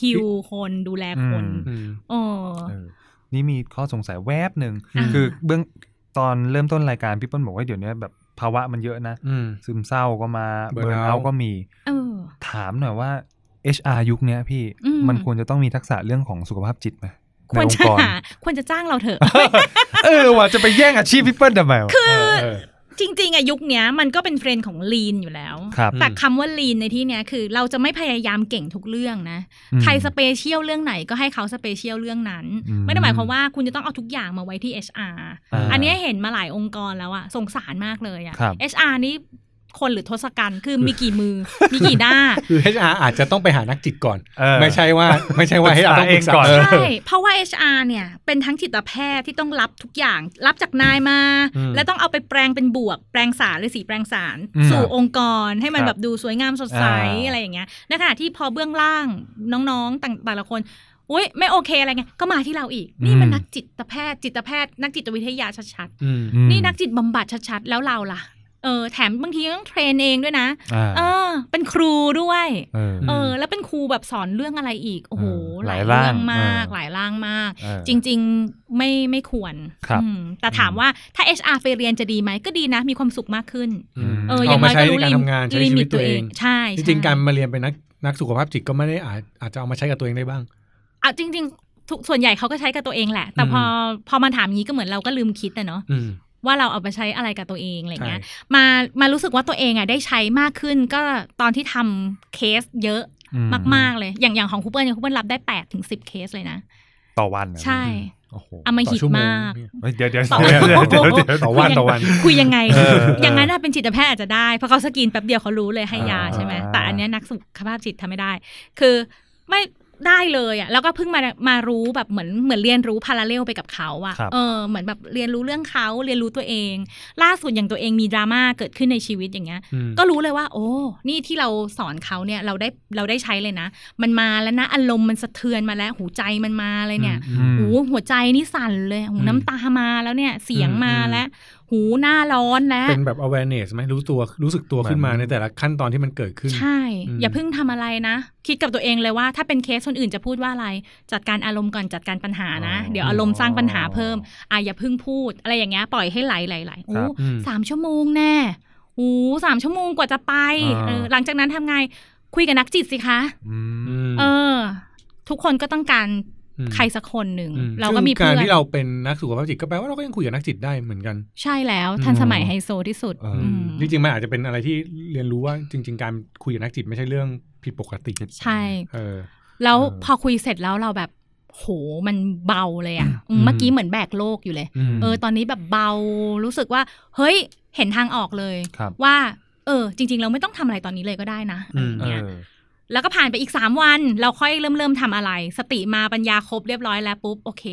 C: ฮิวคนดูแลคน
D: อืม
C: เออ
E: เออนี่มีข้อสงสัยแวบหนึ่ง
D: อ่า
E: คือเบื้องตอนเริ่มต้นรายการพี่เปิ้ลบอกว่าเดี๋ยวนี้แบบภาวะมันเยอะนะ
D: อืม
E: ซึมเศร้าก็มาเบิร์
D: Burnout
E: นเอาก็มี
C: เออ
E: ถามหน่อยว่า HR ยุคเนี้ยพี่
C: อืม
E: มันควรจะต้องมีทักษะเรื่องของสุขภาพจิตไหม
C: ค
E: ใน
C: วร
E: อง
C: จะ
E: ค์กร
C: หาควรจะจ้างเราเถอะ
E: เออว่ะจะไปแย่งอาชีพพี่เปิ้ลทำไมวะ
D: เออเออ
C: จริงๆอะยุคเนี้ยมันก็เป็นเทรนด์ของลีนอยู่แล้ว
E: ครับ
C: แต่คำว่าลีนในที่เนี้ยคือเราจะไม่พยายามเก่งทุกเรื่องนะ ใคร
E: อืม
C: สเปเชียลเรื่องไหนก็ให้เขาสเปเชียลเรื่องนั้น
E: อืม
C: ไม่ได้หมายความว่าคุณจะต้องเอาทุกอย่างมาไว้ที่ HR
E: อ่า
C: อันเนี้ยเห็นมาหลายองค์กรแล้วอะสงสารมากเลยอะ
E: ครับ
C: HR นี่คนหรือทศกัณฐ์คือมีกี่มือ มีกี่หน้า
D: คือ HR อาจจะต้องไปหานักจิตก่อน
E: เออ
D: ไม่ใช่ ว่า ไม่ใช่ว่าให้เอาต้องปรึกษา
E: ปรึกษาเองก่อน
D: เออ
C: ใช่ เพราะว่า HR เนี่ย เป็นทั้งจิตแพทย์ที่ต้องรับทุกอย่าง รับจากนายมา
D: อืม
C: แล้วต้องเอาไปแปลงเป็นบวก แปลงสารหรือสีแปลงสาร
E: อืม
C: สู่องค์กรให้มัน
E: ครับ
C: แบบดูสวยงามสดใส
E: อ่า
C: อะไรอย่างเงี้ยในขณะที่พอเบื้องล่างน้องๆต่างแต่ละคนอุ้ยไม่โอเคอะไรเงี้ยก็มาที่เราอีก นี่มันนักจิตแพทย์ จิตแพทย์ นักจิตวิทยาชัด
D: อืม
E: อืม
C: ๆ นี่นักจิตบำบัดชัดๆ แล้วเราล่ะ เออ แถมบางทีก็ต้องเทรนเองด้วยนะ
E: อ่า
C: เออ เป็นครูด้วย
E: เออ
C: เออแล้วเป็นครูแบบสอนเรื่องอะไรอีก โอ้โห
E: เออ
C: ห
E: ห
C: ลา
E: ลาย ย
C: เรื่อ
E: ร่าง ง
C: มาก
E: เออ
C: หลายร่างมาก
E: เออ
C: จริง ๆ ไม่ไม่ควร
E: ครับ
C: อืมแต่ถามว่าถ้า HR ไปเรียนจะดีไหมก็ดีนะ มีความสุขมากขึ้น
E: อืม
C: เอออ
D: เอา
C: ย่างน้
D: มา
C: อย
D: ใช้
C: ก็
D: ในการ
C: รู้ลิ
D: ทำงานใช้ชีวิตตัวเอง
C: ใช่
D: จริงๆ
C: ใช่
D: การมาเรียนเป็นนักนักสุขภาพจิตก็ไม่ได้อาจอาจจะเอามาใช้กับตัวเองได้บ้าง
C: อ่ะจริง ๆ ทุกส่วนใหญ่เขาก็ใช้กับตัวเองแหละ แต่พอพอมาถามงี้ก็เหมือนเราก็ลืมคิดนะเนาะ
D: อืม
C: ว่าเราเอาไปใช้อะไรกับตัวเองอะไรเงี้ย
D: ใช่
C: มามารู้สึกว่าตัวเองอ่ะได้ใช้มากขึ้นก็ตอนที่ทำเคสเยอะ
E: อื
C: มาก ๆเลย อย่างอย่างของคูเปอร์เนี่ยคูเปอร์รับได้8ปดถึงสิเคสเลยนะ
E: ต่อวันเหรอ
C: ใช่
E: โอ้โห
C: อม
D: ต่อ
C: หิต
D: ชั่วโง
C: มาก
D: เนี่ย
E: เฮ้ยเดี๋ยวเดี๋ยว
C: ต่อ
E: เดี๋ยวเดี๋ยวเดี๋ยวเดี๋ยว
D: ต่อวันต่อวัน
C: คุยยังไง
E: เออเออ
C: อย่างนั้นน่ะเป็นจิตแพทย์อาจจะได้ เพราะเขาสกรีนแป๊บเดียวเขารู้เลยให้ยา
E: อ่า
C: ใช่ไหม
E: อ่า
C: แต่อันเนี้ยนักสุขภาพจิตทำไม่ได้ คือไม่ได้เลยอ่ะแล้วก็เพิ่งมามารู้แบบเหมือนเหมือนเรียนรู้พาราเลลไปกับเขาอ่ะ
E: ครับ
C: เออเหมือนแบบเรียนรู้เรื่องเขาเรียนรู้ตัวเอง ล่าสุดอย่างตัวเองมีดราม่าเกิดขึ้นในชีวิตอย่างเงี้ย
D: อืม
C: ก็รู้เลยว่า โอ้ นี่ที่เราสอนเขาเนี่ยเราได้เราได้ใช้เลยนะ มันมาแล้วนะอารมณ์มันสะเทือนมาแล้วหูใจมันมาเลยเนี่ย
E: อืม
C: หูหัวใจนี่สั่นเลยหู
D: อืม
C: น้ำตามาแล้วเนี่ย เสียง
D: อืม
C: มา
D: อืม
C: แล้ว หูหน้าร้อนแล้ว
D: เป็นแบบ awareness ไหมรู้ตัวรู้สึกตัวขึ้นมาในแต่ละขั้นตอนที่มันเกิดขึ้น
C: ใช่
D: อืม
C: อย่าเพิ่งทำอะไรนะ คิดกับตัวเองเลยว่าถ้าเป็นเคสคนอื่นจะพูดว่าอะไร จัดการอารมณ์ก่อนจัดการปัญหานะ
E: อ๋อ
C: เดี๋ยวอารมณ์สร้างปัญหาเพิ่มอ่ะอย่าเพิ่งพูด อะไรอย่างเงี้ยปล่อยให้ไหลไหลไหลโอ้
E: ครับ
D: อืม
C: สามชั่วโมงแน่โอ้สามชั่วโมงกว่าจะไป
E: อ่า
C: เออหลังจากนั้นทำไงคุยกับนักจิตสิคะ
E: อืม
D: อืม
C: เออ ทุกคนก็ต้องการ
D: อืม
C: ใครสักคนหนึ่ง
D: อืม
C: เราก็มี
D: ซึ่งการ
C: เพื่อน
D: ที่เราเป็นนักสุขภาพจิตก็แปลว่าเราก็ยังคุยกับนักจิตได้เหมือนกัน
C: ใช่แล้วทันสมัย
E: อืม
C: ไฮโซที่สุด
E: เออ
C: อืม
D: จริงๆมันอาจจะเป็นอะไรที่เรียนรู้ว่าจริง ๆ การคุยกับนักจิตไม่ใช่เรื่องผิดปกติ
C: ใช่
D: เออ
C: แล้ว
E: เออ
C: พอคุยเสร็จแล้วเราแบบ โหมันเบาเลยอะอืม
D: อืม
C: เมื่อกี้เหมือนแบกโลกอยู่เลย
D: อืม
C: เออ ตอนนี้แบบเบารู้สึกว่า เฮ้ย เห็นทางออกเลย
E: ครับ
C: ว่า เออ จริง ๆ เราไม่ต้องทำอะไรตอนนี้เลยก็ได้นะอะไรอย่าง
E: เอ
C: เงี้ย
E: อ
C: แล้วก็ผ่านไปอีกสามวัน เราค่อยเริ่มเริ่มทำอะไร สติมาปัญญาครบเรียบร้อยแล้วปุ๊บ โอเค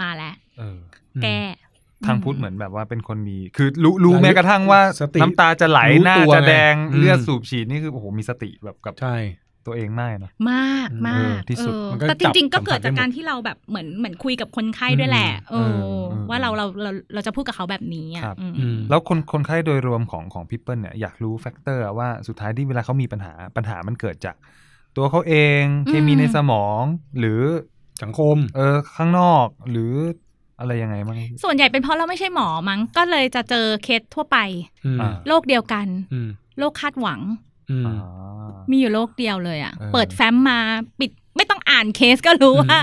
C: มาแล้ว
E: เออ
C: แก้
E: ทางพุทธเหมือนแบบว่าเป็นคนมี คือรู้รู้แม้กระทั่งว่า
D: สติ
E: น้ำตาจะไหล
D: รู้
E: หน้า
D: ตัว
E: จะแดง
D: ไงอืม
E: เลือดสูบฉีดนี่คือโอ้โหมีสติแบบกับ
D: ใช่
E: ตัวเองมากเลยนะ
C: มากมาก
E: เออที่สุด
C: เออ
D: มันก็
C: แต่จริง ๆ
D: จั
C: ก็
D: บ
C: เกิดจาก
D: สัมผัสได้หมด
C: การที่เราแบบเหมือนเหมือนคุยกับคนไข้ด้วยแหละเออ
E: เออเออ
C: ว่าเราเราเราเราจะพูดกับเขาแบบนี้อ่ะ
E: ครับ
C: อืม
D: อืม
E: แล้วคนคนไข้โดยรวมของของพี่เปิลเนี่ยอยากรู้แฟกเตอร์ว่าสุดท้ายที่เวลาเขามีปัญหาปัญหามันเกิดจาก ตัวเขาเอง
C: อืม
E: เคมีในสมอง หรือ
D: สังคม
E: เออข้างนอก หรืออะไรยังไงบ้าง
C: ส่วนใหญ่เป็นเพราะเราไม่ใช่หมอมั้งก็เลยจะเจอเคสทั่วไป
D: อืม
E: อ่า
C: โรคเดียวกัน
D: อืม
C: โรคคาดหวัง
D: อืม
E: อ่า
C: มีอยู่โรคเดียวเลยอ่ะ
E: เออ
C: เปิดแฟ้มมาปิดไม่ต้องอ่านเคสก็รู้ว่า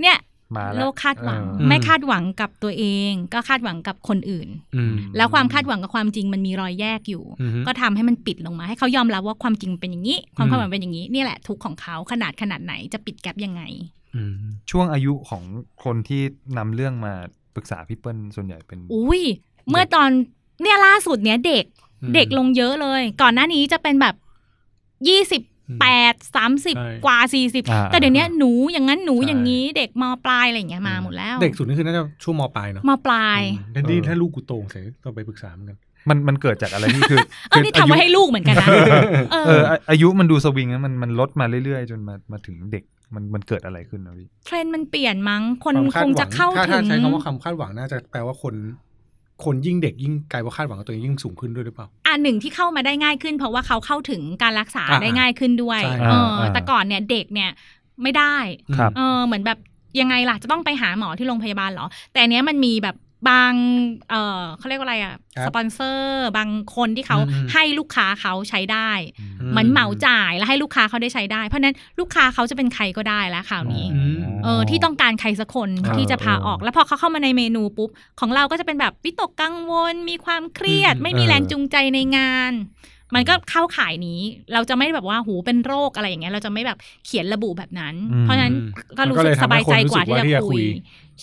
C: เนี่ย
E: มาแล้ว
C: โรคคาดหวัง
E: เออ
C: ไม่คาดหวังกับตัวเอง ก็คาดหวังกับคนอื่น
D: อืม
C: แล้วความคาดหวังกับความจริงมันมีรอยแยกอยู่
D: อือฮึ
C: ก็ทำให้มันปิดลงมา ให้เขายอมรับว่าความจริงเป็นอย่างนี้ ความ
D: อืม
C: คาดหวังเป็นอย่างนี้เนี่ยแหละทุกข์ของเขาขนาดขนาดไหนจะปิดแกลบยังไง
D: อืม
E: ช่วงอายุของคนที่นำเรื่องมาปรึกษาพี่เปิ้ลส่วนใหญ่เป็น
C: อุ้ยเมื่อตอนเนี่ยล่าสุดเนี้ยเด็ก
D: อืม
C: เด็กลงเยอะเลย ก่อนหน้านี้จะเป็นแบบยี่สิบแปดสามสิบ
D: ใช่
C: กว่าสี่สิบ
E: อ่า
C: แต่เดี๋ยวเนี้ยหนูอย่างนั้นหนู
E: ใช่
C: อย่างนี้เด็กมปลายอะไรอย่างเงี้ยมา
E: อืม
C: หมดแล้ว
D: เด็กสุดนี่คือน่าจะช่วงมปลายเนาะ
C: มปลาย
D: อืมนั่นนี่ถ้าลูกกูโตเสร็จต้องไปปรึกษาเหมือนกัน
E: มันมันเกิดจากอะไรพี่คือ
C: เออนี่ทำไว้ให้ลูกเหมือนกัน นะเอ
E: เออ
C: อ
E: อาอายุมันดูสวิงนะมันมันลดมาเรื่อยๆ จนมามาถึงเด็กมันมันเกิดอะไรขึ้นนะพี่
C: เทรนด์มันเปลี่ยนมั้งคน
D: วาม
C: ค
D: ดห
C: ง
D: วั
C: จะเข้า
D: ถ้
C: ถึ
D: ถ้าง ใช้คำว่าคำคาดหวังน่าจะแปลว่าคน คนยิ่งเด็กยิ่งกลายว่าคาดหวังกับตัวเองยิ่งสูงขึ้นด้วยหรือเปล่า
C: อ่ะหนึ่งที่เข้ามาได้ง่ายขึ้น เพราะว่าเขาเข้าถึงการรักษา
D: อ่า
C: ได้ง่ายขึ้นด้วย
D: ใช่
C: เอออา แต่ก่อนเนี่ยเด็กเนี่ยไม่ได้
E: ครับ
C: เออเหมือนแบบยังไงล่ะ จะต้องไปหาหมอที่โรงพยาบาลเหรอ แต่อันเนี้ยมันมีแบบบางเออเขาเรียกว่าอะไรอะ
D: ครับ
C: สปอนเซอร์บางคนที่เขา
D: อืม
C: ให้ลูกค้าเขาใช้ได้
D: อื
C: เหมือนเหมาจ่ายแล้วให้ลูกค้าเขาได้ใช้ได้ เพราะฉะนั้นลูกค้าเขาจะเป็นใครก็ได้แล้วข่าวนี้
D: อืม
C: เออที่ต้องการใครสักคน
E: เออ
C: ที่จะพา
E: เออ
C: ออก แล้วพอเขาเข้ามาในเมนูปุ๊บ ของเราก็จะเป็นแบบวิตกกังวล มีความเครียด
D: อืม
C: ไม่มี
E: เออ
C: แรงจูงใจในงาน มันก็เข้าข่ายนี้ เราจะไม่แบบว่าหูเป็นโรคอะไรอย่างเงี้ยเราจะไม่แบบเขียนระบุแบบนั้น เพราะฉะนั้นก็รู้สึกสบายใจกว่าที่จะคุย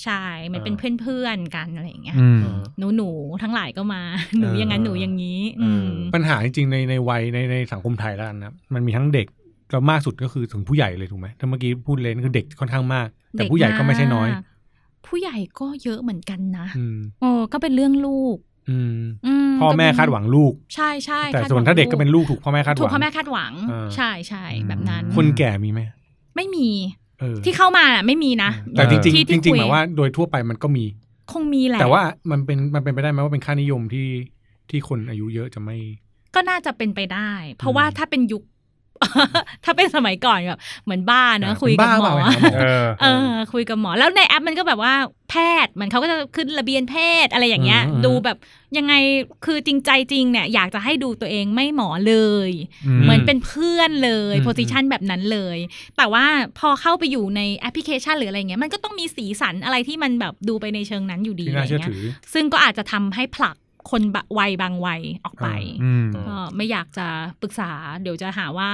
C: ใช่มันเป็นเพื่อนๆกันอะไรอย่างเงี้ย
E: อืม
C: หนูหนูๆทั้งหลายก็มา หนูอย่างนั้นหนูอย่างนี้
E: เอ
C: อื
E: อ
C: ม
D: ปัญหาจริงๆในในวัยในในสังคมไทยแล้วกันนะครับมันมีทั้งเด็กแล้วมากสุดก็คือถึงผู้ใหญ่เลยถูกไหมถ้าเมื่อกี้พูดเลยนคือเด็กค่อนข้างมาก แต่
C: เด็
D: ผู้ใหญ่ก็ไม่ใช่น้อย
C: ากผู้ใหญ่ก็เยอะเหมือนกันนะ
D: อืม
C: โอ้ก็เป็นเรื่องลูก
D: อืม
C: อืม
D: พ่อแม่
C: ก็เป็น
D: คาดหวังลูก
C: ใช่ใช่
D: แต่
C: คดหง
D: ส่วนถ้าเด็กก็เป็นลูกถูกพ่อแม่คาดห
C: ถูก
D: วัง
C: พ่อแม่คาดหวัง
D: อ่า
C: ใช่ใช่
E: อืม
C: แบบนั้น
D: คนแก่มีไหม
C: ไม่มี
D: เออ
C: ที่เข้ามาน่ะไม่มีนะ
D: แต่จริง
C: ที่
D: ๆจ
C: ที่
D: ริง
C: คุ
D: ๆ
C: ย
D: หมายว่าโดยทั่วไปมันก็มี
C: คงมีแหละ
D: แต่ว่ามันเป็นมันเป็นไปได้ไหมว่าเป็นค่านิยมที่ที่คนอายุเยอะจะไม่
C: ก็น่าจะเป็นไปได้ เพ
D: อื
C: ราะ
D: ม
C: ว่าถ้าเป็นยุค ถ้าเป็นสมัยก่อนแบบเหมือนบ้าเนอะ
D: อ่า
C: คุยกับหมอ
D: เป็นบ้าเปล่าเนี่ย
E: เออ
C: เออ คุยกับหมอ แล้วในแอปมันก็แบบว่าแพทย์เหมือนเขาก็จะขึ้นระเบียนแพทย์อะไรอย่างเงี้ย
D: อืมอืม
C: ดูแบบยังไงคือจริงใจจริงเนี่ย อยากจะให้ดูตัวเองไม่หมอเลย
D: อืม
C: เหมือนเป็นเพื่อนเลย
D: อืม
C: โพสิชันแบบนั้นเลย แต่ว่าพอเข้าไปอยู่ในแอปพลิเคชันหรืออะไรเงี้ยมันก็ต้องมีสีสันอะไรที่มันแบบดูไปในเชิงนั้นอยู่ดี
D: ที่
C: อะไร
D: น่าเชื่อ
C: เงี้ย
D: ถือ
C: ซึ่งก็อาจจะทำให้ผลักคนบะวัยบางวัยออกไป
E: อืม
D: อ่า
C: ก็ไม่อยากจะปรึกษา เดี๋ยวจะหาว่า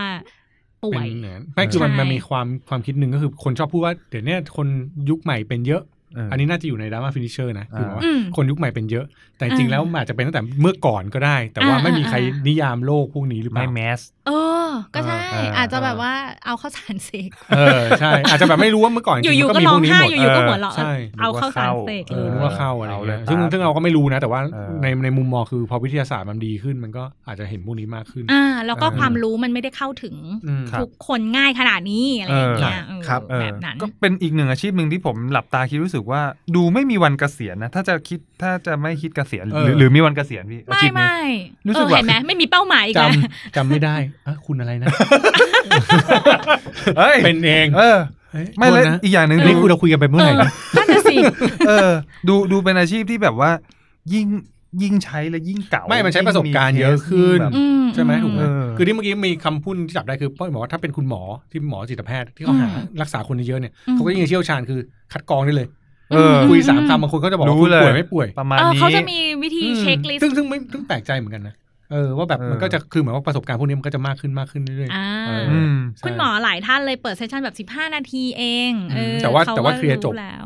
C: ป่ว
D: เป็น
C: ย
D: อย่างนั้นไม่คือมัน
C: ใช่
D: มันมีความความคิดหนึ่งก็คือคนชอบพูดว่าเดี๋ยวเนี้ยคนยุคใหม่เป็นเยอะ อันนี้น่าจะอยู่ในดราม่าฟินิชเชอร์นะคือหมายว่า
C: อืม
D: คนยุคใหม่เป็นเยอะ แต่จริงๆแล้วมันอาจจะเป็นตั้งแต่เมื่อก่อนก็ได้ แต่ว่า
C: อ่า
D: ไม่มีใคร
C: อ่า
D: นิยามโลกพวกนี้หรือเป
E: ไม่
D: ล่า
E: แมส
C: เออ ก็ใช่
E: อ่าอ่า
C: อาจจะแบบว่าเอาเข้าวสารเสก
D: เออใช่ อาจจะแบบไม่รู้ว่าเมื่อก่อนจริง
C: อ
D: ๆ
C: ยู่
D: มัน
C: ๆ
D: มี
C: ก็ร้
D: พ
C: อ
D: ว
C: ง
D: กนี้ห
C: ไห้
D: มด
C: อยู่ๆก็หัวเราะ
D: ใช่
C: เอาเข้าวสารเสก
D: เอ
C: เล
D: อย นึกว่าเข้าอะไรอย่างเงี้ย
E: เอาเลย
D: ซึ่งซึ่งเราก็ไม่รู้นะ แต่ว่า
E: เออ
D: ในในมุมมองคือพอวิทยาศาสตร์มันดีขึ้น มันก็อาจจะเห็นพวกนี้มากขึ้น
C: อ่า แล้วก็
D: เออ
C: ความรู้มันไม่ได้เข้าถึง
D: อืม
E: ครับ
C: ทุกคนง่ายขนาดนี้อะไรอย่างเงี้ย
D: เออครับ
C: เออแบบนั้น
E: ก็เป็นอีกหนึ่งอาชีพหนึ่งที่ผมหลับตาคิดรู้สึกว่า ดูไม่มีวันเกษียณนะ ถ้าจะคิดถ้าจะไม่คิดเกษียณห
D: เอ
E: รือ
D: อ
E: หรือมีวันเกษียณพี่อา
C: ไม่
E: ชีพนี้
C: ไม่
E: รู้
C: เอ
E: สึก
C: อ
E: ว่า
C: เห็นไหมไม่มีเป้าหมายอีก
D: จ
C: แล้ว
D: ำจำไม่ได้อะคุณอะไรนะ
E: เอ้ย
D: เป็นเอง
E: เออ
D: เฮ้ย
E: ไม่เลย
D: โทษนะ
E: อีกอย่างหนึ่ง
D: นี่
E: ดู
D: คุณเราคุยกันไปเมื่
C: เอ
D: อไหร่
C: อ
D: นะ
C: นั่นน่ะสิ
E: เออ ดูดูเป็นอาชีพที่แบบว่า ยิ่งยิ่งใช้และยิ่งเก่า
D: ไม่มันใช้
E: ยิ่ง
D: ประสบการณ์เยอะขึ้น
E: แบบ
C: อื
D: ใช่ไหมถูกไหม
E: เออ
D: คือที่เมื่อกี้มีคำพูดที่จับได้คือป้อยบอกว่าถ้าเป็นคุณหมอที่หมอจิตแพทย์ที่เขาหารักษาคนเยอะๆเนี่ยเขาก็ยังเชี่ยวชาญคือคัดกรองได้เลย
E: เออ
D: คุยสามคำบางคนก็จะบอกว่า
E: รู้
D: คุณ
E: เลย
D: ป่วยไม่ป่วย
E: ประมาณ
C: เออ
E: นี้
C: เขาจะมีวิธีเช็คลิส
D: ซึ่ง
C: ต์
D: ซึ่งไม่ซึ่งแปลกใจเหมือนกันนะเออว่าแบบ
E: เออ
D: มันก็จะคือเหมือนว่าประสบการณ์พวกนี้มันก็จะมากขึ้นมากขึ้นเรื่อย
C: อ่า
D: เออ
E: อืม
D: ๆใช่
C: คุณหมอหลายท่านเลยเปิดเซสชันแบบ 15 นาทีเองเออ
D: มแต่ว่า
C: ขก็
D: แต่ว่าเคลียร์จบ
C: แล้ว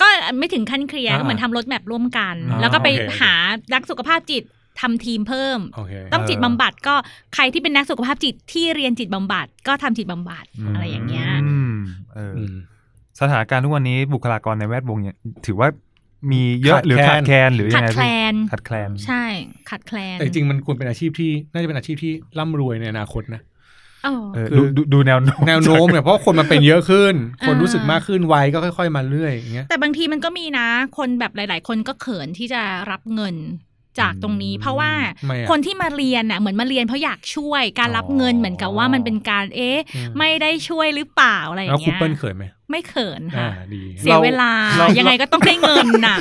C: ก็ไม่ถึงขั้นเคลียร์
D: อ่า
C: เหมือนทำรถแมพร่วมกัน
D: อ่า
C: แล้วก็ไป
D: โอเคโอเค
C: หานักสุขภาพจิตทำทีมเพิ่ม
D: โอเค
C: ต้องจิต
E: เออ
C: บำบัดก็ใครที่เป็นนักสุขภาพจิตที่เรียนจิตบำบัดก็ทำจิตบำบัดอะไรอย่างเงี้ย
E: มเออ
D: อืม
E: สถานการณ์ทุกวันนี้บุคลากรในแวดวงเนี่ยถือว่ามีเยอะ
D: ขาด
E: หรือ
D: แคลน
E: ขาดแคลนหรือยั
C: ขัด
E: งไง
C: แคลน
E: ขาดแคลน
C: ใช่ขัดแคลน
D: แต่จริงๆมันควรเป็นอาชีพที่น่าจะเป็นอาชีพที่ร่ำรวยในอนาคตนะ
C: เออ
E: เออ
D: คือ
E: ดูดูดูแนวโน้ม
D: แนวโน้มเนี่ยเพราะคนมันเป็นเยอะขึ้น คน
C: อ่ารู้
D: รู้สึกมากขึ้นวัยก็ค่อย ๆ มาเรื่อยอย่างเงี้ย
C: แต่บางทีมันก็มีนะ คนแบบหลาย ๆ คนก็เขินที่จะรับเงินจากตรงนี้ เพราะว่า
D: ทำไมอะ
C: คนที่มาเรียนน่ะเหมือนมาเรียนเพราะอยากช่วยการรับเงินเหมือนกับว่ามันเป็นการเอ๊ะ
D: อืม
C: ไม่ได้ช่วยหรือเปล่าอะไรอย่า
D: แล้ว
C: ง
D: คุ
C: เงี้
D: ณ
C: ย
D: เปิ้ลเขินไหม
C: ไม่เขิน
D: อ่า
C: ค่ะ
D: ดี
C: เสียเวลา
E: เรายั
C: ยังไงก็ต้องได้เงินน่ะ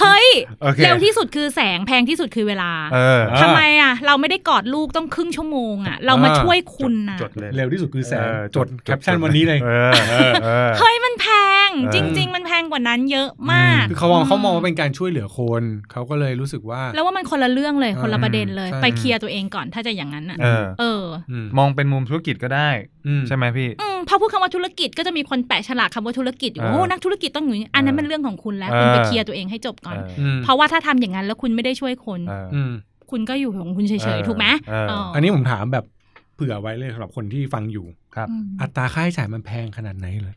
C: เฮ้ย
E: โอเค
C: เร็วที่สุดคือแสงแพงที่สุดคือเวลา
E: เออ
D: เออ
C: ทำไมอ่ะ เราไม่ได้กอดลูกต้องครึ่งชั่วโมงอ่ะ เรามาช่วยคุณน่ะ
E: จดเลย
D: เร็วที่สุดคือแสน
E: เออ
D: จดแคปชั่นวันนี้เลย
E: เออเออ
C: เฮ้ยมันแพง
E: เออ
C: จริง ๆ มันแพงกว่านั้นเยอะมาก
D: คือเขามองเขามองว่าเป็นการช่วยเหลือคน เขาก็เลยรู้สึกว่า
C: แล้วว่ามันคนละเรื่องเลยคนละประเด็นเลย
D: ใช่
C: ไปเคลียร์ตัวเองก่อนถ้าจะอย่างนั้นอ่ะ
E: เออ
C: เออ
D: อืม
E: มองเป็นมุมธุรกิจก็ได้
D: อืม
E: ใช่ไหมพี่
C: อืมพอพูดคำว่าธุรกิจก็จะมีคนแปะฉลากคำว่าธุรกิจอยู่
E: เออ
C: โอ้นักธุรกิจต้องอย่างนี้อันนั้นมันเรื่องของคุณแล้ว คุณ
E: เออ
C: ไปเคลียร์ตัวเองให้จบก่อน
E: เ
D: อืม
C: เพราะว่าถ้าทำอย่างนั้นแล้วคุณไม่ได้ช่วยคน
E: เออ
D: อืม
C: คุณก็อยู่ของคุณเฉ
E: เอย อ
C: ๆถูกไหม
E: เออ
C: เ
D: อันนี้ผมถามแบบเผื่อไว้เลยสำหรับคนที่ฟังอยู่
C: อืม
D: อัตราค่าใช้จ่ายมันแพงขนาดไหนเลย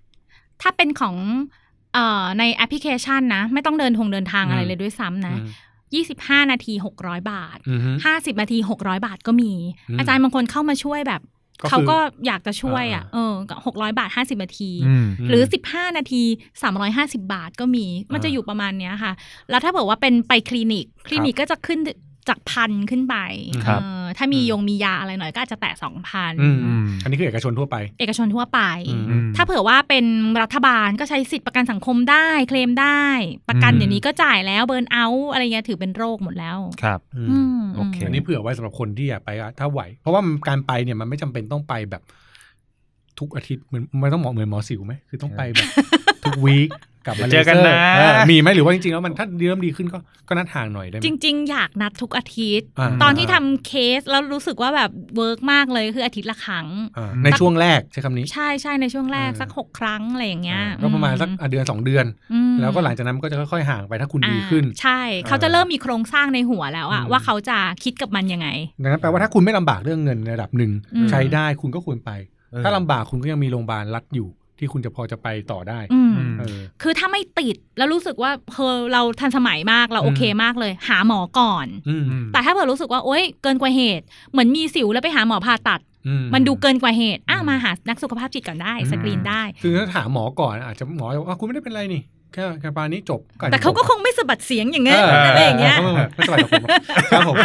C: ถ้าเป็นของเอ่อในแอปพลิเคชันนะ ไม่ต้องเดินทงเดินทางอะไร
D: อืม
C: เลยด้วยซ้ำนะ
D: อืม
C: 25 นาที 600 บาท
D: อืมฮึ
C: ห้าสิบนาทีหกร้อยบาทก็มี
D: อืม
C: อาจารย์บางคนเข้ามาช่วยแบบ
D: ก็คือ
C: เขาก็อยากจะช่วยอ่ะ
D: อ่า
C: เออหกร้อยบาทห้าสิบนาที
E: อืม
C: หรือสิบห้านาทีสามร้อยห้าสิบาทก็มี มันจะอยู่ประมาณเนี้ยค่ะ แล้วถ้าเกิดว่าเป็นไปคลินิก คลินิกก็จะขึ้น จากพันขึ้นไป
E: ครับ
C: เออถ้ามี
D: อืม
C: ยงมียาอะไรหน่อยก็อาจจะแตะสองพัน
D: อืม
E: อืม
D: อันนี้คือเอกชนทั่วไป
C: เอกชนทั่วไป
D: อืม
E: อืม
C: ถ้าเผื่อว่าเป็นรัฐบาลก็ใช้สิทธิประกันสังคมได้เคลมได้ ประกัน
E: อืม
C: เดี๋ยวนี้ก็จ่ายแล้วเบิร์นเอาท์อะไรเงี้ยถือเป็นโรคหมดแล้ว
E: ครับ
C: อืม
E: โอเค
D: อันนี้เผื่อไว้สำหรับคนที่อยากไปอะถ้าไหว เพราะว่ามันการไปเนี่ยมันไม่จำเป็นต้องไปแบบ ทุกอาทิตย์เหมือนไม่ต้องหมอเหมือนหมอสิวไหมคือต้องไปแบบ ทุกวีคกลับมา
E: เดี๋ยวเจอกันนะ
D: เออมีไหมหรือว่าจริงๆแล้วมันถ้าเริ่มดีขึ้นก็ก็นัดห่างหน่อยได้ไหม
C: จริง ๆ อยากนัดทุกอาทิตย์
D: า
C: ตอนที่ทำเคสแล้วรู้สึกว่าแบบเวิร์กมากเลยคืออาทิตย์ละครั้ง
D: อ่าในช่วงแรกใช้คำนี้
C: ใช่ใช่ในช่วงแรก
D: เออ
C: สักหกครั้งอะไรอย่างเงี้ย
D: อ่าก็ประมาณสักอ่ะเดือนสองเดือน
C: อืม
D: แล้วก็หลังจากนั้นมันก็จะค่อยๆห่างไปถ้าคุณ
C: อ่า
D: ดีขึ้น
C: ใช่ เขาจะเริ่มมีโครงสร้างในหัวแล้วอะ
D: อืม
C: ว่าเขาจะคิดกับมันยังไง
D: ดังนั้นแปลว่าถ้าคุณไม่ลำบากเรื่องเงินในระดับหนึ่ง
C: อืม
D: ใช้ได้คุณก็ควรไป
E: เออ
D: ถ้าลำบากคุณก็ยังมีโรงพยาบาลรัฐอยู่ ที่คุณจะพอจะไปต่อได้
C: อืม
E: อืม
D: เออ
C: คือถ้าไม่ติดแล้วรู้สึกว่าเออเราทันสมัยมากเราโอเคมากเลย หาหมอก่อน
D: อืม
C: แต่ถ้าเกิดรู้สึกว่าโอ๊ยเกินกว่าเหตุ เหมือนมีสิวแล้วไปหาหมอผ่าตัด
D: อื
C: มันดูเกินกว่าเหตุอ่ะมาหานักสุขภาพจิตก่อนได้สกรีนได้
D: คือถ้าถามหมอก่อนอาจจะหมอจะบอกว่าคุณไม่ได้เป็นไรนี่ แค่แค่ปานนี้จบอน
C: แต่เขาก็คงไม่สะบัดเสียงอย่าง
D: เอ
C: เงี้ย
D: อ
C: อะไรอย่างเงี้ย
D: ออไม่สบายกับผมหรอก ครับผม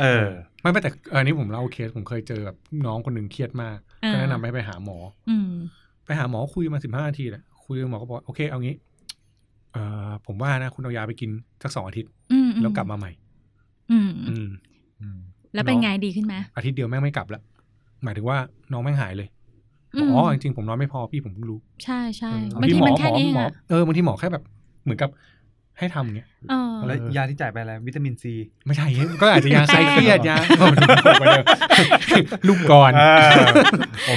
E: เออ
D: ไม่ไม่แต่อันนี้ผมเล่าเคสผมเคยเจอแบบน้องคนหนึ่งเครียดมาก
C: เออ
D: ก็แนะนำให้ไปหาหมอ
C: อืม
D: ไปหาหมอคุยมาสิบห้านาทีแหละคุยกับหมอก็บอกว่าโอเคเอางี้เอ่อผมว่านะคุณเอายาไปกินสักสองอาทิตย์
C: อืมอื
D: แล้วกลับมาใหม่
C: อืม
D: อืม
C: แล้วเป็นไงดีขึ้นไหม
D: อาทิตย์เดียวแม่งไม่กลับละหมายถึงว่าน้องแม่งหายเลย
C: ม
D: อ๋อจริงๆผมนอนไม่พอพี่ผมเพิ่งรู้
C: ใช่ใช่
D: เออบ
C: างที
D: หอ
C: มันแค่
D: หอ
C: นี้
D: หมอ
C: อะ
D: เออบางทีหมอแค่แบบ เหมือนกับให้ทำเงี้ย
C: เออ
E: แล้วยาที่จ่ายไปอะไรวิตามินซี
D: ไม่ใช่ ก็อาจจะยา
C: แป้ง
D: ไซเครียดยาลูกก่อน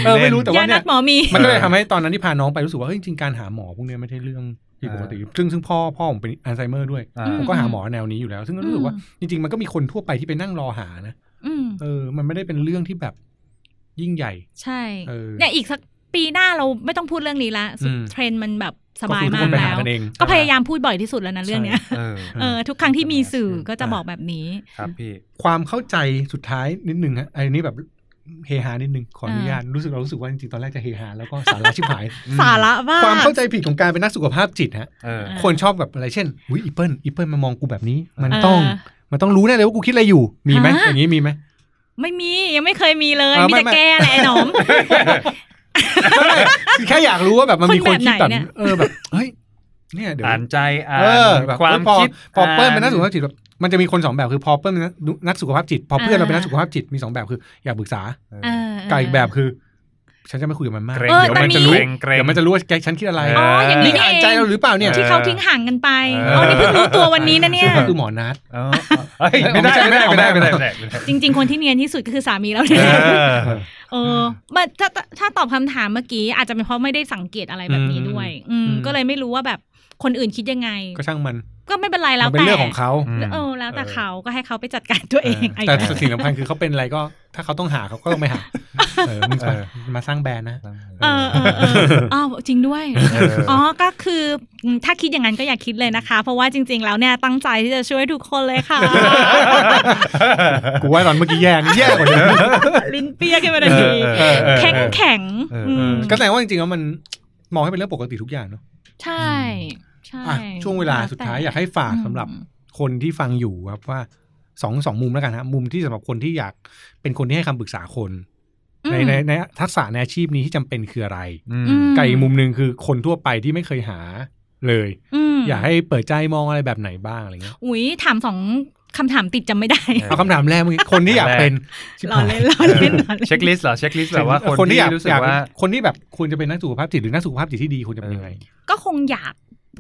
D: เออไม่รู้แต่
C: ยา
D: ว่า
C: นั
D: เนี่ย
C: ดหมอมี
D: มันก็เลยทำให้ตอนนั้นที่พาน้องไปรู้สึกว่าเฮ้ยจริงๆการหาหมอพวกเนี้ยไม่ใช่เรื่องที่ปกติซึ่งซึ่งพ่อพ่อผมเป็นอัลไซเมอร์ด้วย
E: อ่า
D: ผมก็หาหมอแนวนี้อยู่แล้ว ซึ่งก็รู้สึกว่าจริงๆมันก็มีคนทั่วไปที่ไปนั่งรอหานะ
C: อืม
D: เออ มันไม่ได้เป็นเรื่องที่แบบยิ่งใหญ่
C: ใช่
D: เออ
C: เนี่ยอีกสักปีหน้าเราไม่ต้องพูดเรื่องนี้ละสุด
D: อืม
C: เทรนด์มันแบบส
D: ก็
C: บา
D: คื
C: ย
D: อทุกค
C: มาก
D: นไป
C: แล้
D: หาว กันเอง
C: ก็พยายามพูดบ่อยที่สุดแล้วนะเรื่องเนี้ย
E: เออ
C: เออทุกครั้งที่มีสื่อ
E: เออ
C: ก็จะ
D: อ่ะ
C: บอกแบบนี้
E: ครับพี่
D: ความเข้าใจสุดท้ายนิดนึงฮะไอ้นี่แบบเฮฮานิดนึงขออนุญาตรู้สึกเรารู้สึกว่าจริงๆตอนแรกจะเฮฮาแล้วก็สาระชิบหาย
C: สาระมาก
D: ความเข้าใจผิดของการเป็นนักสุขภาพจิตฮะ
E: เออ
C: อ่า
D: คนชอบแบบอะไรเช่นอุ้ยอีเปิลอีเปิลมามองกูแบบนี้ มัน
C: เออ
D: ต้องมันต้องรู้แน่เลยว่ากูคิดอะไรอยู่ มีไหม
C: ฮะ
D: อย่างนี้มีไหม
C: ไม่มียังไม่เคยมีเลย
D: เออ
C: มี
D: ไม่
C: แต่
D: ไม่
C: แกแหละไอ้หนอม
D: คือแค่อยากรู้ว่าแบบมันมีคนคิดแบบ
C: คนแบบไหนเนี่ย
D: เออแบบเฮ้ยเนี่ยเดี๋ยว
E: อ่านใจอ่า
D: เออน แบบ
E: ความ
D: พอ
E: คิด
D: พอเปิ้ลเป็นนักสุข
E: อ่า
D: ภาพจิตแบบมันจะมีคนสองแบบคือพอเปิ้ลเป็นนักสุขภาพจิต พอเพื่อนเราเป็นนักสุขภาพจิตมีสองแบบคืออยากปรึกษา
C: เออเออ
D: กับอีกแบบคือ ฉันจะไม่คุยกับมันมาก
E: เกรง
C: เออ
D: เดี๋ยวมัน
C: แต่มี
D: จะรู้
E: เกรงเกรง
D: เดี๋ยวมันจะรู้ว่าแกฉันคิดอะไร
E: เ
C: อ๋ออย่างนี้
D: นี่
C: นี่
D: อ่าน
C: เอ
D: ใจเรา
C: ง
D: หรือเปล่าเนี่ย
C: ที่เขาทิ้งห่างกันไป
E: เออ
C: อ๋อ
E: อ๋
C: นี่เพิ่งรู้ตัววันนี้นะเนี่ย
D: ซึ่งก็คือหมอนัด
E: เออเอ้ยไม่ได้ไม่ได้ไม่ได้ไม่ได้ไม่ได้ไม่ได้
C: จริง ๆ คนที่เนียนที่สุดก็คือสามีเราเนี่ย
E: เออ
C: เออมันถ้าถ้าถ้าตอบคำถามเมื่อกี้ อาจจะเป็นเพราะไม่ได้สังเกตอะไรแบบนี้ด้วย อืม
D: อืม
C: ก็เลยไม่รู้ว่าแบบคนอื่นคิดยังไง
D: ก็ช่างมัน
C: ก็ไม่เป็นไรแล้ว
D: มันเป็น
C: แต่
D: เรื่องของเขา
C: เออแล้วแต่เขาก็ให้เขาไปจัดการตัวเอง
D: เอ
C: ไอ้
D: อแต่
C: เนี่ย
D: สิ่งสำคัญคือเขาเป็นอะไรก็ ถ้าเขาต้องหาเขาก็ต้องไปหาเออมึง
E: เออ
D: มาสร้างแบรนด์นะ
C: เออเออเอ ออ๋อจริงด้วย
E: เออ
C: อ๋อ ก็คืออืมถ้าคิดอย่างนั้นก็อย่าคิดเลยนะคะ เพราะว่าจริง ๆ แล้วเนี่ยตั้งใจที่จะช่วยทุกคนเลยค่ะ
D: กูว่าตอนเมื่อกี้แย่นี่แย่กว่านี้
C: ลิ้นเปียกขึ้นมาทันที
E: เออเออ
C: แข็งแข็ง
E: เออ
C: อืม
D: ก็แสดงว่าจริงๆแล้วมันมองให้เป็นเรื่องปกติทุกอย่างเนาะ
C: ใช่ใช่
D: อ่ะช่วงเวลาสุดท้ายอยากให้ฝากสำหรับ
C: อืม
D: คนที่ฟังอยู่ครับว่าสองสองมุมแล้วกันฮะมุมที่สำหรับคนที่อยากเป็นคนที่ให้คำปรึกษาคน
C: อืม
D: ในในในทักษะในอาชีพนี้ที่จำเป็นคืออะไร
E: อืม
C: อืม
D: ไก่มุมหนึ่งคือคนทั่วไปที่ไม่เคยหาเลย
C: อืม
D: อยากให้เปิดใจมองอะไรแบบไหนบ้างอะไรเงี้ย
C: อุ้ยถามสองคำถามติดจำไม่ได้
E: เอ
D: เอาคำถามแรกเมื่อกี้คนที่อยากเป็น ชิบ
C: รอ
D: หาย
C: เล่นรอเล่นรอเล่น
E: เช็คลิสต์เหรอเช็คลิสต์แบบว่า
D: ค
E: คน น
D: ที่อ
E: ที่
D: ยาก
E: รู้สึก
D: อยาก
E: ว่า
D: คนที่แบบควรจะเป็นนักสุขภาพจิตหรือนักสุขภาพจิตที่ดีควรจะเป็นยังไง
C: ก็คงอยาก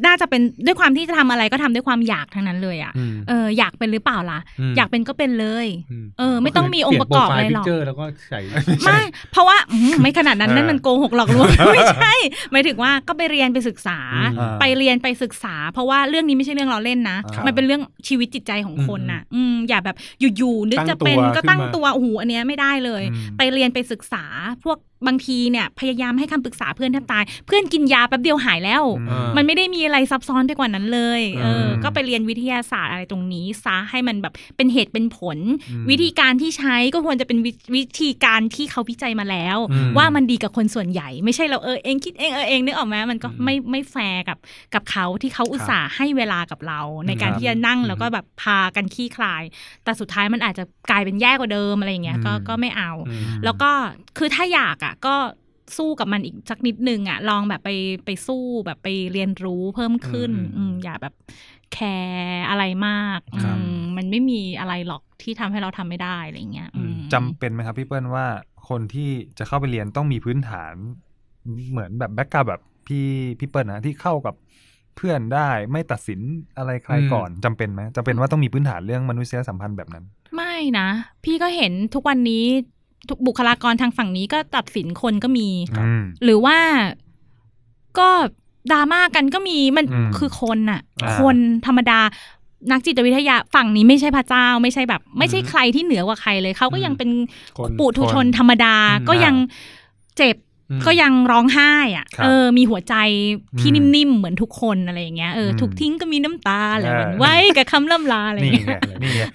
C: น่าจะเป็นด้วยความที่จะทำอะไรก็ทำด้วยความอยากทั้งนั้นเลยอ่ะ
D: ม
C: เอออยากเป็นหรือเปล่าล่ะ
D: ม
C: อยากเป็นก็เป็นเลย
D: ม
C: เออไม่ต้องมีองค์ประกอบ
D: เป
C: อะไร
D: ลี่ยน profile
C: หรอก
D: picture แล้วก็ใส่
C: ไม่เพราะว่าอืมไม่ขนาดนั้น
E: เออ
C: นั่นมันโกหกหลอกลวง ไม่ใช่หมายถึงว่าก็ไปเรียนไปศึกษา
D: อืม
C: ไปเรียนไปศึกษา เพราะว่าเรื่องนี้ไม่ใช่เรื่องเราเล่นนะ
E: ครับ
C: มันเป็นเรื่องชีวิตจิตใจของคนน่ะ อืมอย่าแบบอยู่ๆนึกจะเป็น
D: ตั้งตัว
C: ก็ตั้ง
D: ขึ้นมา
C: ตัวโอ้โหอันเนี้ยไม่ได้เลย
E: อืม
C: ไปเรียนไปศึกษาพวก บางทีเนี่ยพยายามให้คำปรึกษาเพื่อนแทบตาย เพื่อนกินยาแป๊บเดียวหายแล้ว
E: อืม
D: อ่า
C: มันไม่ได้มีอะไรซับซ้อนไปกว่านั้นเลย เออ
E: อืม
C: ก็ไปเรียนวิทยาศาสตร์อะไรตรงนี้ซะให้มันแบบเป็นเหตุเป็นผล
E: อืม
C: วิธีการที่ใช้ก็ควรจะเป็นวิวิธีการที่เขาวิจัยมาแล้ว
E: อืม
C: ว่ามันดีกับคนส่วนใหญ่ ไม่ใช่เราเออเองคิดเองเออเองนึกออกไหมมันก็ไม่ไม่แฟร์กับกับเขาที่เขาอุตส่าห์ให้เวลากับเรา ในการที่จะนั่งแล้วก็แบบพากันขี้คลาย แต่สุดท้ายมันอาจจะกลายเป็นแย่กว่าเดิมอะไรอย่างเงี้ยก็
E: อืม
C: ก็ไม่เอา
D: อืม
C: แล้วก็คือถ้าอยากอ่ะก็สู้กับมันอีกสักนิดนึงอ่ะลองแบบไปไปสู้แบบไปเรียนรู้เพิ่มขึ้น
D: อืม
C: อืมอย่าแบบแคร์อะไรมาก
E: ครับ
C: อืมมันไม่มีอะไรหรอกที่ทำให้เราทำไม่ได้อะไรอย่างเงี้ยอืม
E: จำเป็นไหมครับพี่เปิ้ลว่าคนที่จะเข้าไปเรียนต้องมีพื้นฐานเหมือนแบบแบ็กกราวแบบพี่พี่เปิ้ลนะที่เข้ากับเพื่อนได้ไม่ตัดสินอะไรใครก่อนจำเป็นไหมจำเป็นว่าต้องมีพื้นฐานเรื่องมนุษยสัมพันธ์แบบนั้น
C: ไม่นะ พี่ก็เห็นทุกวันนี้ทุกบุคลากรทางฝั่งนี้ก็ตัดสินคนก็มี
E: อืม
C: หรือว่าก็ดราม่ากันก็มีมัน
E: อืม
C: คือคนน่ะ
E: อ่า
C: คนธรรมดา นักจิตวิทยาฝั่งนี้ไม่ใช่พระเจ้า ไม่ใช่แบบ ไม่ใช่
D: อืม
C: ใครที่เหนือกว่าใครเลย เขาก็
D: อืม
C: ยังเป็น
D: คน
C: ปุถุชน
E: คน
C: ธรรมดา
D: อืม
C: ก็ยังเจ็บ
D: อืม
C: ก็ยังร้องไห้อ่ะ
E: ครับ
C: เออ มีหัวใจที่
E: อืม
C: นิ่มๆ เหมือนทุกคนอะไรอย่างเงี้ย เอออ
E: ม
C: ถูกทิ้งก็มีน้ำตาอะไรเหมือน
E: เออ
C: ไว้กับคำล่ำลาอะไรอย่าง
E: นี่
C: เงี้ย
E: ไงนี่ไง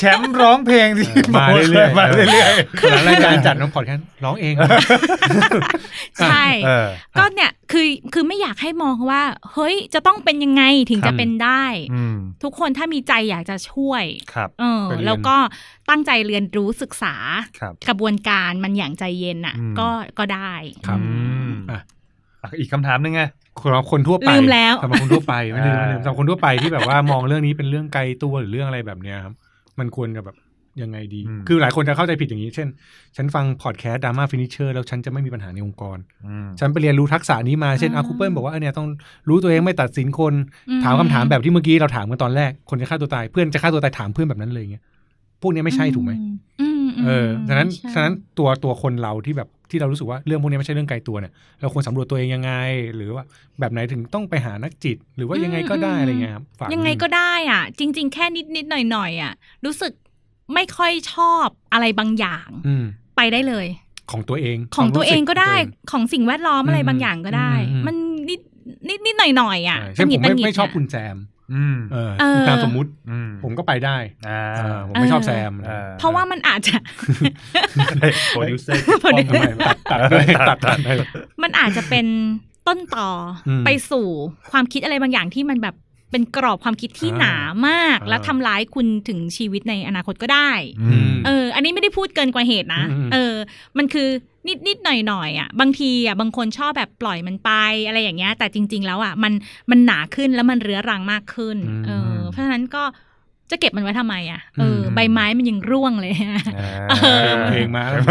E: แชมป์ร้องเพลงที่
D: มาเรื่อยๆ
E: มาเรื่อย
D: หลังรายการจัดน้องพอดแคสต์ร้องเอง
C: ใช่
E: ๆเออ
C: ก็เนี่ยคือคือไม่อยากให้มองว่า เฮ้ยจะต้องเป็นยังไงถึง
E: ค
C: จะ
E: รับ
C: เป็นได้
E: อืม
C: ทุกคนถ้ามีใจอยากจะช่วย
E: ครับ
C: เออ
D: ไปเรียน
C: แล้วก็ตั้งใจเรียนรู้ศึกษา
E: ครับ
C: กระบวนการมันอย่างใจเย็นน่ะ
E: อืม
C: ก็ก็ได้
D: ครับ
E: อืม
D: อ่ะ
E: อ่ะอีกคำถามหนึงไง
D: สำหรับคนทั่วไป
C: ลืมแล้ว
D: สำหรับคนทั่ว ไปไม่ลืมไม่ลืม
E: อ่า
D: สำหรับคนทั่วไปที่แบบว่ามองเรื่องนี้เป็นเรื่องไกลตัวหรือเรื่องอะไรแบบเนี้ยครับมันควรจะแบบยังไงดี คือหลายคนจะเข้าใจผิดอย่างนี้ เช่น ฉันฟังพอดแคสต์ดราม่าฟินิเชอร์แล้วฉันจะไม่มีปัญหาในองค์กร
E: อืม
D: ฉันไปเรียนรู้ทักษะนี้มาเช่นอาคูเปิลบอกว่าเออเนี่ยต้องรู้ตัวเองไม่ตัดสินคน
C: อื
D: ถามคำถามแบบที่เมื่อกี้เราถามกันตอนแรกคนจะฆ่าตัวตายเพื่อนจะฆ่าตัวตายถามเพื่อนแบบนั้นเลยอย่างเงี้ยพวกเนี้ยไม่ใช่ถูกไหม
C: อืมม
D: เออฉะนั้น
C: ใช่
D: ฉะนั้นตัวตัวคนเราที่แบบที่เรารู้สึกว่าเรื่องพวกนี้ไม่ใช่เรื่องไกลตัวเนี่ย เราควรสำรวจตัวเองยังไง หรือว่าแบบไหนถึงต้องไปหานักจิต หรือว่ายังไงก็ได้อะไรเงี้ยครับฝาก
C: ยังไงก็ได้อ่ะ จริง ๆ แค่นิดนิดๆหน่อยหน่อยๆอ่ะ รู้สึกไม่ค่อยชอบอะไรบางอย่าง
D: อืม
C: ไปได้เลย
D: ของตัวเอง
C: ของตัวเอง
D: ความรู้สึ
C: ก็ได้ของสิ่งแวดล้อมอะไร
D: อืม
C: บางอย่างก็ได้
D: อืมอืม
C: มันนิดนิดนิดหน่อยหน่อย
D: ใช่
C: อ่ะ
D: เช่นผม
C: ตั
D: ไม่
C: หงิดตัหงิด
D: ไม่ชอบ
C: ะ
D: คุณแจม
E: อืม
D: เออ
C: เออ
D: นามสมมุติ
E: อืม
D: ผมก็ไปได้
E: อ่า
D: เออผมไม่ชอบแซม
E: อ่
D: นะ
C: เพราะว่ามันอาจจะ
E: โปรดิวเซอร์
C: พอดี
D: ทำไมตัดตัดด้วยตัดตัดด้วย
C: มันอาจจะเป็น ต้นต่ออ
D: ม
C: ไปสู่ความคิดอะไรบางอย่างที่มันแบบเป็นกรอบความคิดที่
D: อ่า
C: หนามาก
E: อ่า
C: และทำร้ายคุณถึงชีวิตในอนาคตก็ได้
E: อืม
C: เออ อันนี้ไม่ได้พูดเกินกว่าเหตุนะ
D: อืมอืม
C: เออ มันคือนิดนิดหน่อยหน่อยๆอ่ะ บางทีอ่ะ บางคนชอบแบบปล่อยมันไปอะไรอย่างเงี้ย แต่จริง ๆ แล้วอ่ะ มัน มันหนาขึ้นแล้วมันเรื้อรังมากขึ้น
D: อืม
C: เออ เพราะฉะนั้นก็จะเก็บมันไว้ทำไมอ่ะ เอออ
E: ม
C: ใบไม้มันยังร่วงเลย เออ
D: เพลงมาแล้ว
E: เ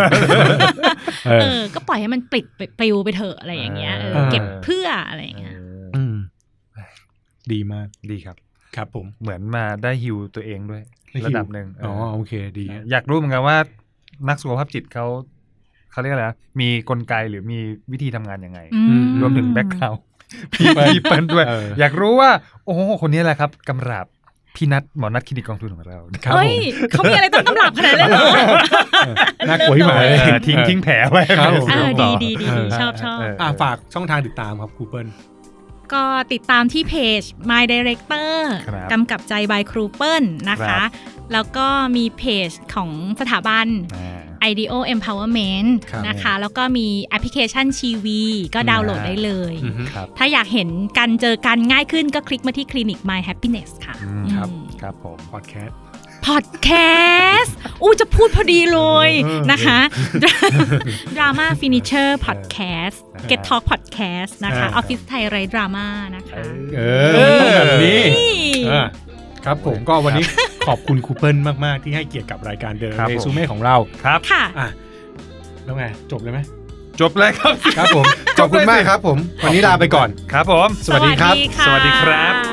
E: อ
C: เอ
E: อ
C: อ ก็ปล่อยให้มันปลิดไปปลิวไปเถอะอะไรอย่างเงี้ย เออ
D: อ่า
C: เก็บเพื่ออะไรอย่างเงี้ย
D: อืมดีมาก
E: ดีครับ
D: ครับผม
E: เหมือนมาได้ฮิวตัวเองด้วย
D: ได้ฮีล
E: ระดับหนึ่งเออ
D: อ๋อ
E: อ
D: โอเคดีฮะ
E: อยากรู้เหมือนกันว่า นักสุขภาพจิตเขาเขาเรียกอะไรนะมีกลไกหรือมีวิธีทำงานยังไง
C: อื
D: ม
E: รวมถึงแบ็กกราว
D: พี่เปิ้ล
E: พี่เปิ้ลด้วย
D: เออ
E: อยากรู้ว่า โอ้โหคนนี้แหละครับกำราบพี่นัทหมอนัทคลินิกกองทุนของเรา
D: ครับ
C: เฮ้
D: ผ
C: ย
D: ม
C: เขามีอะไรต้องตำรับขนาดนั้นเลยเหรอ
D: น่ากลัวยิ่งกว่า
E: เอ
D: เอ
E: อ
D: อ
E: ทิ้ง
D: เออ
E: ทิ้งแผลไว้
D: ครับผม
C: เออ
E: ต่
C: ดีดีดีดีชอบชอบ
E: เ
D: อ่าฝากช่องทางติดตามครับครูเปิล
C: ก็ติดตามที่เพจ My Director
E: ครับ
C: กำกับใจบายครูเปิลนะ
E: ครั
C: คะ
E: บ
C: แล้วก็มีเพจของสถาบัน
E: อ่า
C: IDEO Empowerment
D: ครับ
C: นะคะ แล้วก็มีแอปพลิเคชันชีวีก็
E: อืม
C: ดาวน์โหลดได้เลย
D: อือฮึ
E: ครับ
C: ถ้าอยากเห็นกันเจอกันง่ายขึ้นก็คลิกมาที่คลินิก My Happiness ค่ะ
E: อืมครับ ครับผม
D: พอดแคสต์
C: พอดแคสต์อู้จะพูดพอดีเลยนะคะ Drama Finisher Podcast Get Talk Podcast นะคะ
D: อ่า
C: Office Thai Rai Drama นะคะ
D: เออมันต้องแบบนี้อ่ะครับผมก็วันนี้ขอบคุณครูเปิลมาก ๆ ที่ให้เกียรติกับรายการเด
E: ครั
D: อะ
E: บ
D: เร
E: ผม
D: ซูเม่ของเรา
E: ครับ
C: ค่ะ
D: อ่ะแล้วไง จบเลยไหม
E: จบเลยครับ
D: ครับผม ขอบคุณมากครับผม วันนี้ลาไปก่อน
E: ครับผม
D: สวัสดีครับ
C: สวัสดีค่ะ